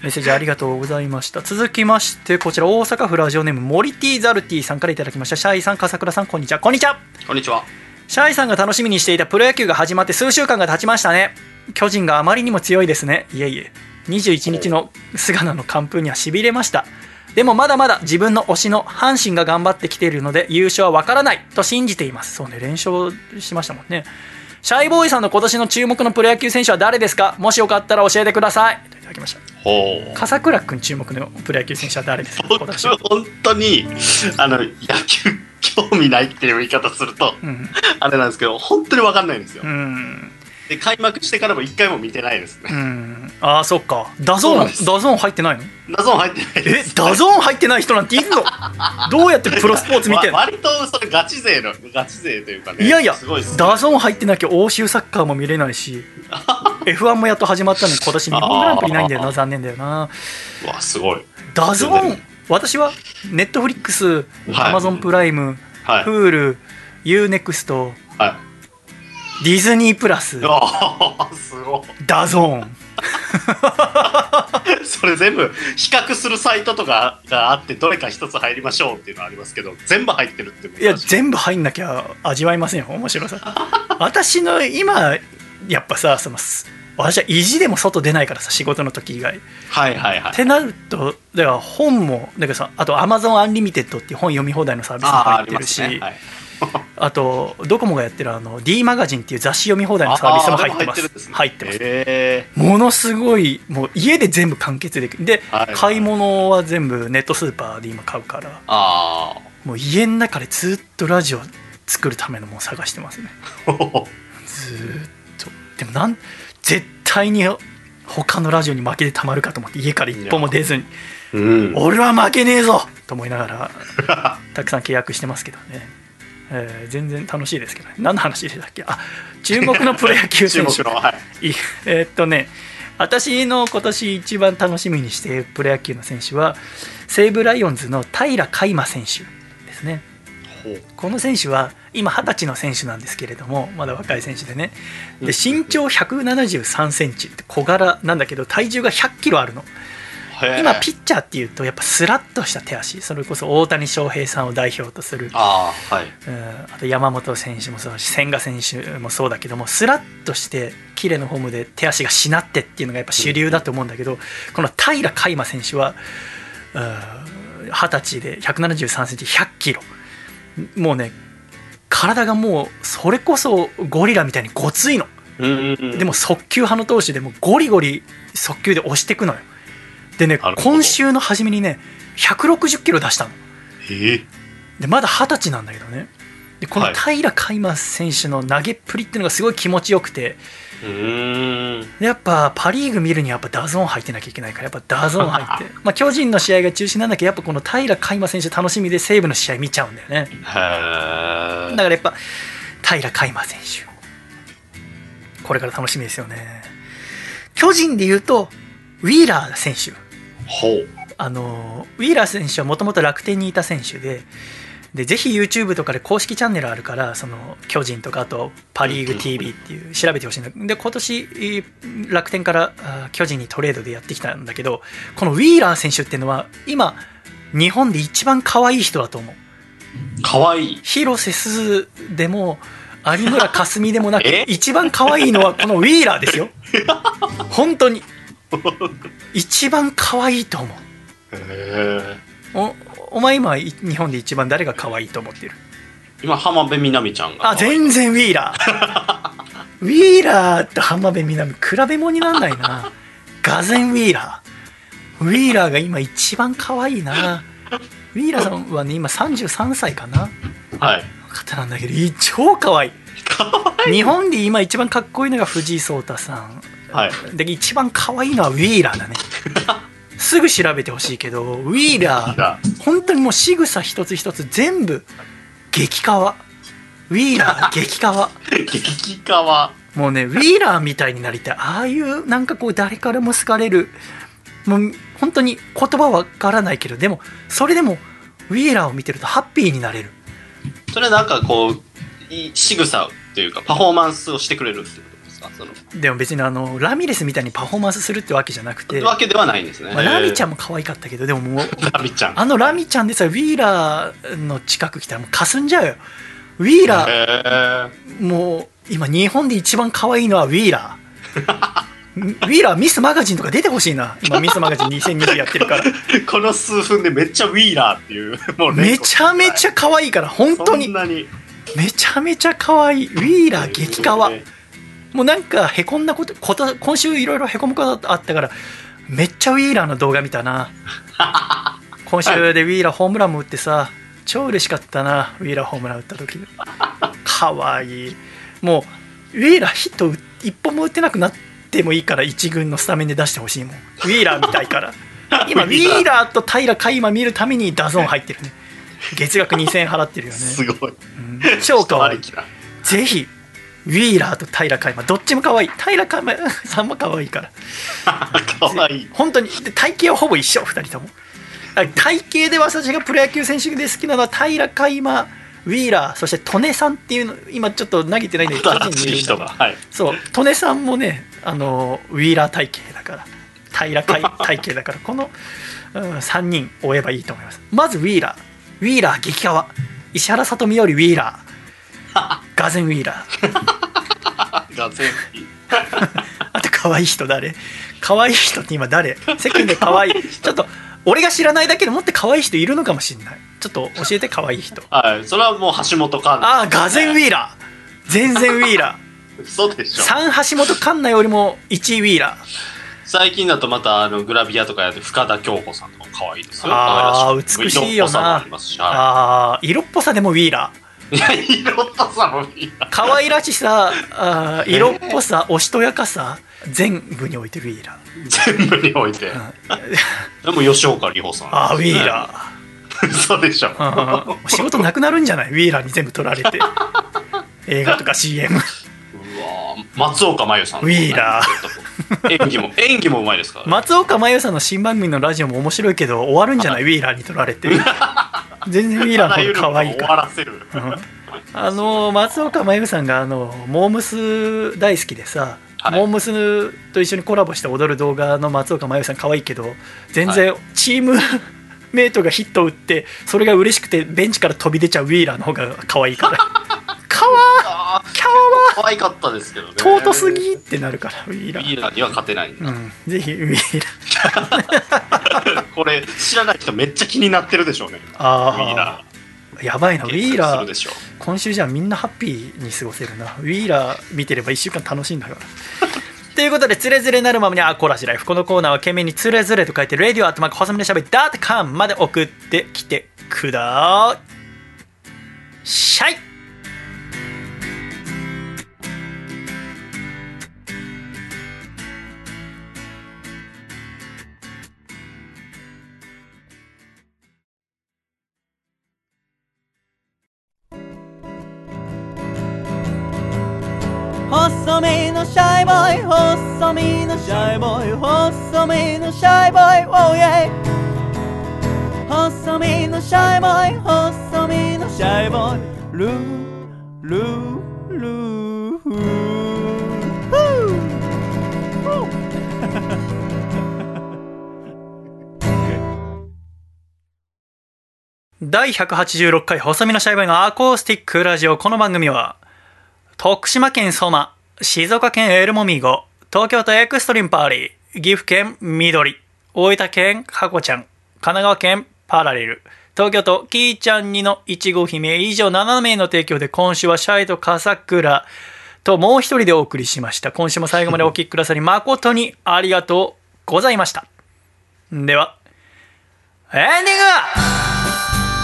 S3: メッセージありがとうございました続きましてこちら大阪府ラジオネームモリティザルティさんからいただきましたシャイさん笠倉さんこんにちはこんにちは
S9: こんにちは。
S3: シャイさんが楽しみにしていたプロ野球が始まって数週間が経ちましたね。巨人があまりにも強いですね。いえいえ。21日の菅野の完封には痺れました。でもまだまだ自分の推しの阪神が頑張ってきているので優勝はわからないと信じています。そうね、連勝しましたもんね。シャイボーイさんの今年の注目のプロ野球選手は誰ですかもしよかったら教えてください。といただきました。
S9: ほう。
S3: 笠倉君注目のプロ野球選手は誰ですか今
S9: 僕
S3: 年は。
S9: 本当にあの野球興味ないっていう言い方すると
S3: うん。
S9: あれなんですけど本当に分かんないんですよ、
S3: うん。
S9: で開幕してからも一回も見てないです
S3: う
S9: ね
S3: ん。ああ、そっか。ダゾ
S9: そう
S3: ー
S9: なん
S3: ン、
S9: です
S3: ダゾーン入ってないの
S9: 謎も入ってない
S3: え
S9: です
S3: ダゾーン入ってない人なんているの どうやってプロスポーツ見てんの
S9: わ割とそれガチ勢のガチ勢というかね
S3: いやいや
S9: すごいですね
S3: ダゾーン入ってなきゃ欧州サッカーも見れないし F1 もやっと始まったのに今年日本グランプリないんだよ
S9: あ
S3: な
S9: ー
S3: 残念だよな
S9: うわすごい
S3: ダゾーン私はネットフリックス
S9: はい
S3: アマゾンプライム
S9: はい
S3: Hulu UNEXT
S9: はい
S3: ディズニープラス
S9: あーすご
S3: ダゾーン
S9: い それ全部比較するサイトとかがあってどれか一つ入りましょうっていうのはありますけど全部入ってるっていうのが
S3: いや全部入んなきゃ味わいませんよ面白さ 私の今やっぱさその私は意地でも外出ないからさ仕事の時以外
S9: はいはいは
S3: っ
S9: い
S3: てなるとだから本もだからさあと Amazon アンリミテッドっていう本読み放題のサービスも
S9: あー
S3: 入
S9: あ
S3: っ
S9: り
S3: て
S9: ま
S3: るし
S9: す
S3: あ,、
S9: ね、はい、
S3: とドコモがやってるあの D マガジンっていう雑誌読み放題のサービスも入ってます
S9: あー
S3: 入
S9: でも
S3: ってます
S9: え
S3: ものすごいもう家で全部完結できるで、
S9: はい
S3: 買い物は全部ネットスーパーで今買うから
S9: あ
S3: もう家の中でずっとラジオ作るためのものを探してますね
S9: あ。
S3: ずーっとでもなん絶対に他のラジオに負けてたまるかと思って家から一歩も出ずに
S9: うん。
S3: 俺は負けねえぞ と思いながら たくさん契約してますけどね、えー全然楽しいですけどね何の話でしたっけあ注目のプロ野球
S9: 注
S3: 選
S9: 目
S3: 手
S9: の、はい。
S3: いえーっとね私の今年一番楽しみにしているプロ野球の選手は西武ライオンズの平海馬選手ですねこの選手は今20歳の選手なんですけれどもまだ若い選手でねで身長1 7 3センチって小柄なんだけど体重が1 0 0キロあるの今ピ
S9: ッ。
S3: ッチャーっていうとやっぱスラッとした手足それこそ大谷翔平さんを代表とする
S9: ああ、はい。
S3: うんあと山本選手もそうだし千賀選手もそうだけどもスラッとして綺麗なフォームで手足がしなってっていうのがやっぱ主流だと思うんだけどこの平良海馬選手はうん二十歳で1 7 3センチ1 0 0キロもうね体がもうそれこそゴリラみたいにごついの。
S9: うんうんうん。
S3: でも速球派の投手でもゴリゴリ速球で押していくのよでね
S9: なるほど
S3: 今週の初めにね160キロ出したの
S9: ええ。
S3: でまだ二十歳なんだけどねでこ
S9: は
S3: の
S9: い
S3: 平海馬選手の投げっぷりっていうのがすごい気持ちよくて
S9: うーん。
S3: でやっぱパ・リーグ見るにはやっぱダゾーン入ってなきゃいけないからやっぱダゾーン 入ってまあ巨人の試合が中止なんだけどやっぱこの平海馬選手楽しみで西武の試合見ちゃうんだよね
S9: へ
S3: だ
S9: え。
S3: からやっぱ平海馬選手これから楽しみですよね巨人で言うとウィーラー選手
S9: ほう。
S3: あのウィーラー選手はもともと楽天にいた選手ででぜひ YouTube とかで公式チャンネルあるからその巨人とかあとパ・リーグ TV っていう調べてほしいんだで今年えー楽天からあー巨人にトレードでやってきたんだけどこのウィーラー選手っていうのは今日本で一番可愛い人だと思う
S9: かわいい。
S3: 広瀬すずでも有 村架純でもなく
S9: え
S3: 一番可愛い のはこのウィーラーですよ 本当に一番可愛いと思
S9: へ
S3: う
S9: え。
S3: おお前今い日本で一番誰が可愛いと思ってる
S9: 今、浜辺美波ちゃんが。
S3: あ全然ウィーラーウィーラーと浜辺美波比べ物になんないながぜんウィーラーウィーラーが今一番可愛いなウィーラーさんはね今33歳かな
S6: はい。
S3: 方なんだけどい超可愛い
S6: かわい
S3: 日本で今一番かっこいいのが藤井聡太さん
S6: い。はい。
S3: で一番可愛いのはウィーラー だねすぐ調べてほしいけどウィーラー
S6: が
S3: 本当にもう仕草一つ一つ全部激カワウィー ラー激カワ
S6: 激化は、
S3: もうねウィーラーみたいになりたいああいうなんかこう誰からも好かれるもう本当に言葉わからないけどでもそれでもウィーラーを見てるとハッピーになれる
S6: それなんかこう、い仕草というか、パフォーマンスをしてくれるってことですかその、
S3: でも別にあのラミレスみたいにパフォーマンスするってわけじゃなくて、ま
S6: わけではないんですね。
S3: あ、ラミちゃん
S6: ん。
S3: も可愛かったけどでももう
S6: ラミちゃん。
S3: あのラミちゃんでさえウィーラーの近く来たらもうかすんじゃうよウィーラー
S6: へ
S3: もう今日本で一番可愛いのはウィーラーウィーラーミスマガジンとか出てほしいな今ミスマガジン2020やってるから
S6: え。この数分でめっちゃウィーラーっていう、 もう
S3: めちゃめち
S6: ゃ、
S3: ゃ可愛いから本当
S6: そん
S3: に
S6: なに。
S3: めちゃめちゃ可愛いウィーラー激カワ
S6: え
S3: もうなんかへこんだことこと今週いろいろへこむことあったからめっちゃウィーラーの動画見たな今週でウィーラーホームランも打ってさ超嬉しかったなウィーラーホームラン打った時かわいいもうウィーラーヒット打一本も打てなくなってもいいから一軍のスタメンで出してほしいもんウィーラーみたいから 今ウィーラーと平海馬見るためにダゾーン入ってるね月額2000円払ってるよ
S6: ー
S3: ね、
S6: すごい。
S3: うん超かわいい
S6: 人ありきだ
S3: ぜひウィーラーと平海馬どっちも可愛い平海馬さんも可愛いから
S6: かわいい。
S3: 本当にで体型はほぼ一緒2人ともあ体型で私がプロ野球選手で好きなのは平海馬ウィーラーそして利根さんっていうの今ちょっと投げてないんで
S6: 新しい
S3: 巨人にいる
S6: 人
S3: ん
S6: が。
S3: だ
S6: はい。
S3: そう利根さんもねあのウィーラー体型だから平 海体型だからこの、うん、3人追えばいいと思いますまずウィーラーウィーラー激川石原さとみよりウィーラ ーガゼンウィーラー
S6: が全員。
S3: あと可愛い人誰可愛い人って今誰世間で可愛いちょっと俺が知らないだけでもって可愛い人いるのかもしれないちょっと教えて可愛い人
S6: はい。それはもう橋本環
S3: あ
S6: 奈。
S3: あガゼンウィーラー全然ウィー ラー
S6: そうでしょ。
S3: 3橋本環奈よりも1位ウィーラー
S6: 最近だとまたあのグラビアとかやって深田恭子さんとか可愛いですよ。
S3: あー
S6: 可愛らく
S3: 美しいよな
S6: 色っぽさもありますし。は
S3: ああ色っぽさでもウィーラー
S6: いいや、色っぽさもいいな。
S3: 可愛らしさあー色っぽさおしとやかさ全部においてウィーラ
S6: 全部にお いて。
S3: ー、うん
S6: でも吉岡里帆さん。
S3: ああウィーラー
S6: ー。そうでしょ。
S3: うん仕事なくなるんじゃないウィーラーに全部取られ て映画とか CM
S6: うわー松岡真優さん。
S3: ウィーラ
S6: ー。演技も、 演技もうまいですから。
S3: 松岡真優さんの新番組のラジオも面白いけど終わるんじゃ ないウィーラーに取られて全然ウィーラーの方が可愛い
S6: 終
S3: か
S6: わ
S3: ら。
S6: らせる。
S3: うんあの松岡真優さんがあのモームス大好きでさ、
S6: はい
S3: モームスと一緒にコラボして踊る動画の松岡真優さん可愛いけど全然チームメイトがヒットを打ってそれが嬉しくてベンチから飛び出ちゃうウィーラーの方が可愛いから かわ
S6: あ
S3: ーキャワー
S6: ー可愛かったですけどね。
S3: 尊すぎってなるからウィー
S6: ウ
S3: ラ
S6: ィ
S3: ー
S6: ーラーには勝てないんだ。
S3: うんぜひウィーラー
S6: これ、知らない人めっちゃ気になってるでしょうね。ウィーラ
S3: ああやばいな
S6: ー。
S3: ウィーラ
S6: するで
S3: ー
S6: しょう。
S3: 今週じゃあみんなハッピーに過ごせるなウィーラー見てれば1週間楽しいんだから ということで「つれづれなるままにあこらしライフ」このコーナーは懸命に「つれづれ」と書いて「レディオアットマーク細身のしゃべり」「ダーカン」まで送ってきてくだしゃい
S1: 細身のシャイボーイ細身のシャイボーイ細身のシャイボーイ oh yeah 細身のシャイボーイ細身のシャイボーイルールールーフーフー
S3: 第186回細身のシャイボーイのアコースティックラジオこの番組は徳島県相馬静岡県エルモミーゴ東京都エクストリームパーリー岐阜県緑大分県ハコちゃん神奈川県パラレル東京都キーちゃんにのいちご姫以上7名の提供で今週はシャイと笠倉ともう一人でお送りしました。今週も最後までお聴きくださり誠にありがとうございました。では、エンディング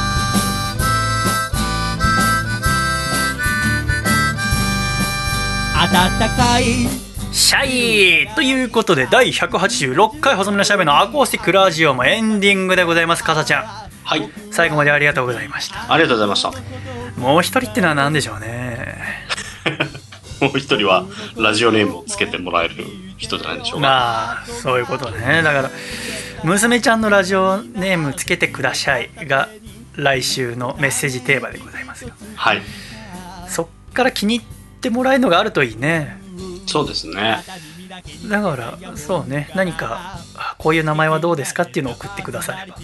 S8: 暖かい
S3: シャイということで第186回細身のシャベのアコースティックラジオもエンディングでございますかさちゃ
S9: はい。
S3: ん最後までありがとうございました
S9: ありがとうございました。
S3: もう一人ってのは何でしょうね
S9: もう一人はラジオネームをつけてもらえる人じゃないでしょうか。
S3: まあそういうことねだから娘ちゃんのラジオネームつけてくださいが来週のメッセージテーマでございますよ
S9: はい。
S3: そっから気に入ってもらえるのがあるといいね
S9: そうですね。
S3: だからそうね何かあこういう名前はどうですかっていうのを送ってくだされば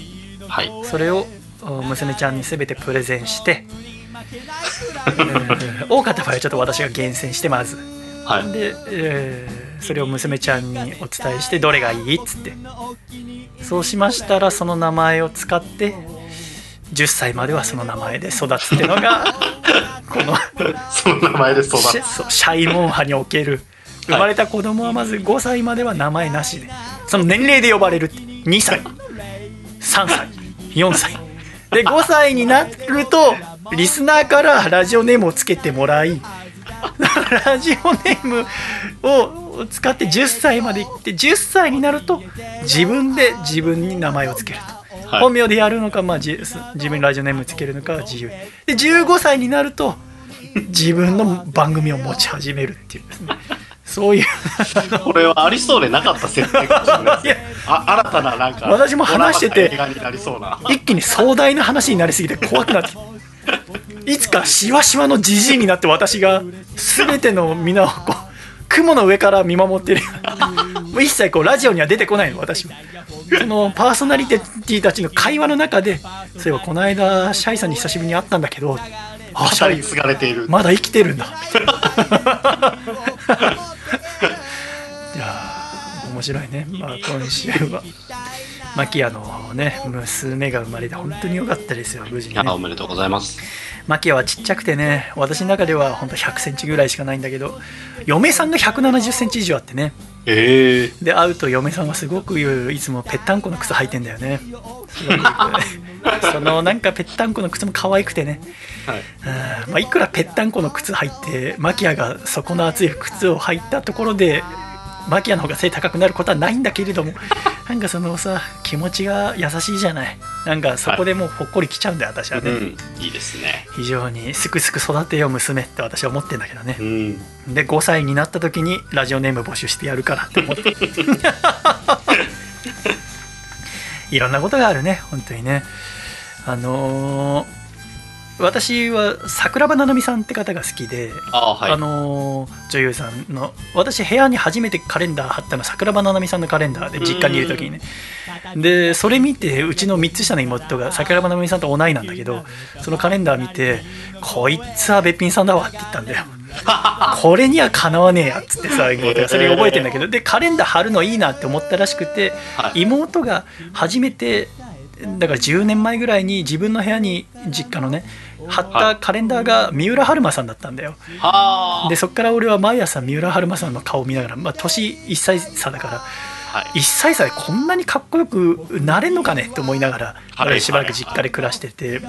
S9: はい。
S3: それをお娘ちゃんに全てプレゼンして、えー多かった場合はちょっと私が厳選してまず
S9: はい。
S3: で、えーそれを娘ちゃんにお伝えしてどれがいいっつってそうしましたらその名前を使って10歳まではその名前で育つってのがこの
S9: その名前で育
S3: シ
S9: つ。
S3: そうシャイモン派における生まれた子供はまず5歳までは名前なしでその年齢で呼ばれる2歳3歳4歳で5歳になるとリスナーからラジオネームをつけてもらい ラジオネームを使って10歳までいって10歳になると自分で自分に名前をつけると。
S9: はい
S3: 本名でやるのか、まあ、じ自分にラジオネームつけるのかは自由で15歳になると自分の番組を持ち始めるっていうですねそういうあの
S9: これはありそうでなかった設定かもしれない
S3: いや
S9: です。あ新たななんか、
S3: 私も話してて
S9: ドラマか映画になりそうな。
S3: 一気に壮大な話になりすぎて怖くなっていつかしわしわのじじいになって私が全ての皆をこう雲の上から見守ってるもう一切こうラジオには出てこないの私はそのパーソナリティたちの会話の中でそういえばこの間シャイさんに久しぶりに会ったんだけどあシ
S9: 語
S3: ャ
S9: り
S3: イ
S9: 継がれている。
S3: まだ生きてるんだ。いやー面白いね。まあ今週はマキアのね娘が生まれて本当に良かったですよ無事に、ね
S9: あ。おめでとうございます。
S3: マキアはちっちゃくてね私の中では本当100センチぐらいしかないんだけど嫁さんが170センチ以上あってね
S9: ええ
S3: で会うと嫁さんはすごく言ういつもぺったんこの靴履いてんだよね。すごく言うそのなんかぺったんこの靴も可愛くてね。
S9: はい。
S3: うんまあ、いくらぺったんこの靴履いてマキアが底の厚い靴を履いたところでマキアの方が背高くなることはないんだけれ どもなんかそのさ気持ちが優しいじゃないなんかそこでもうほっこりきちゃうんだよ私はね、
S9: うん、いいですね。
S3: 非常にすくすく育てよう娘って私は思ってんだけどね
S9: うん。
S3: で5歳になった時にラジオネーム募集してやるからって 思っていろんなことがあるね本当にねあのー私は桜庭ななみさんって方が好きで、
S9: あはい。
S3: あのー女優さんの私部屋に初めてカレンダー貼ったのは桜庭ななみさんのカレンダーで実家にいる時にねでそれ見てうちの3つ下の妹が桜庭ななみさんと同いなんだけどそのカレンダー見て「こいつはべっぴんさんだわ」って言ったん だよ。これにはかなわねえやっつってさ妹がそれ覚えてんだけどでカレンダー貼るのいいなって思ったらしくて
S9: はい
S3: 妹が初めてだから10年前ぐらいに自分の部屋に実家のね貼ったカレンダーが三浦春馬さんだったんだよ。
S9: はあ。
S3: でそっから俺は毎朝三浦春馬さんの顔を見ながら、まあ、年1歳差だから
S9: はい。
S3: 1歳差でこんなにかっこよくなれんのかねって思いながら、
S9: はい
S3: しばらく実家で暮らしてて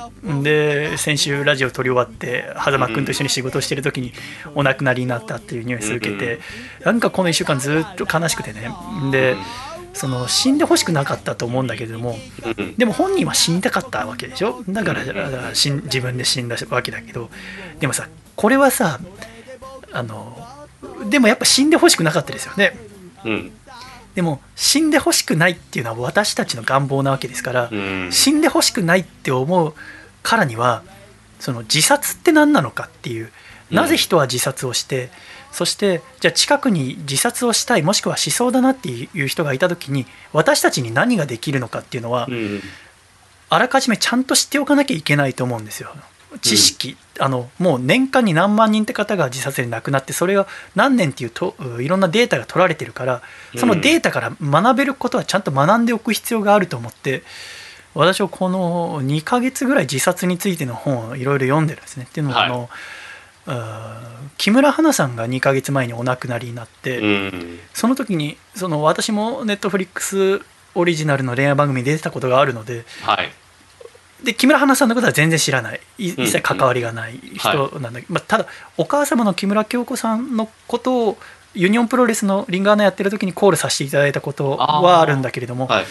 S3: で先週ラジオ撮り終わって狭間君と一緒に仕事をしてる時にお亡くなりになったっていうニュースを受けて、なんかこの1週間ずっと悲しくてねで、その死んでほしくなかったと思うんだけども
S9: うん
S3: でも本人は死にたかったわけでしょだからだから死ん自分で死んだわけだけどでもさこれはさあのでもやっぱ死んでほしくなかったですよね
S9: うん。
S3: でも死んでほしくないっていうのは私たちの願望なわけですから、
S9: うん。
S3: 死んでほしくないって思うからにはその自殺って何なのかっていうなぜ人は自殺をして、そしてじゃあ近くに自殺をしたいもしくはしそうだなっていう人がいた時に私たちに何ができるのかっていうのは、
S9: うん。
S3: あらかじめちゃんと知っておかなきゃいけないと思うんですよ。知識、あのもう年間に何万人って方が自殺で亡くなってそれを何年っていうとういろんなデータが取られてるからそのデータから学べることはちゃんと学んでおく必要があると思って私はこの2ヶ月ぐらい自殺についての本をいろいろ読んでるんですね。っていうのも、
S9: はい
S3: あのうー昨木村花さんが2ヶ月前にお亡くなりになって、
S9: うん。
S3: その時にその私もネットフリックスオリジナルの恋愛番組に出てたことがあるので
S9: はい。
S3: で木村花さんのことは全然知らないい
S9: ん
S3: 一切関わりがない人なんだけど、まあ、ただお母様の木村京子さんのことをユニオンプロレスのリンガーナやってる時にコールさせていただいたことはあるんだけれども、
S9: はい。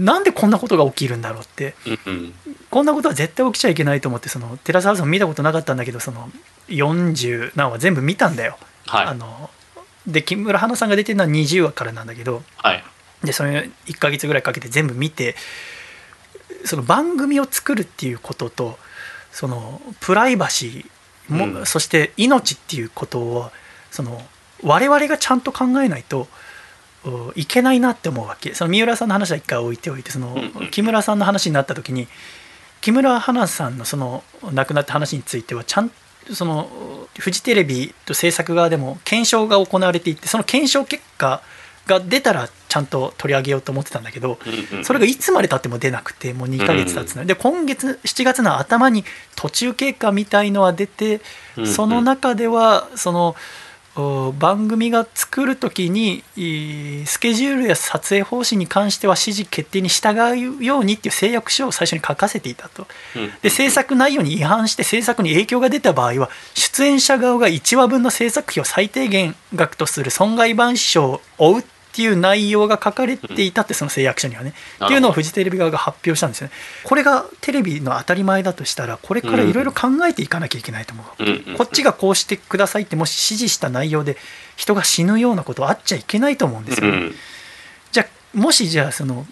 S3: なんでこんなことが起きるんだろうって
S9: うん
S3: こんなことは絶対起きちゃいけないと思ってそのテラスハウスも見たことなかったんだけどその40何話全部見たんだよ。
S9: はい
S3: あので木村花さんが出てるのは20話からなんだけど
S9: はい。
S3: でそれ1ヶ月ぐらいかけて全部見てその番組を作るっていうこととそのプライバシーも、
S9: うん
S3: そして命っていうことをその我々がちゃんと考えないとおいけないなって思うわけその三浦さんの話は一回置いておいてその
S9: うんうん
S3: 木村さんの話になった時に木村花さんのその亡くなった話についてはちゃんそのフジテレビと制作側でも検証が行われていてその検証結果が出たらちゃんと取り上げようと思ってたんだけど、
S9: うんうん
S3: それがいつまでたっても出なくてもう2ヶ月経つので,、今月7月の頭に途中経過みたいのは出て、
S9: うんうん
S3: その中ではそのお番組が作る時にえースケジュールや撮影方針に関しては指示決定に従うようにっていう誓約書を最初に書かせていたと
S9: うん
S3: で制作内容に違反して制作に影響が出た場合は出演者側が1話分の制作費を最低限額とする損害賠償を負うっていう内容が書かれていたってその誓約書にはね、
S9: なるほど
S3: っていうのをフジテレビ側が発表したんですよねこれがテレビの当たり前だとしたらこれからいろいろ考えていかなきゃいけないと思
S9: う
S3: う、
S9: んうん
S3: こっちがこうしてくださいってもし指示した内容で人が死ぬようなことあっちゃいけないと思うんですよね、
S9: うん
S3: じゃあもしじゃあその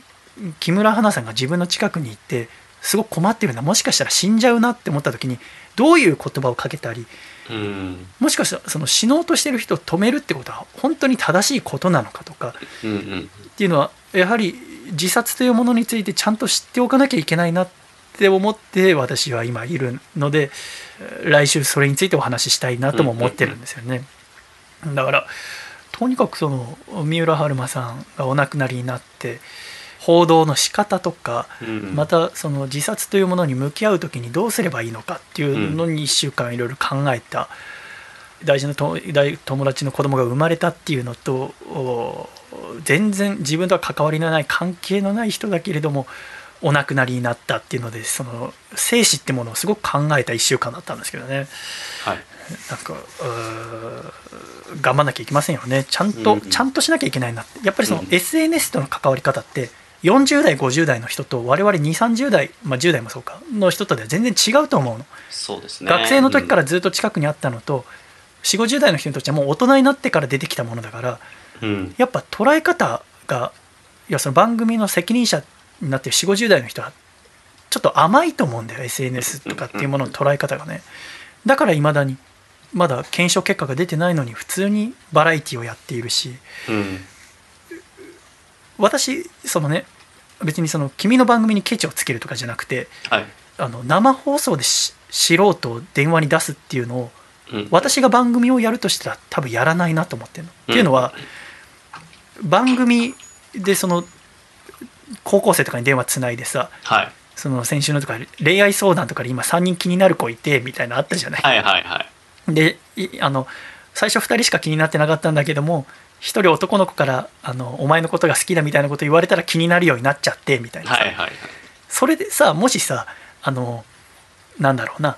S3: 木村花さんが自分の近くに行ってすごく困ってるなもしかしたら死んじゃうなって思った時にどういう言葉をかけたり
S9: うん
S3: もしかしたらその死のうとしてる人を止めるってことは本当に正しいことなのかとか
S9: うんうん
S3: っていうのはやはり自殺というものについてちゃんと知っておかなきゃいけないなって思って私は今いるのでえー来週それについてお話ししたいなとも思ってるんですよね。だからとにかくその三浦春馬さんがお亡くなりになって報道の仕方とか
S9: うん
S3: またその自殺というものに向き合う時にどうすればいいのかっていうのに1週間いろいろ考えた大事なと大友達の子供が生まれたっていうのとお全然自分とは関わりのない関係のない人だけれどもお亡くなりになったっていうのでその生死ってものをすごく考えた1週間だったんですけどね
S9: はい
S3: なんかうー頑張んなきゃいけませんよねちゃんと、
S9: うん
S3: ちゃんとしなきゃいけないなってやっぱりその
S9: うん
S3: SNS との関わり方って40代50代の人と我々2 3 0代、まあ、10代もそうかの人とでは全然違うと思うの、
S9: そうですね
S3: 学生の時からずっと近くにあったのと4 5 0代の人にとってはもう大人になってから出てきたものだから
S9: うん
S3: やっぱ捉え方がいやその番組の責任者になってる4 5 0代の人はちょっと甘いと思うんだよ SNS とかっていうものの捉え方がねだからいまだにまだ検証結果が出てないのに普通にバラエティをやっているし
S9: うん
S3: 私そのね別にその君の番組にケチをつけるとかじゃなくて
S9: はい
S3: あの生放送でし素人を電話に出すっていうのを
S9: うん
S3: 私が番組をやるとしたら多分やらないなと思ってるの。っていうのは番組でその高校生とかに電話つないでさ
S9: はい
S3: その先週のとか恋愛相談とかで今3人気になる子いてみたいなのあったじゃない。
S9: はいはいはい
S3: でいあの最初2人しか気になってなかったんだけども1人男の子からあの「お前のことが好きだ」みたいなこと言われたら気になるようになっちゃってみたいなさ、
S9: はいはい
S3: それでさもしさあのなんだろうな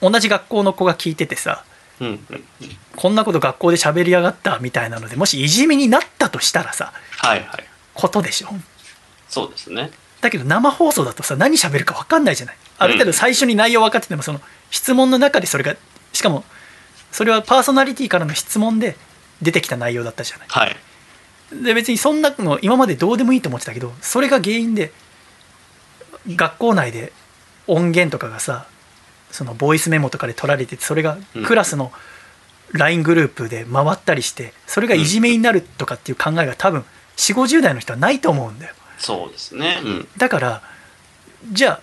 S3: 同じ学校の子が聞いててさ
S9: うんうん
S3: こんなこと学校で喋りやがったみたいなのでもしいじめになったとしたらさ
S9: はいはい
S3: ことでしょ
S9: そうですね
S3: だけど生放送だとさ何喋るか分かんないじゃないある程度最初に内容分かっててもその質問の中でそれがしかもそれはパーソナリティからの質問で出てきた内容だったじゃない
S9: はい
S3: で別にそんなの今までどうでもいいと思ってたけどそれが原因で学校内で音源とかがさそのボイスメモとかで取られててそれが
S9: うん
S3: クラスの LINE グループで回ったりしてそれがいじめになるとかっていう考えが多分4 5 0代の人はないと思うんだよ
S9: そうですねうん
S3: だからじゃあ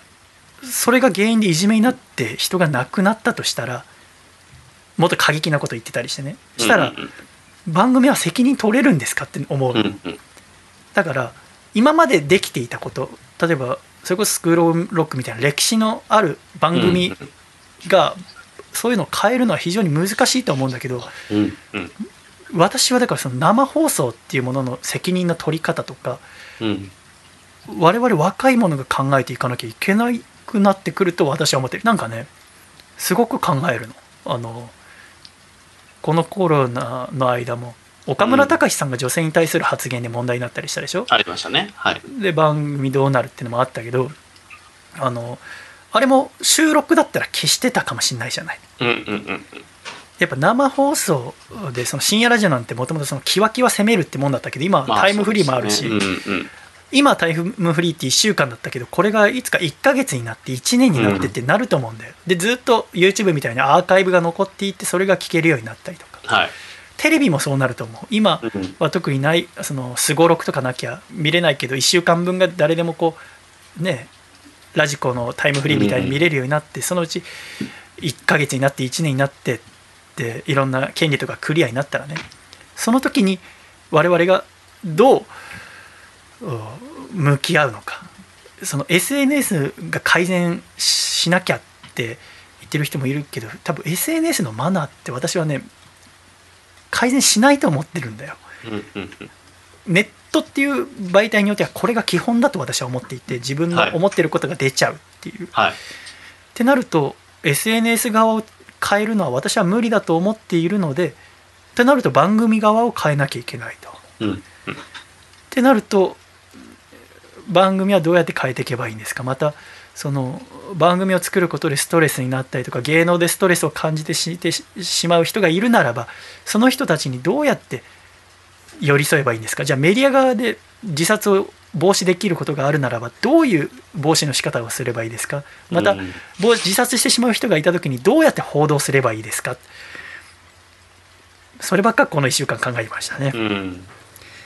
S3: それが原因でいじめになって人が亡くなったとしたらもっと過激なこと言ってたりしてねしたら
S9: うん
S3: 番組は責任取れるんですかって思う
S9: うんうんうん
S3: だから今までできていたこと例えばそれこそスクールオブロックみたいな歴史のある番組がそういうのを変えるのは非常に難しいと思うんだけど
S6: うん。
S3: 私はだからその生放送っていうものの責任の取り方とか
S6: うん。
S3: 我々若い者が考えていかなきゃいけなくなってくると私は思ってるなんかねすごく考えるのあのこのコロナの間も岡村隆史さんが女性に対する発言で問題になったりしたでしょ、
S9: ありましたね。はい。
S3: で番組どうなるっていうのもあったけどあのあれも収録だったら消してたかもしれないじゃない
S9: うんうんうん
S3: やっぱ生放送でその深夜ラジオなんてもともとそのキワキワ攻めるってもんだったけど今は
S9: まあ
S3: タイムフリーもあるし、
S9: うん。うんうん。
S3: 今はタイムフリーって1週間だったけどこれがいつか1ヶ月になって1年になってってなると思うんだよ、でずっと YouTube みたいにアーカイブが残っていってそれが聞けるようになったりとか
S9: はい。
S3: テレビもそうなると思う今
S6: うん
S3: は特にないそのすごろくとかなきゃ見れないけど1週間分が誰でもこうねラジコのタイムフリーみたいに見れるようになって、そのうち1ヶ月になって1年になってっていろんな権利とかクリアになったらねその時に我々がどううん向き合うのかその SNS が改善しなきゃって言ってる人もいるけど多分 SNS のマナーって私はね改善しないと思ってるんだよ。
S9: うんうんうん。
S3: ネットっていう媒体によってはこれが基本だと私は思っていて自分の
S9: はい
S3: 思ってることが出ちゃうっていう。
S9: はい。
S3: ってなると SNS 側を変えるのは私は無理だと思っているのでってなると番組側を変えなきゃいけないと。
S6: うん
S3: ってなると番組はどうやって変えていけばいいんですかまたその番組を作ることでストレスになったりとか芸能でストレスを感じてしてししまう人がいるならばその人たちにどうやって寄り添えばいいんですかじゃあメディア側で自殺を防止できることがあるならばどういう防止の仕方をすればいいですかまた、
S6: うん
S3: 防自殺してしまう人がいた時にどうやって報道すればいいですかそればっかこの1週間考えましたね。
S9: うん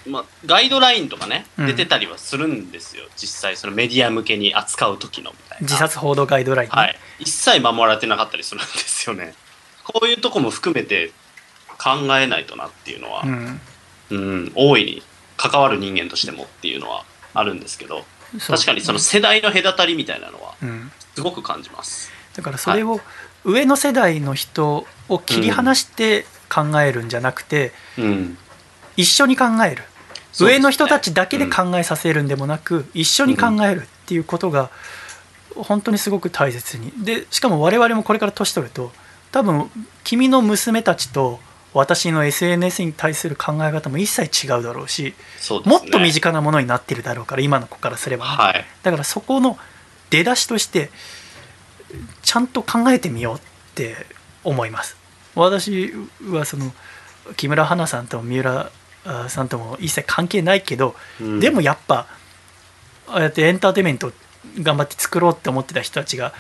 S9: まあ、ガイドラインとかね、
S3: うん
S9: 出てたりはするんですよ、実際、そのメディア向けに扱う時のみたいな。
S3: 自殺報道ガイドラインね、
S9: はい、一切守られてなかったりするんですよね。こういうとこも含めて考えないとなっていうのは、
S3: うん
S9: うん大いに関わる人間としてもっていうのはあるんですけど、
S3: そう
S9: 確かにその世代の隔たりみたいなのは、
S3: うん、
S9: すごく感じます。
S3: だからそれを上の世代の人を切り離して考えるんじゃなくて、
S9: うん、
S3: 一緒に考える、
S9: そうですね
S3: 上の人たちだけで考えさせるんでもなく、一緒に考えるっていうことが本当にすごく大切にでしかも我々もこれから年取ると多分君の娘たちと私の SNS に対する考え方も一切違うだろうし
S9: そうです
S3: も
S9: ね。
S3: っと身近なものになってるだろうから今の子からすればね、
S9: はい、
S3: だからそこの出だしとしてちゃんと考えてみようって思います私はその木村花さんとも三浦あさんとも一切関係ないけど、
S6: うん
S3: でもやっぱああやってエンターテインメント頑張って作ろうって思ってた人たちが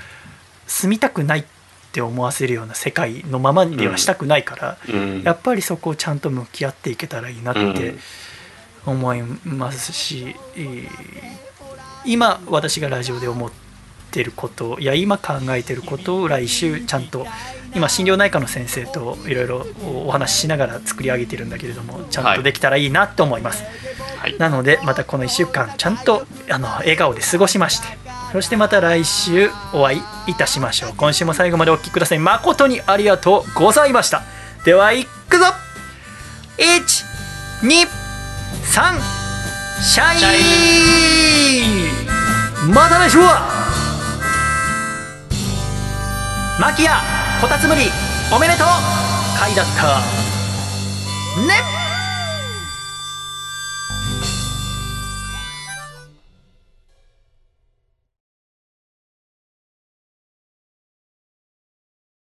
S3: 住みたくないって思わせるような世界のままにはしたくないから、
S9: うん
S3: やっぱりそこをちゃんと向き合っていけたらいいなって思いますし、えー今私がラジオで思ってることいや今考えてることを来週ちゃんと今心療内科の先生といろいろお話ししながら作り上げてるんだけれどもちゃんとできたらいいなと思います、
S9: はい
S3: なのでまたこの1週間ちゃんとあの笑顔で過ごしましてそしてまた来週お会いいたしましょう今週も最後までお聴きください誠にありがとうございましたではいくぞ123シャイまた来週はマキアこたつむりおめでとう回だったねっ